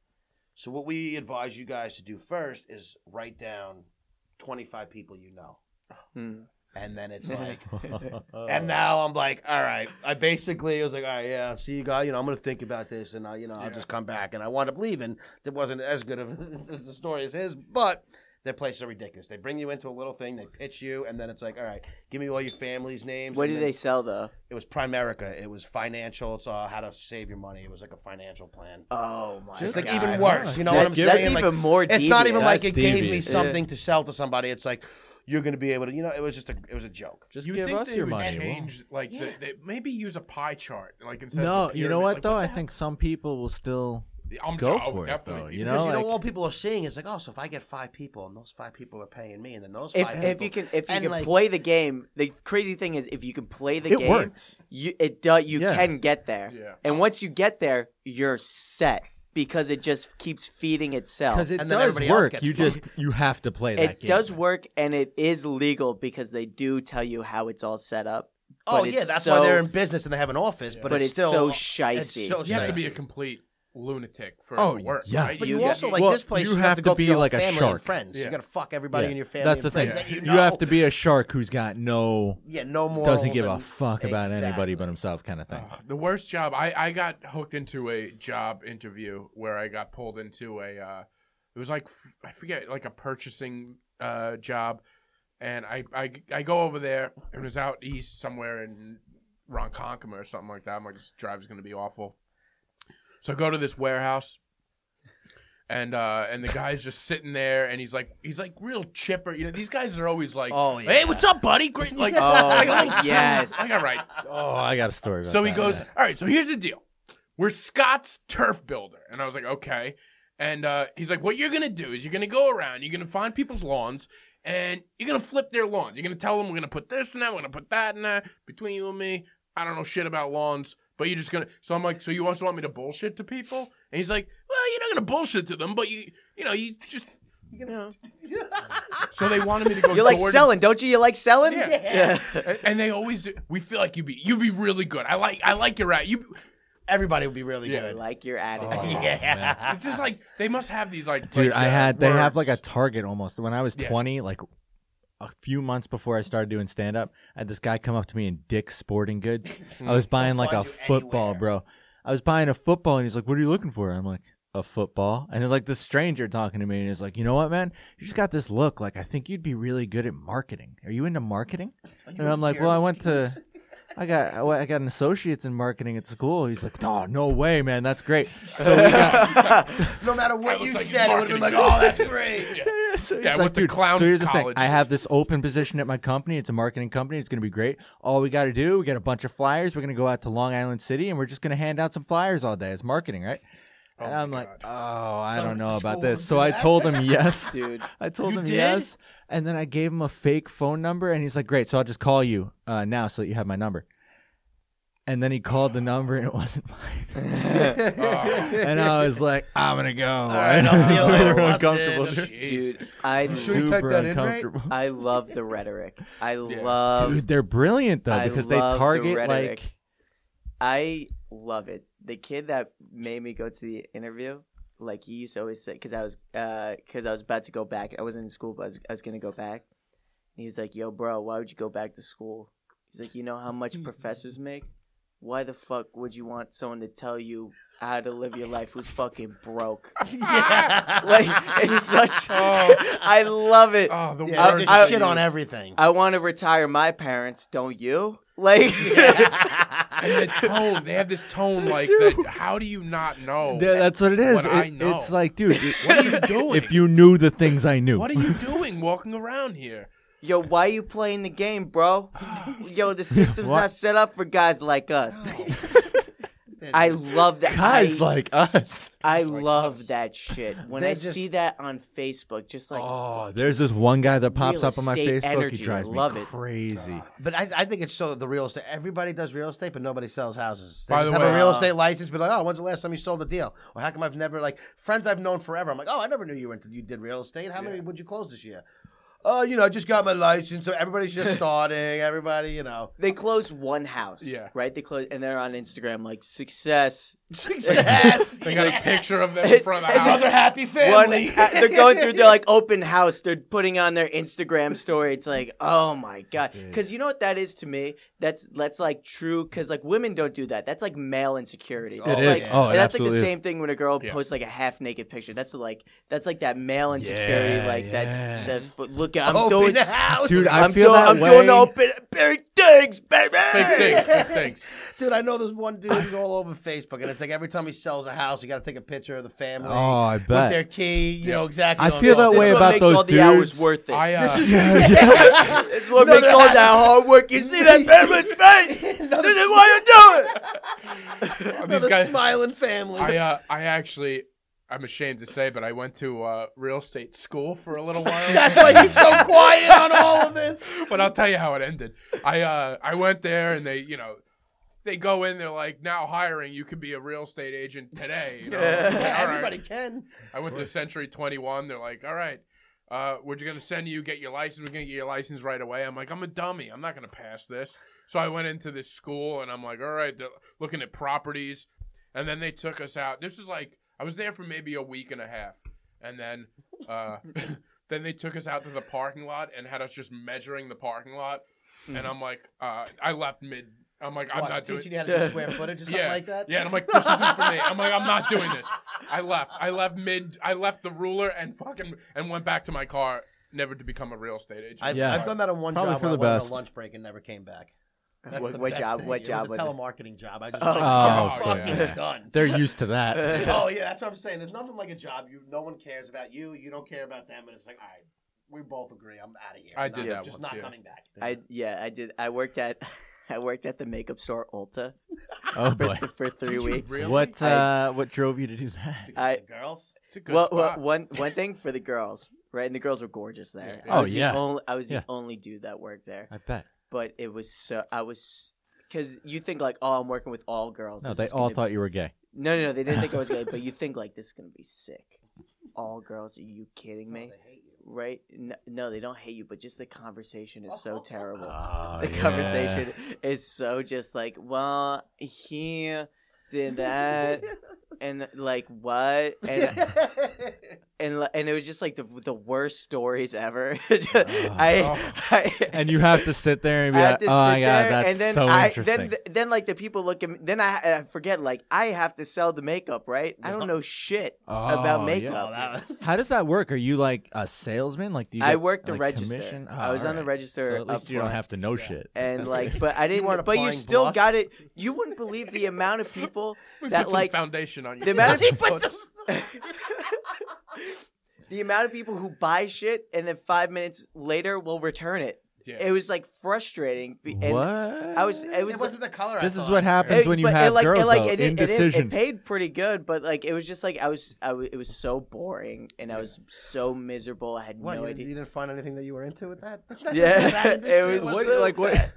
S3: so what we advise you guys to do first is write down 25 people you know.
S5: Hmm.
S3: And then it's like, and now I'm like, all right. I basically was like, all right, yeah, see you guys. You know, I'm gonna think about this, and I, you know, I'll
S2: Yeah.
S3: just come back. And I wound up leaving. That wasn't as good of as the story as his, but their places are ridiculous. They bring you into a little thing, they pitch you, and then it's like, all right, give me all your family's names.
S5: What
S3: and
S5: do
S3: then-
S5: they sell though?
S3: It was Primerica. It was financial. It's uh, how to save your money. It was like a financial plan.
S5: Oh my
S3: It's
S5: god!
S3: like even worse. You know what I'm
S5: that's,
S3: saying?
S5: that's
S3: Like,
S5: even more.
S3: it's not even
S5: devious.
S3: like
S4: That's
S3: it gave me
S4: devious.
S3: something to sell to somebody. It's like you're going to be able to. You know, it was just a it was a joke.
S4: Just
S2: You
S4: give
S2: think
S4: us
S2: they
S4: your
S2: would
S4: money. we'll-
S2: change like the,
S3: Yeah.
S2: they, maybe use a pie chart like instead
S4: No,
S2: of a
S4: you know
S2: pyramid,
S4: what
S2: like,
S4: though? I
S2: the
S4: think some people will still
S2: hell? I'm
S4: go
S2: I would
S4: for it
S2: definitely
S4: though.
S2: be-
S4: You
S3: Because
S4: know,
S3: you know
S4: like,
S3: all people are seeing is like, oh, so if I get five people and those five people are paying me, and then those five
S5: If,
S3: people,
S5: if you can if you
S3: And,
S5: can
S3: like-
S5: play the game, the crazy thing is if you can play the
S4: it
S5: game,
S4: works.
S5: you it does you
S4: Yeah.
S5: can get there.
S2: Yeah.
S5: And once you get there, you're set because it just keeps feeding itself.
S4: Because it
S3: And then
S4: does
S3: everybody else
S4: work.
S3: gets
S4: You just you have to play that
S5: it
S4: game.
S5: does work and it is legal because they do tell you how it's all set up.
S3: oh
S5: but it's
S3: yeah, that's
S5: so-
S3: why they're in business and they have an office, but,
S5: But
S3: it's,
S5: it's
S3: still
S5: so
S3: it's
S5: shicey.
S3: so
S2: You have to be a
S3: shicey.
S2: complete lunatic for
S4: Oh,
S2: it to work.
S4: yeah.
S2: right?
S3: But you,
S5: You-
S3: also like
S4: well,
S3: this place.
S4: you
S3: You, have,
S4: have
S3: to
S4: to
S3: go
S4: be
S3: through
S4: like a
S3: family
S4: shark.
S3: and friends.
S2: Yeah.
S3: You got to fuck everybody
S4: Yeah.
S3: in your family.
S4: That's the
S3: and
S4: thing.
S3: friends that
S4: You,
S3: know.
S4: have to be a shark who's got no
S3: Yeah, no more.
S4: doesn't give a fuck about anybody but himself kind of thing.
S2: Ugh, the worst job I, I got hooked into a job interview where I got pulled into a uh, it was like I forget like a purchasing uh, job and I, I I go over there and it was out east somewhere in Ronkonkoma or something like that. I'm like this drive's gonna be awful. So I go to this warehouse and uh, and the guy's just sitting there and he's like he's like real chipper. You know, these guys are always like
S3: Oh, yeah.
S2: Hey, what's up, buddy? Great like,
S5: Oh,
S2: like,
S5: my-
S2: like,
S5: yes.
S2: Like all right.
S4: Oh, I got a story. About
S2: So he
S4: that,
S2: goes,
S4: yeah.
S2: All right, so here's the deal. We're Scott's turf builder. And I was like, Okay. And uh, he's like, What you're going to do is you're going to go around, you're going to find people's lawns, and you're going to flip their lawns. You're going to tell them, We're going to put this and that, we're going to put that and that. Between you and me, I don't know shit about lawns, but you're just going to. So I'm like, So you also want me to bullshit to people? And he's like, Well, you're not going to bullshit to them, but you, you know, you just. So they wanted me to go.
S5: You like
S2: door to-
S5: selling, don't you? You like selling?
S2: Yeah. And- And they always do. We feel like you'd be you'd be really good. I like I like your at you.
S3: Everybody would be really
S2: Yeah.
S5: I
S3: good.
S5: like your
S2: Oh,
S5: attitude.
S3: yeah.
S2: It's just like they must have these like.
S4: dude.
S2: like,
S4: I
S2: uh,
S4: had they have like
S2: words.
S4: a target almost. When I was
S2: Yeah.
S4: 20, like a few months before I started doing stand up, I had this guy come up to me in Dick's Sporting Goods. I was buying like a
S3: find you
S4: football,
S3: anywhere.
S4: bro. I was buying a football, and he's like, "What are you looking for?" I'm like. A football, and it's like this stranger talking to me, and he's like, "You know what, man? You just got this look. Like, I think you'd be really good at marketing. Are you into marketing?" and I'm like, "Well, I went to, I got, I went- I got an associate's in marketing at school." He's like, "No, no way, man. That's great." So we got,
S3: No matter
S2: I
S3: what
S2: was
S3: you
S2: like,
S3: said, it would have been like,
S2: marketing.
S3: oh, that's great.
S2: Yeah.
S4: Yeah, so he's
S2: Yeah,
S4: like,
S2: with the
S4: "Dude,
S2: clown
S4: So here's the thing:
S2: college
S4: I have this open position at my company. It's a marketing company. It's going to be great. All we got to do, we got a bunch of flyers. We're going to go out to Long Island City, and we're just going to hand out some flyers all day. It's marketing, right?
S2: Oh
S4: and
S2: my
S4: I'm
S2: God.
S4: like, oh, I
S3: Someone
S4: don't
S3: at
S4: know
S3: the
S4: about
S3: school
S4: this.
S3: would
S4: So
S3: do
S4: I
S3: that?
S4: told him yes.
S5: Dude.
S4: I told
S2: You
S4: him
S2: did?
S4: yes, and then I gave him a fake phone number, and he's like, "Great, so I'll just call you uh, now so that you have my number." And then he called the number, and it wasn't mine.
S2: Oh,
S4: and I was like, "I'm gonna go." All
S3: right, I'll see you later, Busted.
S4: uncomfortable.
S2: Jesus.
S5: Dude, I
S3: Should we
S5: love,
S3: type
S4: Super
S3: that in, right?
S4: uncomfortable.
S5: I love the rhetoric. I love
S4: Dude, they're brilliant though
S5: I
S4: because they
S5: love the
S4: target
S5: rhetoric.
S4: like
S5: I love it. The kid that made me go to the interview, like he used to always say, because I was, because I was about to go back. I wasn't in school, but I was, I was gonna go back. And he was like, "Yo, bro, why would you go back to school?" He's like, "You know how much professors make? Why the fuck would you want someone to tell you how to live your life who's fucking broke?" like it's such.
S2: Oh.
S5: I love it.
S2: Oh, the
S3: Yeah,
S5: I-
S3: they
S2: words.
S3: just
S5: I-
S3: shit on everything.
S5: I want to retire my parents. Don't you? Like.
S2: And the tone. They have this tone like that. How do you not know?
S4: Th- that's what it is.
S2: Oh, What I
S4: It-
S2: know.
S4: It's like, dude, it-
S2: What are you doing?
S4: if you knew the things I knew,
S2: What are you doing walking around here?
S5: Yo, why you playing the game, bro? Yo, the system's
S4: What?
S5: not set up for guys like us.
S3: They're
S5: I
S3: just-
S5: love that.
S4: Guys
S5: I,
S4: like us.
S5: I
S2: like
S5: love
S2: us.
S5: that shit. When
S3: They
S5: I
S3: just-
S5: see that on Facebook, just like
S4: oh,
S5: fuck,
S4: there's this one guy that pops
S5: Real
S4: up on my
S5: estate
S4: Facebook.
S5: energy.
S4: He
S5: I
S4: drives
S5: love
S4: me
S5: it.
S4: crazy.
S3: But I, I think it's so the real estate. Everybody does real estate, but nobody sells houses. They
S2: By the
S3: just have
S2: way- uh,
S3: a real estate license. Be like, oh, when's the last time you sold a deal? Or how come I've never like friends I've known forever? I'm like, oh, I never knew you were into you did real estate. How many
S2: Yeah.
S3: would you close this year? Oh, you know, I just got my license. So everybody's just starting. Everybody, you know,
S5: they close one house.
S2: Yeah.
S5: right. They close, and they're on Instagram like success.
S3: success.
S2: They got a picture of them in
S5: It's-
S2: front of the
S5: it's
S2: house.
S3: Another happy
S5: One, uh,
S3: family.
S5: they're going through their like open house. They're putting on their Instagram story. It's like, oh my god, because you know what that is to me. That's that's like true. Because like women don't do that. That's like male insecurity. That's
S4: is.
S5: Like,
S4: Oh, it
S5: and that's like
S4: absolutely
S5: the
S4: is.
S5: same thing when a girl
S2: Yeah.
S5: posts like a half naked picture. That's like that's like that male insecurity.
S4: Yeah,
S5: like
S4: yeah.
S5: that's that's look. I'm
S3: open
S5: doing.
S3: house,
S4: Dude, I
S5: I'm
S4: feel
S5: doing,
S4: that
S5: I'm
S4: way.
S5: doing open big things, baby.
S2: Big things, big things.
S3: dude. I know there's one dude who's all over Facebook, and it's like every time he sells a house, you got to take a picture of the family.
S4: Oh, I
S3: With
S4: bet.
S3: their key, you know exactly.
S4: I
S3: what I'm
S4: feel
S3: talking
S4: that
S5: This
S4: way
S5: is what
S4: about
S5: makes
S4: those
S5: all the hours
S4: dudes.
S5: worth it.
S2: I, uh,
S5: This is what
S3: No,
S5: makes
S3: they're
S5: all
S3: not-
S5: that hard work. You see that baby's face. this is why you do it.
S2: these
S3: Another
S2: guys,
S3: smiling family.
S2: I, uh, I actually, I'm ashamed to say, but I went to uh, real estate school for a little while.
S3: That's why he's so quiet on all of this.
S2: but I'll tell you how it ended. I uh, I went there and they, you know, they go in. They're like, now hiring. You can be a real estate agent today. You know?
S5: Yeah.
S2: Like,
S3: Yeah,
S2: all right.
S3: everybody can.
S2: I went to Century 21. They're like, all right, uh, we're just going to send you, get your license. We're going to get your license right away. I'm like, I'm a dummy. I'm not going to pass this. So I went into this school and I'm like, all right, they're looking at properties. And then they took us out. This is like, I was there for maybe a week and a half. And then, uh, then they took us out to the parking lot and had us just measuring the parking lot. And I'm like, uh, I left mid. I'm like, I'm
S3: Mm-hmm. What,
S2: not doing
S3: teaching you how to do square footage or something
S2: yeah,
S3: like that.
S2: Yeah, and I'm like, this isn't for me. I'm like, I'm not doing this. I left. I left mid. I left the ruler and fucking and went back to my car, never to become a real estate agent.
S3: I've,
S4: Yeah.
S3: I've done that on one
S4: Probably
S3: job.
S4: for
S3: where I
S4: the
S3: went on
S4: best.
S3: a lunch break and never came back. That's
S5: What-
S3: the
S5: what
S3: best
S5: job-
S3: thing.
S5: what
S3: it
S5: job
S3: was
S5: was
S3: a
S5: it?
S3: telemarketing job. I just
S5: Oh,
S3: was
S4: Oh,
S3: like, fucking
S4: yeah.
S3: done.
S4: They're used to that.
S3: oh yeah, that's what I'm saying. There's nothing like a job. You, no one cares about you. You don't care about them, and it's like, all right, we both agree. I'm out of here.
S2: I
S3: I'm
S2: did
S3: not,
S2: that
S3: Just
S2: once,
S3: not
S2: yeah.
S3: coming back.
S5: I yeah, I did. I worked at I worked at the makeup store Ulta
S4: Oh boy.
S5: for, for three
S2: Did you
S5: weeks.
S2: really?
S4: What
S5: I-
S4: uh, what drove you to do that?
S3: Because
S5: I-
S3: the girls.
S2: It's a good
S5: Well, well,
S2: spot.
S5: one one thing for the girls, right? And the girls were gorgeous there.
S2: Yeah.
S5: I
S4: Oh,
S5: was the
S4: yeah.
S5: only- I was
S4: Yeah.
S5: the only dude that worked there,
S4: I bet.
S5: but it was so I was because you think like, oh, I'm working with all girls.
S4: No,
S5: This
S4: they
S5: is
S4: all
S5: gonna
S4: thought you were gay.
S5: be- No, no, no, they didn't think I was gay, but you think like this is gonna be sick. All girls, are you kidding
S3: Oh,
S5: me?
S3: they hate you.
S5: Right? No, no, they don't hate you, but just the conversation is so terrible.
S4: Oh,
S5: the conversation is so just like, well, he did that, and like what, and
S3: Oh,
S5: and li- and it was just like the the worst stories ever. I, I
S4: Oh, And you have to sit there and
S5: I
S4: be
S5: had
S4: like, "Oh
S5: to sit
S4: my god,
S5: there,
S4: that's
S5: and then
S4: so
S5: I,
S4: interesting."
S5: Then, then like the people look at me. Then I, I forget like I have to sell the makeup, right? I
S3: Uh-huh.
S5: don't know shit
S4: Oh,
S5: about
S4: yeah.
S5: makeup.
S3: Oh, that was-
S4: How does that work? Are you like a salesman? Like, do you?
S5: I
S4: get,
S5: worked the
S4: like,
S5: register.
S4: commission? Oh,
S5: I was on the
S4: alright. So
S5: register
S4: at least
S5: up
S4: you don't
S5: front.
S4: have to know shit.
S5: and
S4: That's
S5: like
S4: good.
S5: but i didn't
S3: weren't
S5: but you
S3: applying
S5: still
S3: bluff?
S5: got it you wouldn't believe the amount of people
S2: we
S5: that,
S2: put
S5: like,
S2: some foundation on you.
S5: the amount of-
S2: He
S3: But
S2: puts-
S5: the amount of people who buy shit and then five minutes later will return it
S2: yeah.
S5: it was like frustrating be- and
S4: what?
S5: i was it was
S3: it wasn't the color. I
S4: This is
S3: thought.
S4: what happens
S5: it-
S4: when you
S5: but
S4: have
S5: it, like,
S4: girls
S5: it, like,
S4: though,
S5: it, it, it,
S4: indecision.
S5: it paid pretty good but like it was just like i was I w- it was so boring and i was so miserable i had
S3: What,
S5: no
S3: you, didn't,
S5: idea
S3: you didn't find anything that you were into with that? That-
S5: Yeah,
S3: that industry
S5: it was
S4: what,
S5: so
S4: like what?
S5: bad.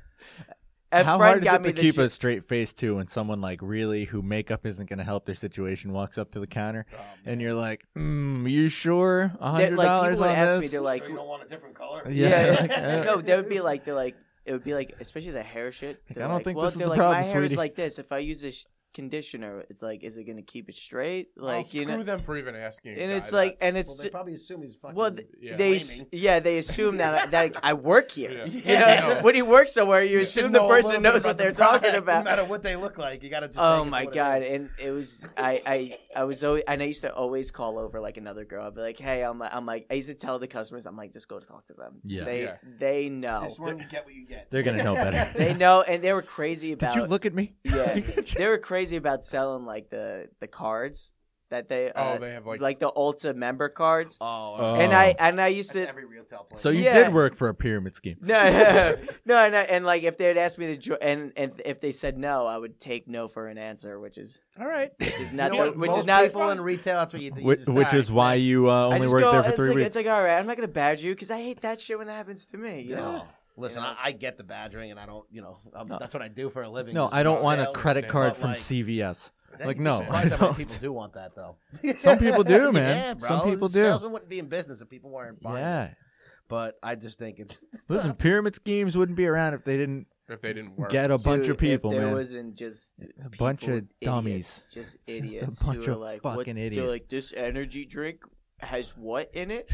S5: A
S4: How hard is
S5: friend got
S4: it
S5: me
S4: to
S5: the
S4: keep
S5: ju-
S4: a straight face too when someone like really who makeup isn't going to help their situation walks up to the counter
S2: Um,
S4: and you're like, mm, "You sure? A
S5: that,
S4: hundred
S5: like
S4: dollars
S5: people
S4: on
S5: would ask
S4: this?"
S5: me to like
S3: So you don't want a different color?
S4: Yeah.
S5: Yeah. no, that would be like the like it would be like especially the hair shit.
S4: Like,
S5: They're
S4: I don't think
S5: well,
S4: this is
S5: they're
S4: the
S5: like,
S4: problem,
S5: My hair
S4: sweetie."
S5: is like this. If I use this conditioner, it's like, is it gonna keep it straight? Like
S2: oh,
S5: you
S2: screw
S5: know,
S2: them for even asking. a
S5: and
S2: guy
S5: it's
S2: that.
S5: like, and
S3: Well,
S5: it's
S3: they probably assume he's fucking.
S5: well, th-
S2: Yeah.
S5: they s-
S3: Blaming.
S5: yeah they assume that I, that I work here.
S2: Yeah.
S5: You
S3: Yeah.
S5: know, when you work somewhere, you
S3: You should
S5: assume the
S3: know a little bit
S5: person knows
S3: about
S5: what
S3: the
S5: they're
S3: product,
S5: talking
S3: No
S5: about.
S3: matter what they look like, you got to.
S5: Oh my god! And it was I, I I was always and I used to always call over like another girl. I'd be like, hey, I'm I'm like I used to tell the customers I'm like just go talk to them.
S4: Yeah.
S5: they
S2: Yeah.
S5: they know.
S3: This one, you get what you get.
S4: They're gonna know better.
S5: they know, and they were crazy
S4: Did
S5: about.
S4: you look at me?
S5: Yeah, they were crazy about selling like the the cards, that they
S2: Oh,
S5: uh,
S2: they have, like-
S5: the Ulta member cards.
S3: Oh,
S4: Uh,
S5: And
S4: Oh.
S5: I and I used
S3: that's
S5: to
S3: every Realtel place.
S4: So you
S5: Yeah.
S4: did work for a pyramid scheme.
S5: no, no, no, and, I- and like if they would ask me to join, and, and if they said no, I would take no for an answer, which is
S4: All right.
S5: which is
S3: You
S5: not
S3: know
S5: the-
S3: what?
S5: which
S3: Most
S5: is not
S3: people in retail. That's what you, you
S4: Which,
S3: just
S4: which
S3: die.
S4: is why you uh,
S5: I
S4: only
S5: just
S4: worked
S5: go,
S4: there for
S5: it's
S4: three
S5: like,
S4: weeks.
S5: It's like all right, I'm not gonna badge you because I hate that shit when it happens to me. You know?
S3: No. Listen, I, I get the badgering, and I don't. You know, I'm,
S4: No.
S3: that's what I do for a living.
S4: no,
S3: is
S4: I don't want a
S3: sales and
S4: credit
S3: shit,
S4: card
S3: but,
S4: from
S3: like,
S4: CVS.
S3: that-
S4: Like,
S3: you'd be
S4: no,
S3: surprised how
S4: I
S3: many
S4: don't.
S3: people do want that though.
S4: Some people do, man.
S3: Yeah, bro.
S4: Some people do.
S3: Salesmen wouldn't be in business if people weren't buying. it.
S4: Yeah.
S3: But I just think it's
S4: Listen, pyramid schemes wouldn't be around if they didn't
S2: if they didn't work.
S4: get a bunch
S5: Dude,
S4: of people,
S5: if there
S4: man.
S5: wasn't just
S4: a bunch
S5: people-
S4: of dummies.
S5: idiots, just idiots,
S4: a bunch
S5: who are
S4: of
S5: like, what-
S4: fucking
S5: they're
S4: idiots.
S5: like this energy drink has what in it?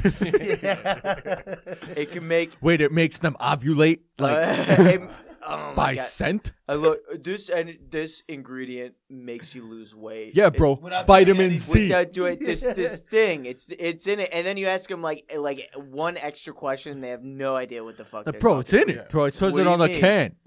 S3: yeah.
S5: It can make
S4: Wait, it makes them ovulate
S5: it-
S4: like
S5: oh my
S4: by
S5: God.
S4: scent?
S5: I look this and this ingredient makes you lose weight.
S4: Yeah,
S5: It-
S4: bro.
S3: without
S4: Vitamin
S3: doing
S4: C.
S5: without doing this this thing. It's it's in it, and then you ask them like eh, like one extra question, and they have no idea what the fuck.
S4: Like,
S5: they're
S4: bro, it's
S5: talking
S4: in
S2: Yeah.
S4: it, bro. It says
S5: What
S4: it
S5: do
S4: on
S5: you
S4: the
S5: mean?
S4: can.
S5: about.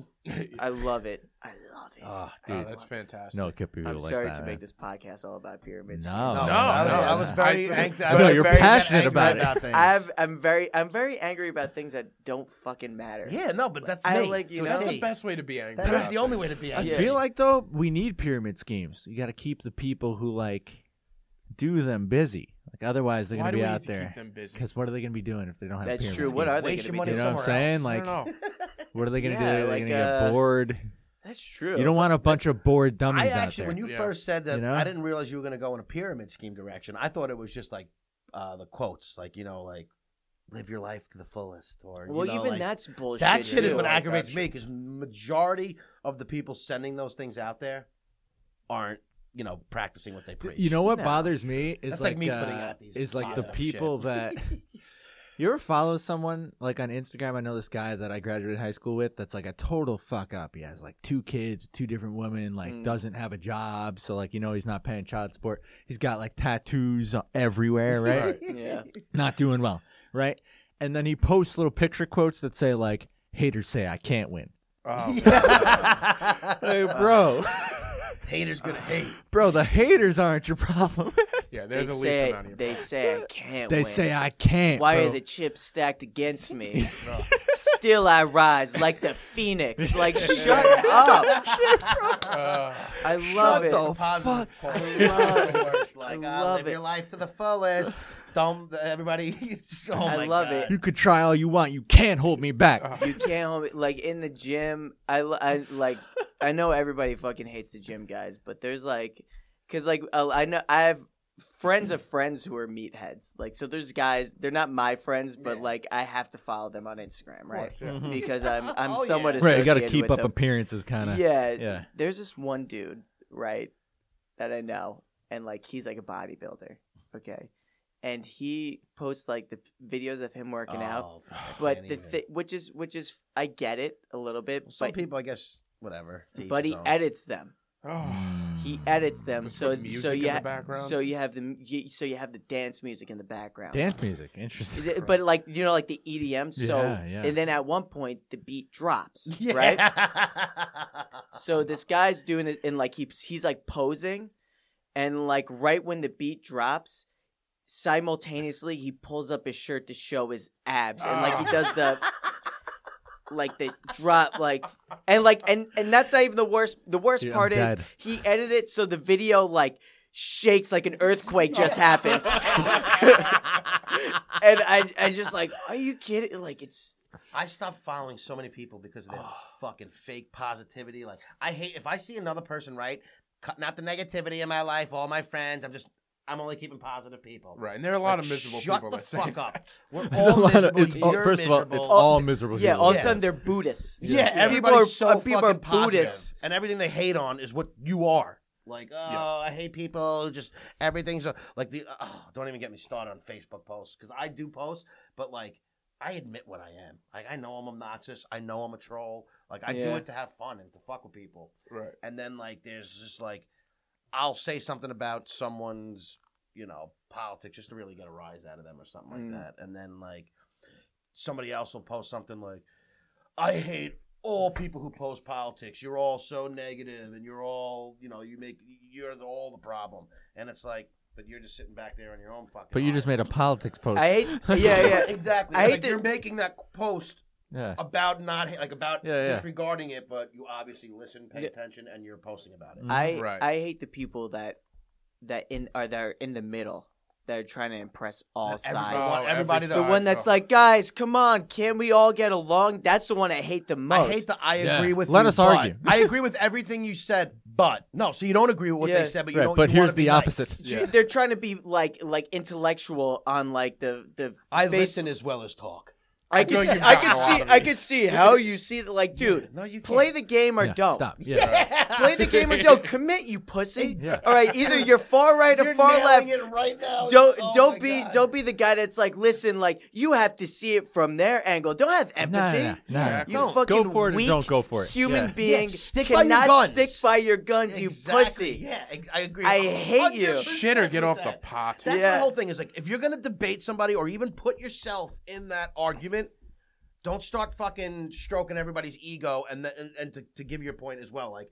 S5: I love it. I love it.
S4: Oh,
S2: Oh,
S4: dude.
S2: that's fantastic.
S4: No, it could be
S5: I'm
S4: like
S5: sorry
S4: that.
S5: to
S4: man.
S5: make this podcast all about pyramids.
S4: No.
S3: No,
S4: Oh, No,
S3: I, was,
S4: no,
S3: I was
S4: no.
S3: very
S2: I-
S3: angry.
S2: No,
S3: I was
S4: you're
S3: very
S4: passionate
S3: angry
S4: about it.
S3: things.
S5: I've, I'm very I'm very angry about things that don't fucking matter.
S3: yeah, no, but that's
S5: I
S3: me.
S5: like, you
S3: It's
S5: know-
S2: That's
S3: me.
S2: the best way to be angry.
S3: That is
S2: about
S3: the
S2: it.
S3: only way to be
S4: I
S3: angry.
S5: Yeah.
S4: feel like though we need pyramid schemes. You got to keep the people who like do them busy. Like otherwise they're
S2: Why do
S4: going to
S2: we
S4: be
S2: need
S4: out
S2: to
S4: there.
S2: keep them busy?
S4: Because what are they going to be doing if they don't have?
S5: That's
S4: pyramid
S5: true. What
S4: schemes?
S5: are they
S3: Waste
S5: going to
S3: your
S5: be
S3: money
S4: You know
S5: doing?
S4: what
S2: I
S3: somewhere else.
S4: I'm saying? Like,
S2: don't know.
S4: what are they going to
S5: Yeah,
S4: do? They're
S5: like,
S4: going to get
S5: uh,
S4: bored.
S5: That's true.
S4: You don't want a bunch of bored dummies
S3: I
S4: out
S3: actually,
S4: there.
S3: when you
S2: Yeah.
S3: first said that,
S4: You know?
S3: I didn't realize you were going to go in a pyramid scheme direction. I thought it was just like uh, the quotes, like you know, like live your life to the fullest, or
S5: Well,
S3: you know,
S5: even
S3: like,
S5: that's bullshit.
S3: that shit is
S5: too.
S3: what
S2: I-
S3: aggravates
S2: Gotcha.
S3: me because majority of the people sending those things out there aren't, you know, practicing what they preach.
S4: You know what
S5: No.
S4: bothers me is
S3: That's
S4: like,
S3: like me putting
S4: uh,
S3: out these
S4: is like the
S3: positive
S4: people
S3: shit.
S4: that you ever follow someone like on Instagram. I know this guy that I graduated high school with. That's like a total fuck up. He has like two kids, two different women. Like
S5: Mm.
S4: doesn't have a job, so like you know he's not paying child support. He's got like tattoos everywhere, right?
S2: Right.
S5: Yeah.
S4: Not doing well, right? And then he posts little picture quotes that say like "haters say I can't win."
S2: Oh,
S4: Hey, bro,
S3: Haters gonna hate.
S4: bro, the haters aren't your problem.
S2: Oh, yeah,
S5: They
S2: they're the least
S5: say,
S2: amount of
S5: they say I can't
S4: they
S5: win.
S4: say I can't.
S5: Why are
S4: bro.
S5: the chips stacked against me? Still I rise like the phoenix. Like shut up.
S2: Uh,
S5: I love
S4: Shut
S5: it.
S4: the
S3: Positive quote.
S5: Oh, love
S3: the worst. Like,
S5: I
S3: uh,
S5: love
S3: live
S5: it.
S3: your life to the fullest. Don't everybody. oh
S5: I
S3: my
S5: love
S3: God.
S5: it.
S4: You could try all you want. You can't hold me back.
S5: You can't hold me like in the gym. I, l- I, like I know everybody fucking hates the gym guys, but there's like because like uh, I know I have friends of friends who are meatheads. Like so, there's guys. They're not my friends, but
S3: Yeah.
S5: like I have to follow them on Instagram,
S2: of
S5: right? Mm-hmm.
S2: course, yeah.
S5: Because I'm I'm
S3: Oh,
S5: somewhat
S3: yeah.
S4: Mm-hmm. Hmm. Right, you got to
S5: associated
S4: keep
S5: with
S4: up
S5: them.
S4: appearances, kind of.
S5: Yeah,
S4: yeah.
S5: There's this one dude, right, that I know, and like he's like a bodybuilder, okay, and he posts like the videos of him working out.
S3: Oh, fuck, I
S5: But
S3: can't
S5: the
S3: even.
S5: thi- which is which is I get it a little bit,
S3: some
S5: but
S3: people, I guess, whatever. to each
S5: but he
S3: his own.
S5: edits them.
S2: Oh,
S4: Mm.
S5: He edits them,
S2: With
S5: so
S2: some music
S5: so
S2: in
S5: you
S2: the
S5: ha-
S2: background?
S5: so you have the m- you, so you have the dance music in the background.
S4: Dance music, interesting.
S5: Th- But like you know, like the EDM. So
S4: Yeah, yeah.
S5: and then at one point the beat drops,
S3: Yeah.
S5: right? So this guy's doing it, and like he's he's like posing, and like right when the beat drops, simultaneously he pulls up his shirt to show his abs, and like he does the like the drop, like and like and and that's not even the worst. The worst
S4: Dude, I'm
S5: part is
S4: dead.
S5: he edited it so the video like shakes like an earthquake just happened, and I I just like are you kidding? Like it's
S3: I stopped following so many people because of their fucking fake positivity. Like, I hate if I see another person, right, cutting out the negativity in my life, all my friends. I'm just, I'm only keeping positive people.
S2: right. And there are a lot
S3: Like,
S2: of miserable
S3: shut
S2: people.
S3: the
S2: that say
S3: fuck up. We're
S4: There's a
S3: all
S4: lot of-
S3: miserable.
S4: it's all-
S3: You're
S4: first of all, it's
S3: miserable.
S4: all miserable.
S5: yeah.
S4: people.
S5: All of a sudden they're Buddhists.
S3: yeah,
S5: People
S3: everybody's
S5: are-
S3: so
S5: uh, people are
S3: fucking positive,
S5: Buddhists.
S3: and everything they hate on is what you are. Like, oh, I hate people. Just everything's a, like the. Oh, don't even get me started on Facebook posts because I do post, but like, I admit what I am. Like, I know I'm obnoxious. I know I'm a troll. Like, I do
S5: Yeah.
S3: it to have fun and to fuck with people.
S2: Right.
S3: And then like, there's just like, I'll say something about someone's, you know, politics just to really get a rise out of them or something like
S5: Mm.
S3: that. And then like, somebody else will post something like. I hate all people who post politics. You're all so negative, and you're all, you know, you make you're the, all the problem. And it's like, but you're just sitting back there on your own fucking.
S4: But you just made a politics post.
S5: I hate. Yeah, yeah.
S3: exactly.
S5: I
S3: like
S5: hate that-
S3: you're making that post
S4: yeah.
S3: about not like about
S4: Yeah, yeah.
S3: disregarding it, but you obviously listen, pay
S5: Yeah.
S3: attention, and you're posting about it.
S4: Mm.
S5: I
S2: Right.
S5: I hate the people that that in are that are in the middle that are trying to impress all sides.
S2: Oh, every
S3: everybody that
S5: the
S2: side,
S5: one that's
S2: oh.
S5: like, guys, come on, can we all get along? That's the one I hate the most.
S3: I hate the I
S4: Yeah.
S3: agree with.
S4: Let
S3: you,
S4: us
S3: but."
S4: argue.
S3: I agree with everything you said, but no. So you don't agree with what
S5: Yeah.
S3: they said, but you
S4: Right,
S3: don't.
S4: but
S3: you
S4: here's
S3: wanna be
S4: the
S3: nice.
S4: opposite.
S5: Dude, They're trying to be like like intellectual on like the the.
S3: I
S5: Face-
S3: listen as well as talk.
S5: I
S2: feel like
S5: could see,
S2: you've
S5: I
S2: gotten
S5: could
S2: a lot
S5: see
S2: of
S5: I
S2: these.
S5: could see how you see that like, dude,
S3: No, you
S5: play
S3: can't.
S5: the game or
S4: Yeah,
S5: don't.
S4: Stop. Yeah.
S5: Play the game or don't. Commit, you pussy.
S4: Yeah.
S5: All right, either you're far right or
S3: You're
S5: far
S3: nailing
S5: left.
S3: it right now.
S5: don't
S3: Oh my
S5: don't be
S3: God.
S5: don't be the guy that's like, listen, like you have to see it from their angle. Don't have
S4: No, no,
S5: empathy.
S4: no, no, no.
S5: You
S2: Don't.
S5: fucking
S4: Go for it or
S5: weak
S4: don't go for it.
S5: Human
S4: Yeah.
S5: being
S3: Yeah, stick by your
S5: cannot
S3: guns.
S5: stick by your guns,
S3: Exactly.
S5: you pussy.
S3: Yeah, ex- I agree.
S5: I hate you.
S3: 100%
S2: Shit or get
S3: with
S2: off
S3: that.
S2: the pot.
S3: That's
S5: Yeah.
S3: the whole thing. Is like if you're gonna debate somebody or even put yourself in that argument, don't start fucking stroking everybody's ego. And th- and, and to, to give your point as well, like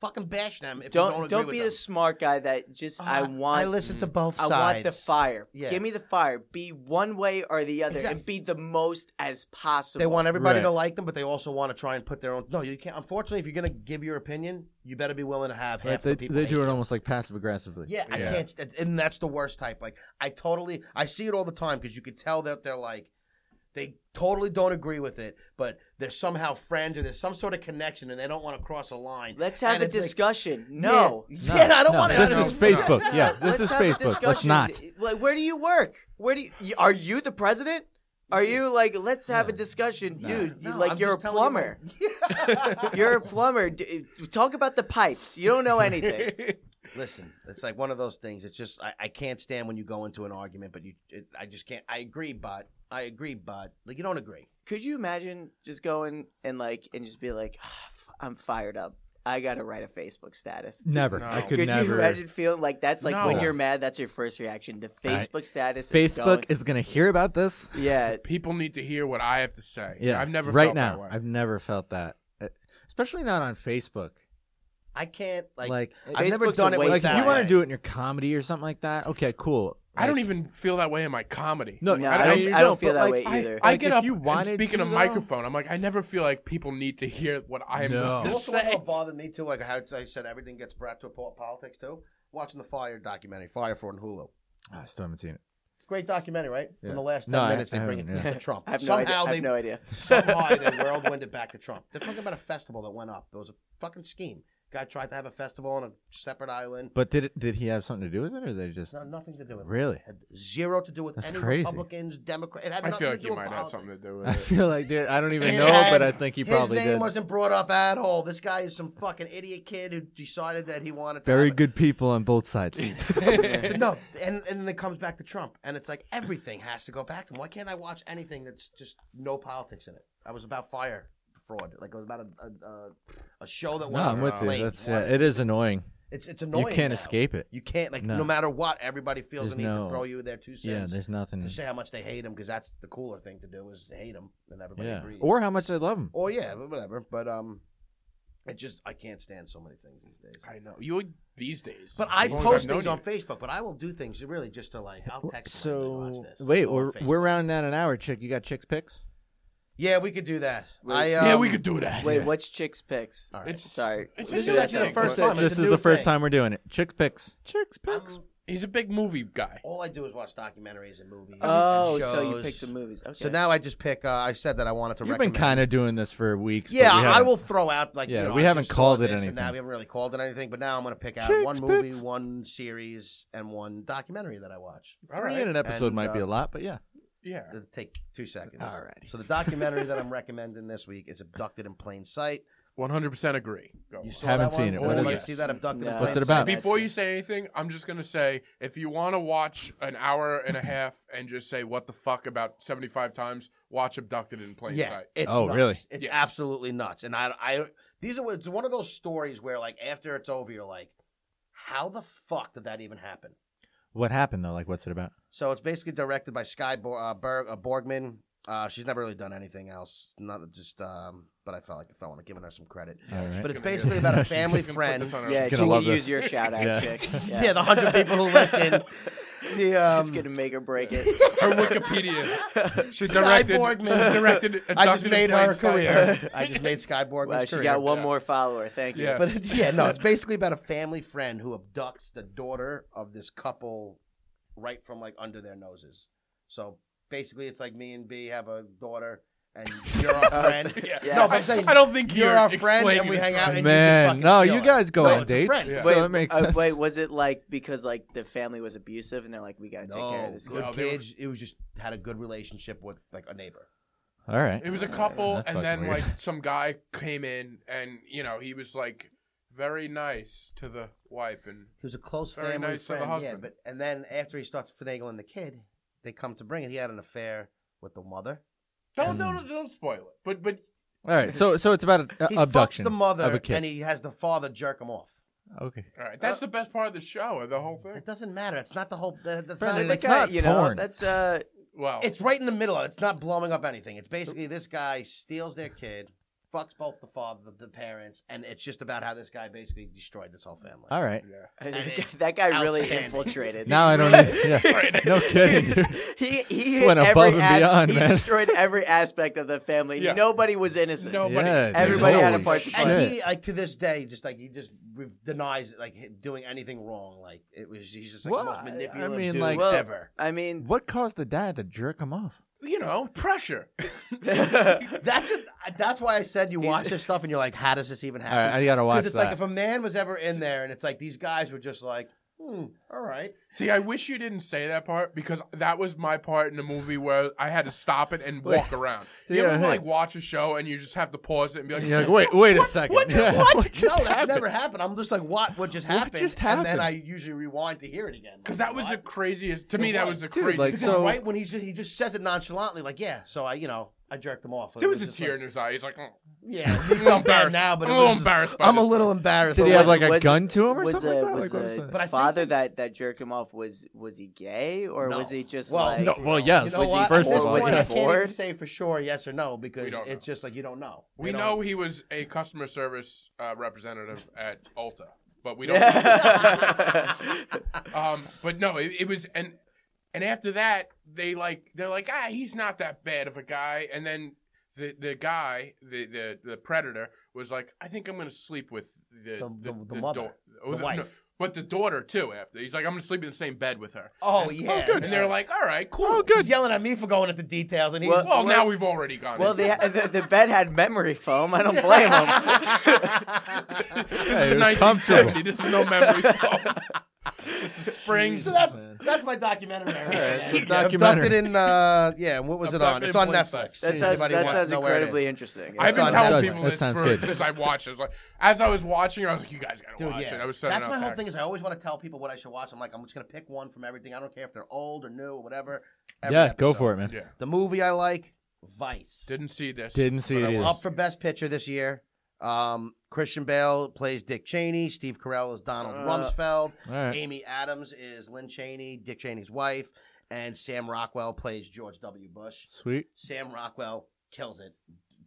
S3: fucking bash them if
S5: Don't
S3: you
S5: don't,
S3: don't agree
S5: be the
S3: with
S5: smart guy that just
S3: them.
S5: I
S3: Uh, I
S5: want
S3: listen to both
S5: I
S3: sides.
S5: want the fire.
S3: Yeah.
S5: Give me the fire. Be one way or the other
S3: Exact-
S5: and be the most as possible.
S3: They want everybody
S4: Right.
S3: to like them, but they also want to try and put their own. No, you can't. Unfortunately, if you're gonna give your opinion, you better be willing to have half
S4: Right, they,
S3: the people.
S4: they
S3: hate
S4: do
S3: you.
S4: it almost like passive aggressively.
S3: Yeah, I
S2: Yeah.
S3: can't. st- And that's the worst type. Like, I totally, I see it all the time because you could tell that they're like, they totally don't agree with it, but they're somehow friends or there's some sort of connection, and they don't want to cross a line.
S5: Let's have
S3: And
S5: a
S3: it's like,
S5: discussion. no.
S3: yeah, yeah, I don't
S4: No,
S3: want to.
S4: This
S2: no,
S4: is
S2: no.
S4: Facebook. Yeah, this
S5: Let's
S4: is
S5: have a
S4: Facebook. Let's
S5: discussion.
S4: not.
S5: Like, where do you work? Where do you, y- are you the president? Are you like let's have a discussion, dude? you- like you're a plumber. You are a plumber. D- talk about the pipes. You don't know anything.
S3: Listen, it's like one of those things. It's just I, I can't stand when you go into an argument, but you, it, I just can't. I agree, but I agree, but like you don't agree.
S5: Could you imagine just going and like and just be like, "Ah, f- I'm fired up. I gotta write a Facebook status.
S4: Never.
S2: No.
S4: I could,
S5: Could,
S4: never.
S5: you imagine feeling like that's like when
S2: No.
S5: you're mad? That's your first reaction. The Facebook status. Is
S4: Facebook
S5: going,
S4: is going to hear about this.
S5: yeah.
S2: People need to hear what I have to say.
S4: Yeah.
S2: I've never
S4: right
S2: felt
S4: now.
S2: That way.
S4: I've never felt that, Uh, especially not on Facebook.
S3: I can't like. uh,
S4: Like,
S3: I've never
S5: Facebook's
S3: done
S5: a
S3: it
S5: waste
S3: with
S4: like if
S3: that.
S4: you want to do it in your comedy or something like that, okay, cool.
S2: I don't
S4: Like,
S2: even feel that way in my comedy.
S4: No,
S5: No,
S4: I,
S5: I
S4: I-
S5: don't-
S4: you
S5: I don't feel
S4: but,
S5: that
S4: like,
S5: way
S4: I-
S5: either.
S4: Like,
S2: I get
S4: if
S2: up
S4: you
S2: and
S4: wanted
S2: speak in
S4: to,
S2: a
S4: though-
S2: microphone. I'm like, I never feel like people need to hear what I am
S4: No.
S2: going
S3: You
S2: to
S3: also want to know
S2: say.
S3: what bothered me too? Like how I said, everything gets brought to po- politics too. Watching the Fire documentary, Fire for on Hulu.
S4: Ah, I still haven't seen it.
S3: Great documentary, right?
S4: Yeah.
S3: In the last ten
S4: No, I-
S3: minutes,
S4: I
S3: they bring it
S4: haven't, yeah.
S3: to Trump.
S5: I have no idea.
S3: somehow
S5: I
S3: they
S5: have no idea.
S3: somehow they whirlwind it back to Trump. They're talking about a festival that went up. There was a fucking scheme. Guy tried to have a festival on a separate island.
S4: But did it, did he have something to do with it, or they just
S3: No, nothing to do with it.
S4: really?
S3: Had zero to do with
S4: That's
S3: any
S4: crazy.
S3: Republicans, Democrats. It had
S2: I
S3: nothing
S2: feel
S3: to
S2: like
S3: do
S2: you
S3: with
S2: might have
S3: politics.
S2: something to do
S4: I
S2: with it.
S4: feel like, dude, I don't even
S3: It
S4: know, but
S3: had-
S4: I think he
S3: His
S4: probably
S3: name
S4: did.
S3: wasn't brought up at all. This guy is some fucking idiot kid who decided that he wanted to
S4: Very
S3: have a-
S4: good people on both sides.
S3: But no, and and then it comes back to Trump, and it's like everything has to go back to him. Why can't I watch anything that's just no politics in it? I was about fire fraud, like it was about a a, a, a show that
S4: no,
S3: went
S4: I'm
S3: on
S4: with you.
S3: late.
S4: That's yeah, it is annoying.
S3: It's it's annoying.
S4: you can't
S3: now.
S4: escape it.
S3: You can't like
S4: No.
S3: no, matter what. Everybody feels the
S4: There's
S3: need
S4: no-
S3: to throw you their two
S4: Yeah,
S3: cents
S4: there's nothing.
S3: to say how much they hate him because that's the cooler thing to do is to hate him, and everybody
S4: Yeah,
S3: agrees.
S4: or how much I love him.
S3: or yeah, whatever. But um, it just I can't stand so many things these days.
S2: I know you these days.
S3: But I
S2: as long as I've
S3: post things
S2: known
S3: on
S2: you.
S3: Facebook, but I will do things really just to like I'll text. somebody,
S4: So
S3: watch this.
S4: wait,
S3: Go on
S4: we're
S3: Facebook.
S4: we're rounding out an hour, chick. You got chicks picks?
S3: yeah, we could do that.
S5: Wait.
S3: I, um,
S2: Yeah, we could do that.
S5: Wait,
S4: Yeah.
S5: what's chicks picks?
S3: All right.
S2: It's
S5: Sorry.
S2: It's
S5: We
S2: just
S5: did
S2: a
S5: that
S2: thing.
S5: for the
S3: first
S2: But
S3: time.
S4: this
S3: it's a
S4: is
S3: new
S4: the
S3: thing.
S4: first time we're doing it. Chick picks. Chicks picks.
S3: I'm-
S2: He's a big movie guy.
S3: all I do is watch documentaries and movies.
S5: Oh,
S3: and shows.
S5: so you picked some movies. Okay.
S3: So now I just pick. Uh, I said that I wanted to.
S4: You've been
S3: recommend.
S4: kind of doing this for weeks. but
S3: Yeah,
S4: we
S3: I
S4: haven't.
S3: will throw out like.
S4: Yeah,
S3: you know,
S4: we
S3: I
S4: haven't
S3: just saw
S4: called it
S3: this And
S4: anything.
S3: now we haven't really called it anything, but now I'm going to pick out
S4: Chicks
S3: one movie,
S4: picks.
S3: one series, and one documentary that I watch.
S2: All
S4: Three in
S2: right.
S4: an episode
S3: And,
S4: might be
S3: uh,
S4: a lot, but yeah.
S2: Yeah.
S3: It'll take two seconds.
S4: Alrighty.
S3: So the documentary that I'm recommending this week is "Abducted in Plain Sight."
S2: 100% agree. Go
S3: You
S2: on.
S3: saw
S4: Haven't
S3: that one?
S4: seen it.
S3: Oh,
S2: What is
S3: you
S2: it?
S3: see that abducted?
S5: No.
S3: in
S4: What's
S3: Plain
S4: it about?
S3: Sight?
S2: Before
S5: That's
S2: you say anything, I'm just gonna say if you want to watch an hour and a half and just say what the fuck about 75 times, watch Abducted in Plain
S3: yeah,
S2: Sight.
S3: it's
S4: Oh,
S3: nuts.
S4: really?
S3: It's
S2: Yes.
S3: absolutely nuts. And I, I, these are it's one of those stories where like after it's over, you're like, how the fuck did that even happen?
S4: What happened though? Like, what's it about?
S3: So it's basically directed by Sky Bo- uh, Berg, uh, Borgman, Uh, she's never really done anything else. Not just, um, but I felt like throwing it, giving her some credit.
S4: All right.
S3: But it's
S2: Gonna do
S3: basically
S2: it.
S3: about a
S4: She's
S3: family
S2: Can put
S3: friend.
S2: this on our-
S5: yeah, she
S4: gonna
S5: can
S4: love
S5: use
S4: this.
S5: your shout out,
S4: Yeah.
S5: chick.
S3: yeah, the hundred people who listen. The
S5: it's
S3: um,
S5: gonna make or break it.
S2: Her Wikipedia. She
S3: Sky
S2: directed.
S3: Borgman.
S2: directed.
S3: I just
S2: Abducted
S3: made
S2: in Plain
S3: her
S2: Sight.
S3: career. I just made Sky Borgman's
S5: Wow, Uh, she
S3: career.
S5: got one
S2: Yeah.
S5: more follower. Thank you.
S2: Yeah.
S3: But it's, yeah, no, it's basically about a family friend who abducts the daughter of this couple right from like under their noses. So basically, it's like me and B have a daughter, and you're our friend.
S2: Yeah.
S5: Yeah.
S3: No, but I'm saying
S2: I don't think
S3: you're
S2: you're
S3: our friend, and
S2: explaining
S3: we
S2: this
S3: hang
S2: right.
S3: out. And
S4: Man,
S3: you just fucking
S4: no,
S3: steal
S4: you
S3: her.
S4: guys go
S3: No,
S4: on
S3: it's a
S4: dates.
S3: friend.
S2: Yeah.
S4: So it makes
S5: uh,
S4: sense.
S5: wait, was it like because like the family was abusive and they're like, we gotta take care
S3: No,
S5: of this?
S3: good
S5: kid?
S2: No, they were-
S3: kids. It was just had a good relationship with like a neighbor.
S4: All right.
S2: It was a couple,
S4: That's
S2: and then
S4: fucking weird.
S2: like some guy came in, and you know he was like very nice to the wife, and
S3: He was a close
S2: Very
S3: family
S2: nice of the
S3: friend. Yeah,
S2: husband.
S3: but and then after he starts finagling the kid, they come to bring it. He had an affair with the mother.
S2: don't don't don't spoil it. Mm. But but
S4: All right. So so it's about a,
S3: He
S4: a abduction
S3: fucks the mother,
S4: of a kid.
S3: and he has the father jerk him off.
S4: okay.
S2: all right,
S3: Uh,
S2: that's the best part of the show, or the whole thing.
S3: It doesn't matter. It's not the whole. that- That's
S4: Brendan,
S3: not.
S5: They
S4: it's
S3: It's,
S5: got-
S4: not
S5: you know,
S4: porn.
S5: That's uh,
S2: Wow,
S3: it's right in the middle. of it. It's not blowing up anything. It's basically this guy steals their kid, fucks both the father, the parents, and it's just about how this guy basically destroyed this whole family.
S4: All right.
S3: it's
S5: that guy really
S3: outstanding.
S5: infiltrated.
S4: Now I don't. Need, yeah. No kidding. dude.
S5: he he hit
S4: Went
S5: every
S4: above and
S5: as-
S4: beyond,
S5: he
S4: man.
S5: destroyed every aspect of the family.
S2: Yeah.
S5: Nobody was innocent.
S2: No. Nobody-
S4: Yeah, dude.
S5: Everybody had a
S4: Holy
S5: part to
S3: And
S5: play.
S4: shit.
S3: he uh, like to this day just like he just re- denies like hi- doing anything wrong. Like it was he's just like the
S4: Why?
S3: most manipulative
S4: I mean,
S3: dude
S4: like-
S5: Well,
S3: ever.
S5: I mean,
S4: What caused the dad to jerk him off?
S2: you know pressure.
S3: That's it. that's why I said you watch this stuff and you're like, how does this even happen?
S4: All right, I gotta watch
S3: Because it's
S4: that.
S3: like if a man was ever in there and it's like these guys were just like, hmm, all right.
S2: See, I wish you didn't say that part because that was my part in the movie where I had to stop it and walk around. You
S4: Yeah,
S2: ever
S4: hey.
S2: like watch a show and you just have to pause it and be like,
S4: You're like, wait, wait a
S2: what-
S4: second.
S2: What?
S4: Yeah,
S2: What?
S4: what just
S3: no, that's
S4: happened?
S3: never happened. I'm just like, what? What just happened?
S4: just
S3: And
S4: happened?
S3: then I usually rewind to hear it again.
S2: Because that was the craziest. To me, that was the
S4: Dude,
S2: craziest.
S4: like,
S3: Because
S4: so-
S3: right when he just, he just says it nonchalantly, like, yeah. So I, you know, I jerked him off. It
S2: there was, a
S3: just
S2: tear in
S3: Like,
S2: his eye. He's like, oh.
S3: yeah, he's not bad
S2: embarrassed.
S3: now, but
S2: I'm
S3: it
S2: a little
S3: was just-
S2: embarrassed by
S3: I'm a
S2: this
S3: little
S2: part.
S3: embarrassed.
S4: Did he
S3: I'm
S4: have
S3: like,
S4: like a
S5: was-
S4: gun to him or
S5: was
S4: something?
S5: a,
S4: like that?
S5: was
S4: Like, what was
S5: the
S4: that?
S3: But I think-
S5: father that that jerked him off was was he gay or
S3: No.
S5: was he just
S3: Well,
S5: like
S4: No, well, yes.
S3: you know
S5: was he
S3: what?
S5: first
S3: At
S5: of
S3: this
S5: all,
S3: point,
S5: was he
S3: I can't even
S5: bored?
S3: say for sure yes or no because
S2: don't
S3: it's just like you don't know.
S2: We
S3: They
S2: know
S3: don't-
S2: he was a customer service uh, representative at Ulta, but we don't. um, but no, it, it was and and after that they like they're like ah he's not that bad of a guy, and then the the guy the the, the predator was like I think I'm gonna sleep with the
S3: The-
S2: the,
S3: the- the mother,
S2: daugh-
S3: the
S2: oh, no,
S3: wife.
S2: but the daughter too. After he's like I'm gonna sleep in the same bed with her.
S3: Oh yeah.
S2: And they're like, oh, all right, cool.
S4: Oh,
S3: He's yelling at me for going at the details, and he's
S5: Well-
S2: Well, now we've already gone.
S5: well
S2: into
S5: the, the the bed had memory foam. I don't blame him.
S4: Hey, it
S2: This
S4: was
S2: is
S4: comfortable.
S2: 1970. This is no memory foam. this is spring.
S3: So that's that's my documentary. Right there.
S4: it's a
S3: Yeah,
S4: documentary.
S3: Abducted in uh, yeah. What was it on?
S2: Abducted
S3: It's on
S2: in Plain Sight.
S3: Netflix.
S5: That sounds,
S3: Anybody
S5: that
S3: wants
S5: sounds
S3: to know where it
S5: incredibly
S3: is.
S5: interesting.
S2: I've been
S3: on
S2: telling
S4: Netflix.
S2: people
S4: That
S2: this
S4: sounds
S2: for,
S4: good.
S2: since I watched. it. I was like, as I was watching, I was like, you guys gotta
S3: Dude,
S2: watch
S3: yeah.
S2: it. I was sending
S3: That's
S2: out
S3: my whole
S2: texts.
S3: thing is I always want to tell people what I should watch. I'm like, I'm just gonna pick one from everything. I don't care if they're old or new or whatever. Every
S4: Yeah, go
S3: episode.
S4: for it, man.
S2: Yeah,
S3: The movie I like, Vice.
S2: didn't see this.
S4: Didn't see
S2: But
S4: it
S2: I
S4: either.
S2: watched
S3: Up for Best Picture this year. Um, Christian Bale plays Dick Cheney. Steve Carell is Donald
S5: Uh,
S3: Rumsfeld.
S4: All right.
S3: Amy Adams is Lynn Cheney, Dick Cheney's wife, and Sam Rockwell plays George W. Bush.
S4: Sweet.
S3: Sam Rockwell kills it.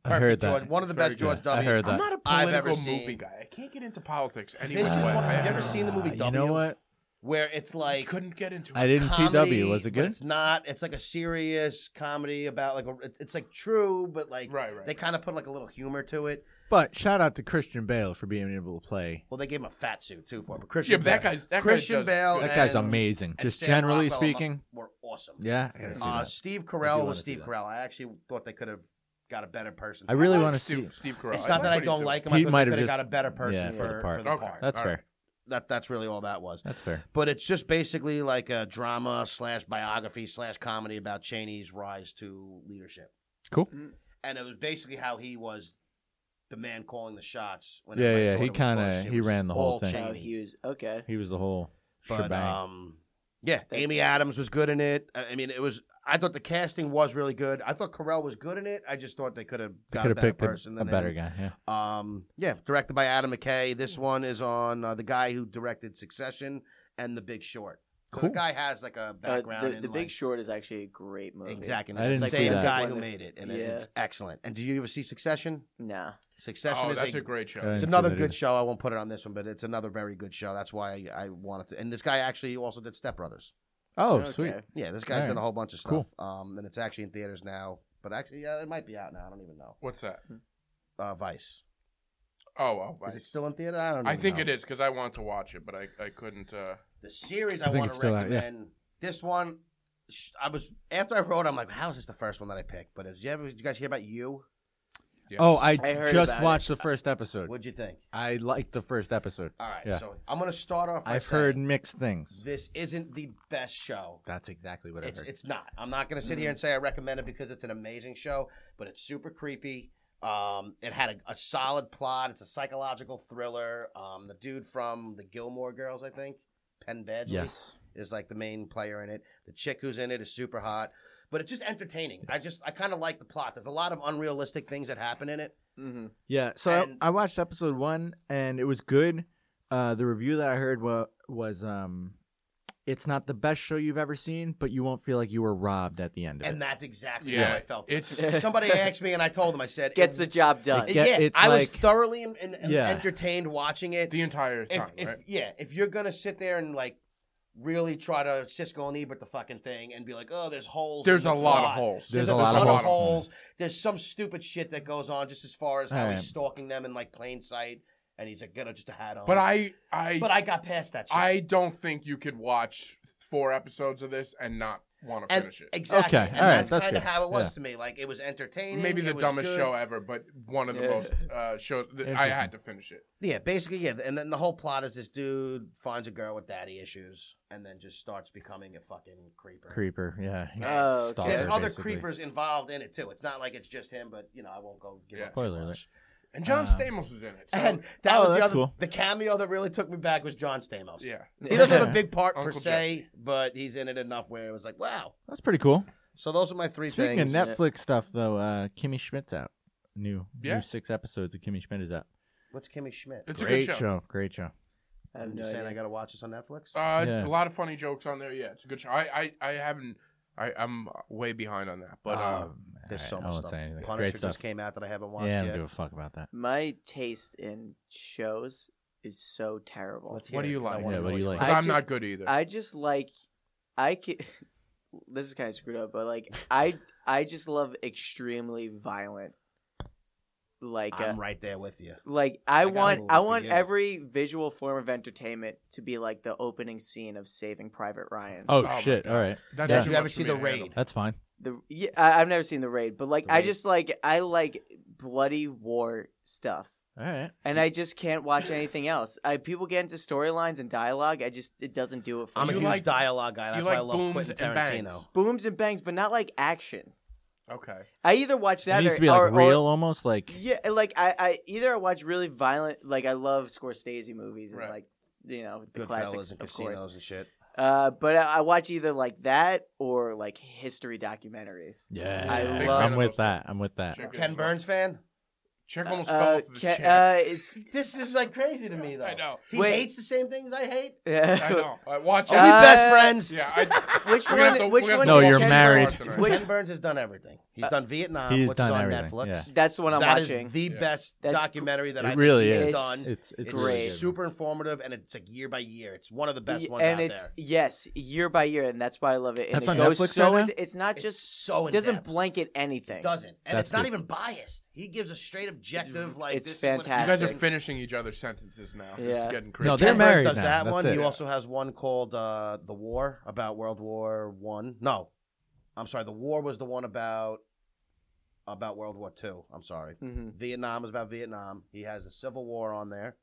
S4: I heard that.
S3: George, one of the
S2: Very
S3: best
S2: good.
S3: George
S4: I
S3: W's.
S4: heard
S2: I'm
S4: that.
S2: not a
S3: I've
S2: political
S3: ever
S2: movie
S3: seen.
S2: guy. I can't get into politics anyway.
S3: This is one. Have you ever
S2: I
S3: seen the movie
S4: Ah, You
S3: W?
S4: know what?
S3: Where it's like
S2: couldn't get into it.
S4: I didn't see W.
S3: comedy,
S4: Was it
S3: but
S4: good?
S3: It's not. It's like a serious comedy about like a, it- it's like true, but like
S2: Right, right,
S3: they
S2: right.
S3: kind of put like a little humor to it.
S4: But shout out to Christian Bale for being able to play.
S3: Well, they gave him a fat suit too for it. But Christian
S2: Yeah, but that
S3: Bale-
S2: guy's- that guy
S3: Christian
S2: does
S3: Bale.
S2: good.
S4: That guy's
S3: and-
S4: amazing.
S3: and
S4: Just
S3: Sam
S4: generally
S3: Rockwell
S4: speaking.
S3: were awesome.
S4: Yeah, I gotta see
S3: Uh,
S4: that.
S3: Steve
S4: I do
S3: Carell
S4: wanna
S3: was
S4: see
S3: Steve
S4: that.
S3: Carell. I actually thought they could have got a better person.
S4: I really
S2: Like
S4: want to see.
S2: Steve,
S4: it.
S2: Steve Carell.
S3: It's not that I
S2: what he's
S3: don't
S2: doing.
S3: like him.
S4: He
S3: I thought
S4: might
S3: they
S4: have
S3: could have
S4: just-
S3: got a better person
S4: yeah,
S3: for, for the part.
S2: Okay.
S4: That's
S2: All
S4: fair.
S2: right.
S3: That that's really all that was.
S4: That's fair.
S3: But it's just basically like a drama slash biography slash comedy about Cheney's rise to leadership.
S4: Cool.
S3: Mm. And it was basically how he was the man calling the shots. When
S4: Yeah,
S3: everybody
S4: yeah,
S3: thought
S4: he
S3: it was
S4: kinda-
S3: Bush. It
S4: he
S3: was
S4: ran the whole
S3: all
S4: thing.
S5: Oh,
S3: Cheney.
S5: he was okay.
S4: He was the whole
S3: But
S4: shebang.
S3: um, yeah,
S5: That's-
S3: Amy Adams was good in it. I I mean, it was. I thought the casting was really good. I thought Carell was good in it. I just thought they could have
S4: They
S3: got a
S4: could have
S3: better
S4: picked a,
S3: person
S4: a
S3: than
S4: better
S3: him.
S4: guy. Yeah.
S3: Um, yeah, directed by Adam McKay. This one is on uh, the guy who directed Succession and The Big Short. So
S4: Cool.
S3: The guy has like a
S5: Uh,
S3: background.
S5: the
S3: in,
S5: the Big
S3: like-
S5: Short is actually a great movie.
S3: Exactly. And
S4: I
S3: it's the
S4: didn't see
S3: same
S4: that.
S3: guy who made it, and it-
S5: Yeah.
S3: it's excellent. And do you ever see Succession?
S5: Nah.
S3: Succession
S2: oh,
S3: is
S2: that's
S3: a,
S2: a great show.
S4: Uh,
S3: it's
S4: didn't see
S3: another
S4: that
S3: good
S4: either.
S3: show. I won't put it on this one, but it's another very good show. That's why I, I wanted to. And this guy actually also did Step Brothers.
S4: Oh,
S5: Okay.
S4: sweet.
S3: Yeah, this guy
S4: All right.
S3: did a whole bunch of
S4: Cool.
S3: stuff. Um, and it's actually in theaters now. But actually, yeah, it might be out now. I don't even know.
S2: What's that?
S3: Uh, Vice.
S2: Oh, oh Vice.
S3: Is it still in theater? I don't.
S2: I
S3: even
S2: think
S3: know.
S2: it is because I want to watch it, but I, I couldn't. Uh,
S3: The series
S4: I
S3: I,
S4: think
S3: want
S4: it's
S3: to
S4: still out, yeah.
S3: recommend. This one, sh- I was after I wrote, I'm like, how is this the first one that I picked? But did you ever, did you guys hear about you?
S2: yes.
S4: Oh, I,
S5: I heard
S4: just
S5: about
S4: watched the first episode.
S3: What'd you think?
S4: I liked the first episode.
S3: All right,
S4: Yeah.
S3: so I'm gonna start off. By
S4: I've
S3: saying,
S4: heard mixed things.
S3: this isn't the best show.
S4: That's exactly what I
S3: It's
S4: heard.
S3: it's not. I'm not gonna sit here and say I recommend it because it's an amazing show, but it's super creepy. Um, it had a, a solid plot. It's a psychological thriller. Um, the dude from the Gilmore Girls, I think, Penn Badgley,
S4: yes.
S3: is like the main player in it. The chick who's in it is super hot, but it's just entertaining. I just I kind of like the plot. There's a lot of unrealistic things that happen in it.
S5: Mm-hmm.
S4: Yeah. So I-
S3: And-
S4: I, watched episode one, and it was good. Uh, the review that I heard wa- was um, it's not the best show you've ever seen, but you won't feel like you were robbed at the end of
S3: And
S4: it.
S3: that's exactly
S2: Yeah,
S3: how I felt.
S2: it's-
S3: somebody asked me, and I told him. I said,
S5: Gets
S3: it-
S5: the job done.
S4: It
S3: yeah,
S4: get- it's
S3: I was
S4: like-
S3: thoroughly en- en- en-
S4: Yeah.
S3: entertained watching it.
S2: the entire
S3: if,
S2: time,
S3: if
S2: right?
S3: yeah, if you're gonna sit there and like really try to Cisco and Ebert the fucking thing and be like, oh, there's holes. in
S2: There's a
S3: the
S2: lot of
S3: plot.
S2: holes.
S4: There's
S3: There's,
S4: a
S3: a, ton
S4: lot of
S3: of
S4: holes.
S3: holes. There's some stupid shit that goes on just as far as how
S4: Alright.
S3: he's stalking them in like plain sight, and he's like, got just a hat on.
S2: But I, I,
S3: but I got past that. Shit.
S2: I don't think you could watch four episodes of this and not want to
S3: and
S2: finish it.
S3: exactly,
S4: Okay,
S3: and
S4: alright,
S3: that's,
S4: that's
S3: kind of
S4: good.
S3: how it was
S4: Yeah.
S3: to me. Like it was entertaining.
S2: Maybe the
S3: it was
S2: dumbest
S3: good.
S2: show ever, but one of the
S5: Yeah.
S2: most uh, shows. That I had to finish it.
S3: Yeah, basically, yeah. And then the whole plot is this dude finds a girl with daddy issues, and then just starts becoming a fucking creeper.
S4: Creeper. Yeah.
S5: Oh,
S4: Stalker,
S3: There's
S5: Okay.
S3: other
S4: basically.
S3: creepers involved in it too. It's not like it's just him, but you know, I won't go give
S2: Yeah.
S3: up too
S4: Spoiler alert.
S3: much.
S2: And John
S4: Uh,
S2: Stamos is in it. So,
S3: And that
S4: Oh,
S3: was the
S4: that's
S3: other
S4: cool.
S3: the cameo that really took me back was John Stamos.
S2: yeah,
S3: He doesn't have a big part per
S2: Uncle
S3: se, but he's in it enough where it was like, wow.
S4: That's pretty cool.
S3: So those are my three
S4: Speaking
S3: things.
S4: of Netflix stuff, though, uh, Kimmy Schmidt's out. New,
S2: Yeah.
S4: new six episodes of Kimmy Schmidt is out.
S3: What's Kimmy Schmidt?
S2: it's
S4: Great
S2: a good show.
S4: Great show.
S5: I have
S3: you
S5: no
S3: saying
S5: idea.
S3: I gotta watch this on Netflix?
S2: Uh,
S4: Yeah.
S2: A lot of funny jokes on there. Yeah, it's a good show. I, I, I haven't. I, I'm way behind on that, but uh,
S4: Um,
S3: There's
S4: alright,
S3: so
S4: I
S3: much
S4: won't
S3: stuff.
S4: say anything.
S3: Punisher
S4: Great stuff.
S3: just came out that I haven't watched
S4: yeah, I don't give
S3: yet.
S4: a fuck about that.
S5: My taste in shows is so terrible.
S3: Let's hear
S2: What do
S3: it,
S2: you
S3: 'cause I
S2: like?
S3: wanna
S4: Yeah,
S3: know
S4: what do you like?
S2: because
S5: I
S2: I'm
S5: just-
S2: not good either.
S5: I just like I can. This is kind of screwed up, but like I I just love extremely violent. Like uh,
S3: I'm right there with you.
S5: like I,
S3: I got
S5: want
S3: a little
S5: I
S3: for
S5: want
S3: you.
S5: every visual form of entertainment to be like the opening scene of Saving Private Ryan.
S4: Oh,
S2: my
S4: shit!
S2: God.
S4: All right,
S2: That's
S4: Yeah.
S2: too
S4: Did
S3: you ever
S2: much for
S3: see
S2: me to
S3: The Raid?
S2: handle.
S4: that's fine.
S5: The yeah, I, I've never seen the raid, but like
S3: The
S5: I
S3: Raid.
S5: just like I like bloody war stuff.
S4: All right.
S5: And I just can't watch anything else. I people get into storylines and dialogue. I just it doesn't do it for
S3: I'm a
S5: me.
S2: You
S3: huge
S2: like-
S3: dialogue guy. That's
S2: you
S3: why I
S2: like
S3: love
S2: booms
S3: Quentin
S2: and bangs.
S3: Tarantino.
S5: Booms and bangs, but not like action.
S2: Okay.
S5: I either watch that
S4: it needs
S5: or,
S4: to be like
S5: or- or-
S4: real, almost like
S5: Yeah, like I, I either I watch really violent, like I love Scorsese movies and
S2: Right.
S5: like you know the
S3: Goodfellas
S5: classics,
S3: and
S5: of
S3: casinos
S5: course.
S3: and shit.
S5: Uh, but I, I watch either like that or like history documentaries.
S4: yeah.
S5: I
S4: I
S5: love-
S4: am with that. I'm with that.
S2: Check
S3: Ken
S2: it.
S3: Burns fan?
S2: Check almost fell
S5: Uh,
S2: off his
S5: ca-
S2: chair.
S5: uh, it's,
S3: This is like crazy to me though.
S2: I know.
S3: He
S5: Wait.
S3: hates the same things I hate.
S2: I know. I watch
S3: Are
S2: it.
S3: we
S5: Uh,
S3: best friends?
S2: Yeah. I,
S5: Which
S2: We're gonna
S5: one?
S2: have to-
S5: which
S2: we're gonna
S5: one?
S4: No,
S5: is
S4: you're
S5: Ken
S4: married.
S5: Burns?
S2: Which-
S5: Which,
S3: Ken Burns has done everything. He's
S5: Uh,
S3: done Vietnam,
S4: he's
S3: which
S4: done
S3: is on
S4: everything,
S3: Netflix.
S4: yeah.
S5: that's the one I'm
S3: That is
S5: watching.
S3: the
S2: Yeah.
S3: best
S5: That's
S3: documentary that
S4: It
S3: I
S4: really
S3: think
S4: is.
S3: he's
S5: It's-
S3: done.
S4: It's it's
S3: It's
S5: great.
S3: super informative, and it's like year by year. It's one of the best
S5: Y-
S3: ones
S5: and
S3: out
S5: it's
S3: there.
S5: yes, year by year, and that's why I love it. And
S4: That's
S5: it
S4: on
S5: goes
S4: Netflix
S5: so
S4: right now?
S5: into- it's not
S3: It's
S5: just
S3: so in
S5: doesn't
S3: depth.
S5: blanket anything.
S3: It doesn't, and
S4: That's
S3: it's not
S4: good.
S3: even biased. He gives a straight objective. Like
S5: it's
S3: this is what it-
S2: you guys are
S5: fantastic.
S2: finishing each other's sentences now. This
S5: Yeah.
S2: is getting crazy.
S4: No, they're
S3: Ken Burns
S4: married
S3: does
S4: now.
S3: that
S4: That's
S3: one.
S4: it.
S3: He also has one called uh, "The War" about World War One. No, I'm sorry. The War was the one about about World War Two. I'm sorry.
S5: hmm
S3: Vietnam is about Vietnam. He has the Civil War on there,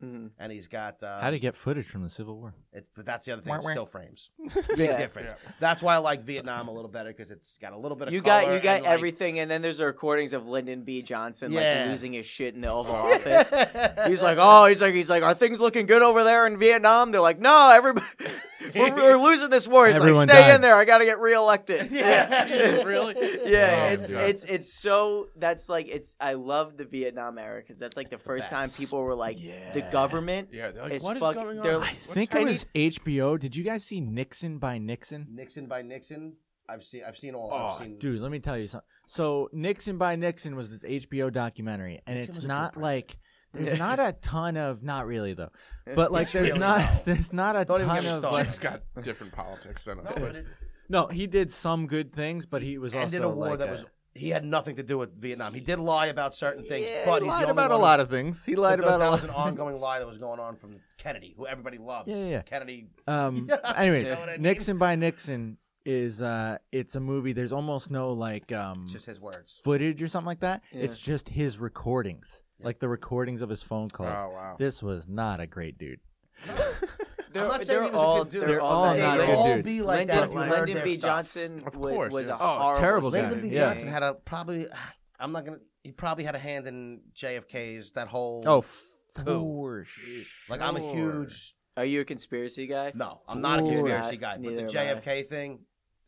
S5: hmm
S3: and he's got uh,
S4: How to get footage from the Civil War?
S3: It, but that's the other thing. It's still frames. Big
S5: Yeah.
S3: difference. That's why I liked Vietnam a little better because it's got a little bit of
S5: You got
S3: color
S5: you got
S3: and, like-
S5: everything, and then there's the recordings of Lyndon B. Johnson
S3: Yeah.
S5: like losing his shit in the Oval Office. He's like, oh, he's like, he's like, are things looking good over there in Vietnam? They're like, no, everybody, we're, we're losing this war. He's
S4: Everyone
S5: like, stay
S4: died.
S5: in there. I gotta get reelected.
S3: Yeah.
S2: really?
S5: Yeah,
S2: Oh,
S5: it's
S2: God.
S5: it's it's so that's like it's I love the Vietnam era because that's like the
S3: It's the
S5: first time
S3: best.
S5: people were like the the government.
S2: Yeah, they're like,
S5: It's
S2: what is
S5: fuck-
S2: going on?
S5: they're-
S4: I
S2: What's
S4: think it
S2: going-
S4: was HBO. Did you guys see Nixon by Nixon?
S3: Nixon by Nixon. I've seen. I've seen all.
S2: Oh,
S3: I've seen.
S4: Dude, let me tell you something. So Nixon by Nixon was this HBO documentary, and
S3: Nixon was
S4: it's
S3: a good
S4: not
S3: president.
S4: like there's not a ton of not really though, but like
S3: Yes,
S4: there's
S3: really,
S4: not
S3: though.
S4: there's not a
S3: Don't even get
S4: ton
S3: me
S4: of
S3: started.
S4: like
S2: Jack's got different politics than us.
S3: No, but it's,
S4: no. He did some good things, but he was
S3: ended
S4: also
S3: a war
S4: like
S3: that
S4: a-
S3: was. He had nothing to do with Vietnam. He did lie about certain things,
S4: Yeah,
S3: but
S4: he
S3: he's
S4: lied
S3: the only
S4: about a
S3: one
S4: lot of things. He lied
S3: that,
S4: about
S3: that
S4: a lot
S3: was an
S4: of
S3: ongoing
S4: things.
S3: lie that was going on from Kennedy, who everybody loves.
S4: Yeah, yeah, yeah.
S3: Kennedy.
S4: Um,
S3: Yeah,
S4: anyway,
S3: you know what I mean?
S4: Nixon by Nixon is uh, it's a movie. There's almost no like um
S3: It's just his words.
S4: footage or something like that.
S5: Yeah.
S4: It's just his recordings,
S3: Yeah.
S4: like the recordings of his phone
S2: Oh
S4: calls.
S2: wow.
S4: This was not a great dude.
S5: They're,
S3: I'm not saying
S5: they're
S3: he was
S5: all
S3: a good dude.
S5: They're,
S4: They're all
S5: not
S3: they
S4: not
S5: good.
S4: good
S3: all
S4: dude.
S3: be like
S5: Lyndon,
S3: that. when you heard
S5: Lyndon
S3: their
S5: B.
S3: stuff.
S5: Johnson
S2: Of
S5: wa-
S2: course,
S5: was
S2: yeah.
S5: a
S2: Oh,
S5: horrible
S4: terrible guy.
S3: Lyndon B.
S4: Yeah.
S3: Johnson had a probably. I'm not gonna. He probably had a hand in JFK's that whole.
S4: Oh,
S3: for
S4: for
S3: like I'm a huge.
S5: Are you a conspiracy guy?
S3: No, I'm not a conspiracy
S5: Not-
S3: guy. But the
S5: neither am I.
S3: JFK thing.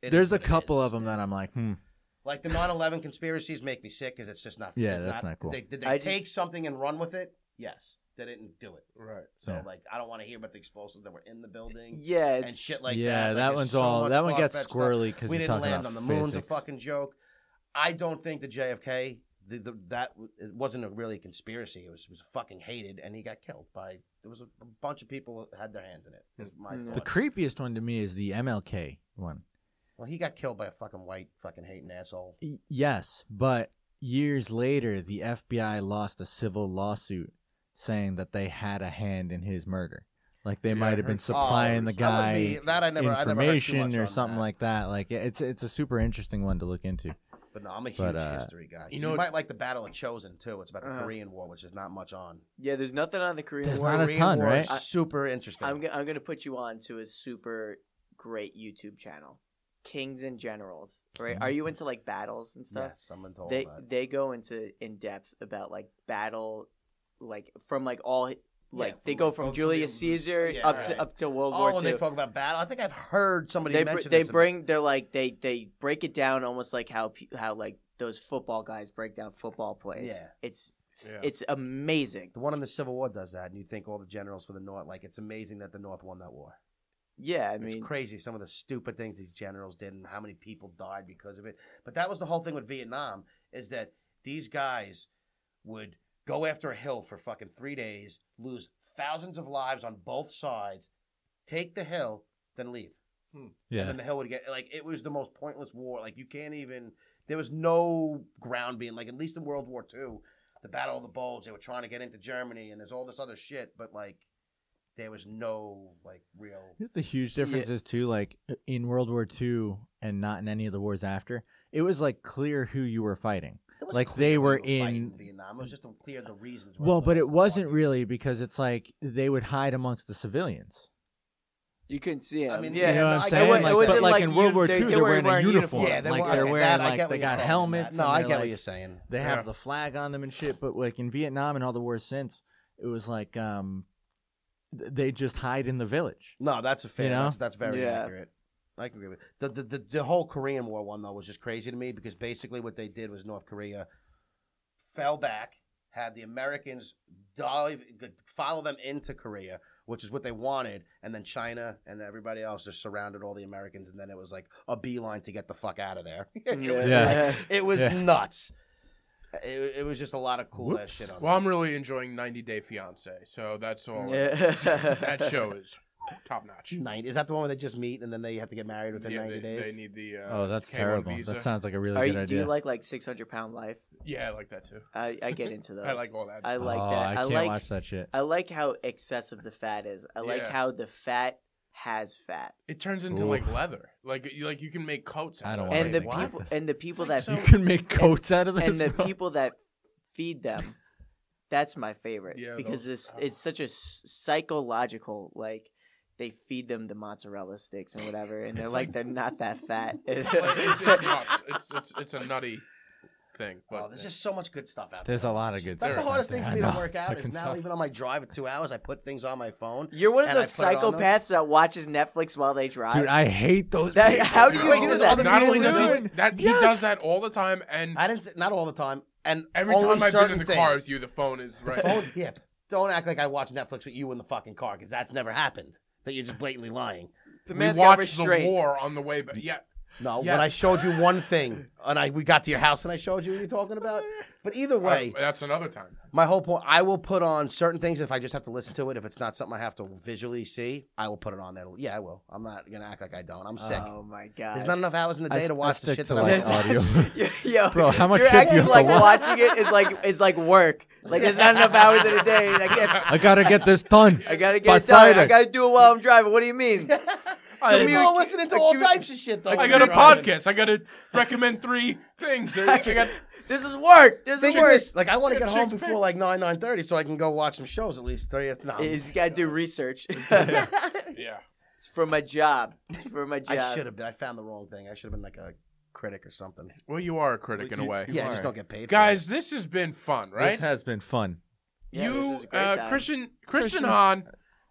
S3: it is
S4: There's a
S3: what it
S4: couple
S3: is.
S4: of them that I'm like, hmm.
S3: Like the 9/11 conspiracies make me sick because it's just not.
S4: Yeah,
S3: did
S4: that's not cool.
S3: They, did they
S5: I
S3: take
S5: just-
S3: something and run with it? Yes, they didn't do it.
S2: Right.
S3: So
S4: Yeah.
S3: like, I don't want to hear about the explosives that were in the building
S5: Yeah, it's,
S3: and shit like
S4: yeah,
S3: that. Like,
S4: that
S3: there's
S4: one's
S3: so
S4: all.
S3: much
S4: That one gets
S3: far-fetched stuff.
S4: squirrely because
S3: we
S4: you're
S3: didn't
S4: talking
S3: land
S4: about
S3: on the moon's a
S4: physics.
S3: fucking joke. I don't think the JFK the, the, that it wasn't a really a conspiracy. It was, it was fucking hated, and he got killed by there was a, a bunch of people that had their hands in it. is my
S5: Mm.
S4: The
S3: thought.
S4: creepiest one to me is the MLK one.
S3: well, he got killed by a fucking white fucking hating asshole.
S4: Y- Yes, but years later, the FBI lost a civil lawsuit saying that they had a hand in his murder. Like they
S2: Yeah, I
S4: might have been
S2: heard something.
S4: supplying
S3: Oh,
S4: the
S3: that would be-
S4: guy
S3: that I never, I never heard too
S4: information
S3: much
S4: or
S3: on
S4: something
S3: that.
S4: like that. Like yeah, it's it's a super interesting one to look into.
S3: But no, I'm a huge
S4: But, uh,
S3: history guy.
S2: you
S3: You
S2: know,
S3: know, you
S2: it's-
S3: might like the Battle of Chosen too. It's about the
S5: Uh.
S3: Korean War, which is not much on.
S5: yeah. There's nothing on the Korean
S4: There's
S5: War.
S4: not a
S3: Korean
S4: ton,
S3: War
S4: right?
S3: is super interesting.
S5: I'm, go- I'm gonna put you on to a super great YouTube channel, Kings and Generals. Right? Are you into like battles and stuff?
S3: Mm-hmm. yes, someone told
S5: they
S3: that.
S5: they go into in depth about like battle, like from like all like
S3: from,
S5: they go
S3: like,
S5: from
S3: both
S5: Julius
S3: Korean-
S5: Caesar
S3: yeah,
S5: up
S2: right.
S5: to up to World
S3: Oh,
S5: War
S3: when
S5: II.
S3: they talk about battle, I think I've heard somebody
S5: they br-
S3: mention
S5: they
S3: this.
S5: bring they're like they they break it down almost like how pe- how like those football guys break down football plays.
S3: Yeah.
S5: it's
S2: Yeah.
S5: it's amazing.
S3: The one in the Civil War does that, and you think all the generals for the North, like it's amazing that the North won that war.
S5: Yeah, I
S3: it's
S5: mean,
S3: crazy some of the stupid things these generals did and how many people died because of it. But that was the whole thing with Vietnam is that these guys would go after a hill for fucking three days, lose thousands of lives on both sides, take the hill, then leave. And
S4: Yeah,
S3: then the hill would get like it was the most pointless war. Like you can't even there was no ground being like at least in World War II, the Battle of the Bulge, they were trying to get into Germany and there's all this other shit, but like there was no like real
S4: You know what the huge difference is too, like in World War II and not in any of the wars after. It was like clear who you were fighting.
S3: It was
S4: Like,
S3: clear we
S4: they were
S3: fighting
S4: in-
S3: Vietnam. It was just to clear the reasons. why
S4: Well,
S3: we
S4: but
S3: were
S4: it wasn't
S3: fighting.
S4: really because it's like they would hide amongst the civilians.
S5: you couldn't see him.
S3: I mean,
S5: yeah,
S4: You know what I'm
S3: I-
S4: saying?
S3: it wa- it
S4: like,
S3: wasn't
S4: but like,
S5: like
S4: in World
S5: you-
S4: War
S5: they-
S4: II,
S5: they
S4: they are
S5: weren't
S4: wearing a
S5: wearing
S4: uniform.
S5: uniforms. Yeah,
S3: they
S4: like
S3: were-
S4: they're
S3: okay,
S4: wearing
S3: that- I
S4: like
S3: get what
S4: they
S3: you're
S4: got
S3: saying.
S4: helmets.
S3: No,
S4: and
S3: I
S4: they're,
S3: get what
S4: like-
S3: you're saying.
S4: They have
S2: Yeah.
S4: the flag on them and shit. But like in Vietnam and all the wars since, it was like um, th- they just hide in the village.
S3: No, that's a fair.
S4: You know?
S3: That's, that's very
S5: Yeah.
S3: accurate. I can agree with the, the the the whole Korean War one though was just crazy to me because basically what they did was North Korea fell back, had the Americans dive follow them into Korea, which is what they wanted, and then China and everybody else just surrounded all the Americans, and then it was like a beeline to get the fuck out of there. It was
S4: Yeah.
S3: like- It was
S4: Yeah.
S3: nuts. It, it was just a lot of cool ass
S4: Whoops.
S3: shit on
S2: Well,
S3: well,
S2: I'm really enjoying 90 Day Fiance, so that's all. that show is top notch.
S3: Is that the one where they just meet and then they have to get married within
S2: yeah, they,
S3: 90 days?
S2: they need the. Uh,
S4: oh, that's
S2: K1
S4: terrible.
S2: Visa.
S4: That sounds like a really good
S5: Are you, do
S4: idea.
S5: you like like 600 pound life?
S2: yeah, I like that too.
S5: I, I get into those.
S2: I like all that.
S5: I
S2: stuff.
S5: like
S4: oh,
S5: that.
S4: I
S5: I,
S4: can't
S5: like
S4: watch that shit.
S5: I like how excessive the fat is. I like
S2: Yeah.
S5: how the fat has fat.
S2: It turns into like
S4: Oof.
S2: leather. Like you, like you can make coats.
S4: I
S2: out
S4: don't
S2: of
S4: wanna
S2: it.
S5: and the
S4: make
S5: people and the people that
S4: you can make coats out of this.
S5: and the
S4: bro.
S5: people that feed them. That's my favorite
S2: Yeah,
S5: because
S2: those-
S5: this it's such a s- psychological like they feed them the mozzarella sticks and whatever and they're like, they're not that fat.
S2: Like, it's, it's, nuts. It's, it's it's a nutty thing. But
S3: oh, there's just so much good stuff out there.
S4: There's a lot of good.
S3: That's the
S4: stuff out
S3: hardest thing
S4: there.
S3: for me to
S4: I know.
S3: work
S4: I
S3: out is
S4: can
S3: now
S4: tell.
S3: even on my drive at two hours, I put things on my phone.
S5: You're one of
S3: And I
S5: those
S3: put it on them.
S5: psychopaths that watches Netflix while they drive.
S4: Dude, I hate those.
S5: That-
S4: people.
S5: how do you
S3: Wait,
S5: do
S3: there's
S5: that?
S3: other
S2: not
S3: people
S2: only
S3: that do
S2: does he,
S4: it?
S2: that he
S4: Yes.
S2: does that all the time, and
S3: I didn't say, not all the time, and
S2: every
S3: only
S2: time I've been
S3: certain
S2: in the
S3: things.
S2: car with you, the phone is right.
S3: Phone, yeah, don't act like I watch Netflix with you in the fucking car because that's never happened. That you're just blatantly lying.
S5: The
S2: We
S5: man's got
S2: watched the
S5: restraint.
S2: war on the way back. Yeah,
S3: No,
S2: Yes.
S3: when I showed you one thing and I we got to your house and I showed you what you're talking about. But either way,
S2: Uh, that's another time.
S3: my whole point I will put on certain things if I just have to listen to it. If it's not something I have to visually see, I will put it on there. Yeah, I will. I'm not gonna act like I don't. I'm sick.
S5: Oh my god.
S3: There's not enough hours in the
S4: I
S3: day
S4: s- I
S3: to watch the
S4: stick
S3: shit
S4: to
S3: that I
S4: like
S3: want.
S5: There's
S3: to watch.
S4: audio.
S5: Yo, yo,
S4: Bro, how much
S5: you're
S4: shit do you
S5: acting
S4: have to
S5: like
S4: watch?
S5: watching it is like is like work. Like there's not enough hours in a day. I can't.
S4: I gotta get this done.
S5: I gotta get
S4: By
S5: it done. I
S4: Friday.
S5: gotta do it while I'm driving. What do you mean?
S3: People
S5: Communicate-
S3: are listening to
S5: I
S3: all
S5: commu-
S3: types of shit though.
S2: I
S3: when
S2: got a
S3: they're driving.
S2: podcast. I got to recommend three things. I got
S5: This is work. This is
S3: Think of
S5: work.
S3: this. Like I want to
S2: Yeah,
S3: get home
S2: chick
S3: before
S2: pic.
S3: like nine nine thirty, so I can go watch some shows at least thirty.
S2: Um,
S3: No,
S5: He's got to do research.
S2: yeah.
S5: it's for my job. It's for my job.
S3: I should have. been. I found the wrong thing. I should have been like a critic or something.
S2: Well, you are a critic in a
S4: You-
S2: way.
S4: you
S3: Yeah, I
S4: are.
S3: just don't get paid. for it.
S2: Guys, this has been fun, right?
S4: This has been fun.
S5: Yeah,
S2: you,
S5: this is a great
S2: uh,
S5: time.
S2: Christian, Christian Hahn,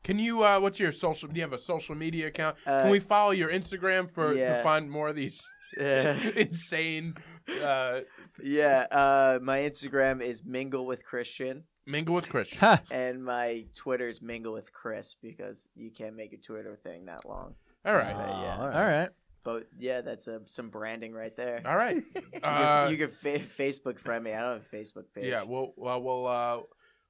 S2: can you? Uh, what's your social? Do you have a social media account?
S5: Uh,
S2: can we follow your Instagram for to
S5: yeah.
S2: find more of these
S5: Yeah.
S2: insane uh,
S5: yeah. Uh, my Instagram is mingle with Christian,
S2: mingle with Christian?
S4: Ha.
S5: and my Twitter is mingle with Chris because you can't make a Twitter thing that long.
S2: All right,
S3: Oh,
S5: yeah.
S3: all
S4: All
S3: right.
S4: right.
S5: But yeah, that's uh some branding right there.
S2: all right.
S5: You can,
S2: Uh,
S5: you can fa- Facebook friend me. I don't have a Facebook page.
S2: yeah, we'll well, we'll uh,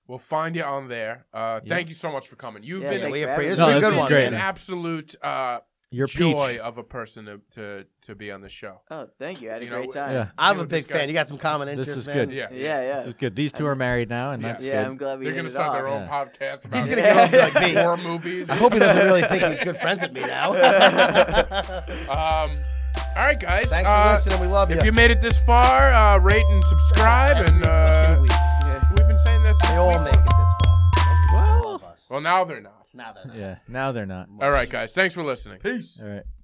S2: we'll find you on there. Uh,
S4: Yeah.
S2: Thank you so much for coming. You've
S5: Yeah,
S2: been
S3: Yeah,
S5: thanks
S3: we
S5: for
S3: appreciate.
S5: having
S3: It's
S4: me.
S3: been
S4: No,
S3: a good
S4: this was
S3: one.
S4: great.
S2: an absolute uh,
S4: Your
S2: joy
S4: peach.
S2: of a person to, to to be on the show.
S5: Oh, thank you. I had a
S2: You know,
S5: great time.
S4: Yeah.
S3: I'm
S2: You
S3: a
S2: know,
S3: big
S2: this guy-
S3: fan. You got some common
S4: This
S3: interests,
S4: is
S3: man.
S4: good.
S2: Yeah,
S5: Yeah, yeah.
S4: This is good. These two are married now, and
S2: Yeah.
S4: that's
S5: Yeah,
S4: good.
S5: I'm glad we
S2: They're
S5: hit
S2: gonna
S5: it
S2: start
S5: off.
S2: their own
S4: Yeah.
S2: podcast about
S3: He's
S5: gonna get
S3: on like me.
S2: horror movies.
S3: I hope he doesn't really think he's good friends with me now. Thanks
S2: Um, all right, guys.
S3: for
S2: uh,
S3: listening. We love
S2: If you made it this far, uh, rate and subscribe. And uh, we've been saying this.
S3: they all
S2: since we-
S3: make it this far. All of us.
S2: Well, now they're not.
S3: Now they're not.
S4: Yeah. Now they're not.
S2: All right, guys. Thanks for listening.
S3: Peace.
S4: All right.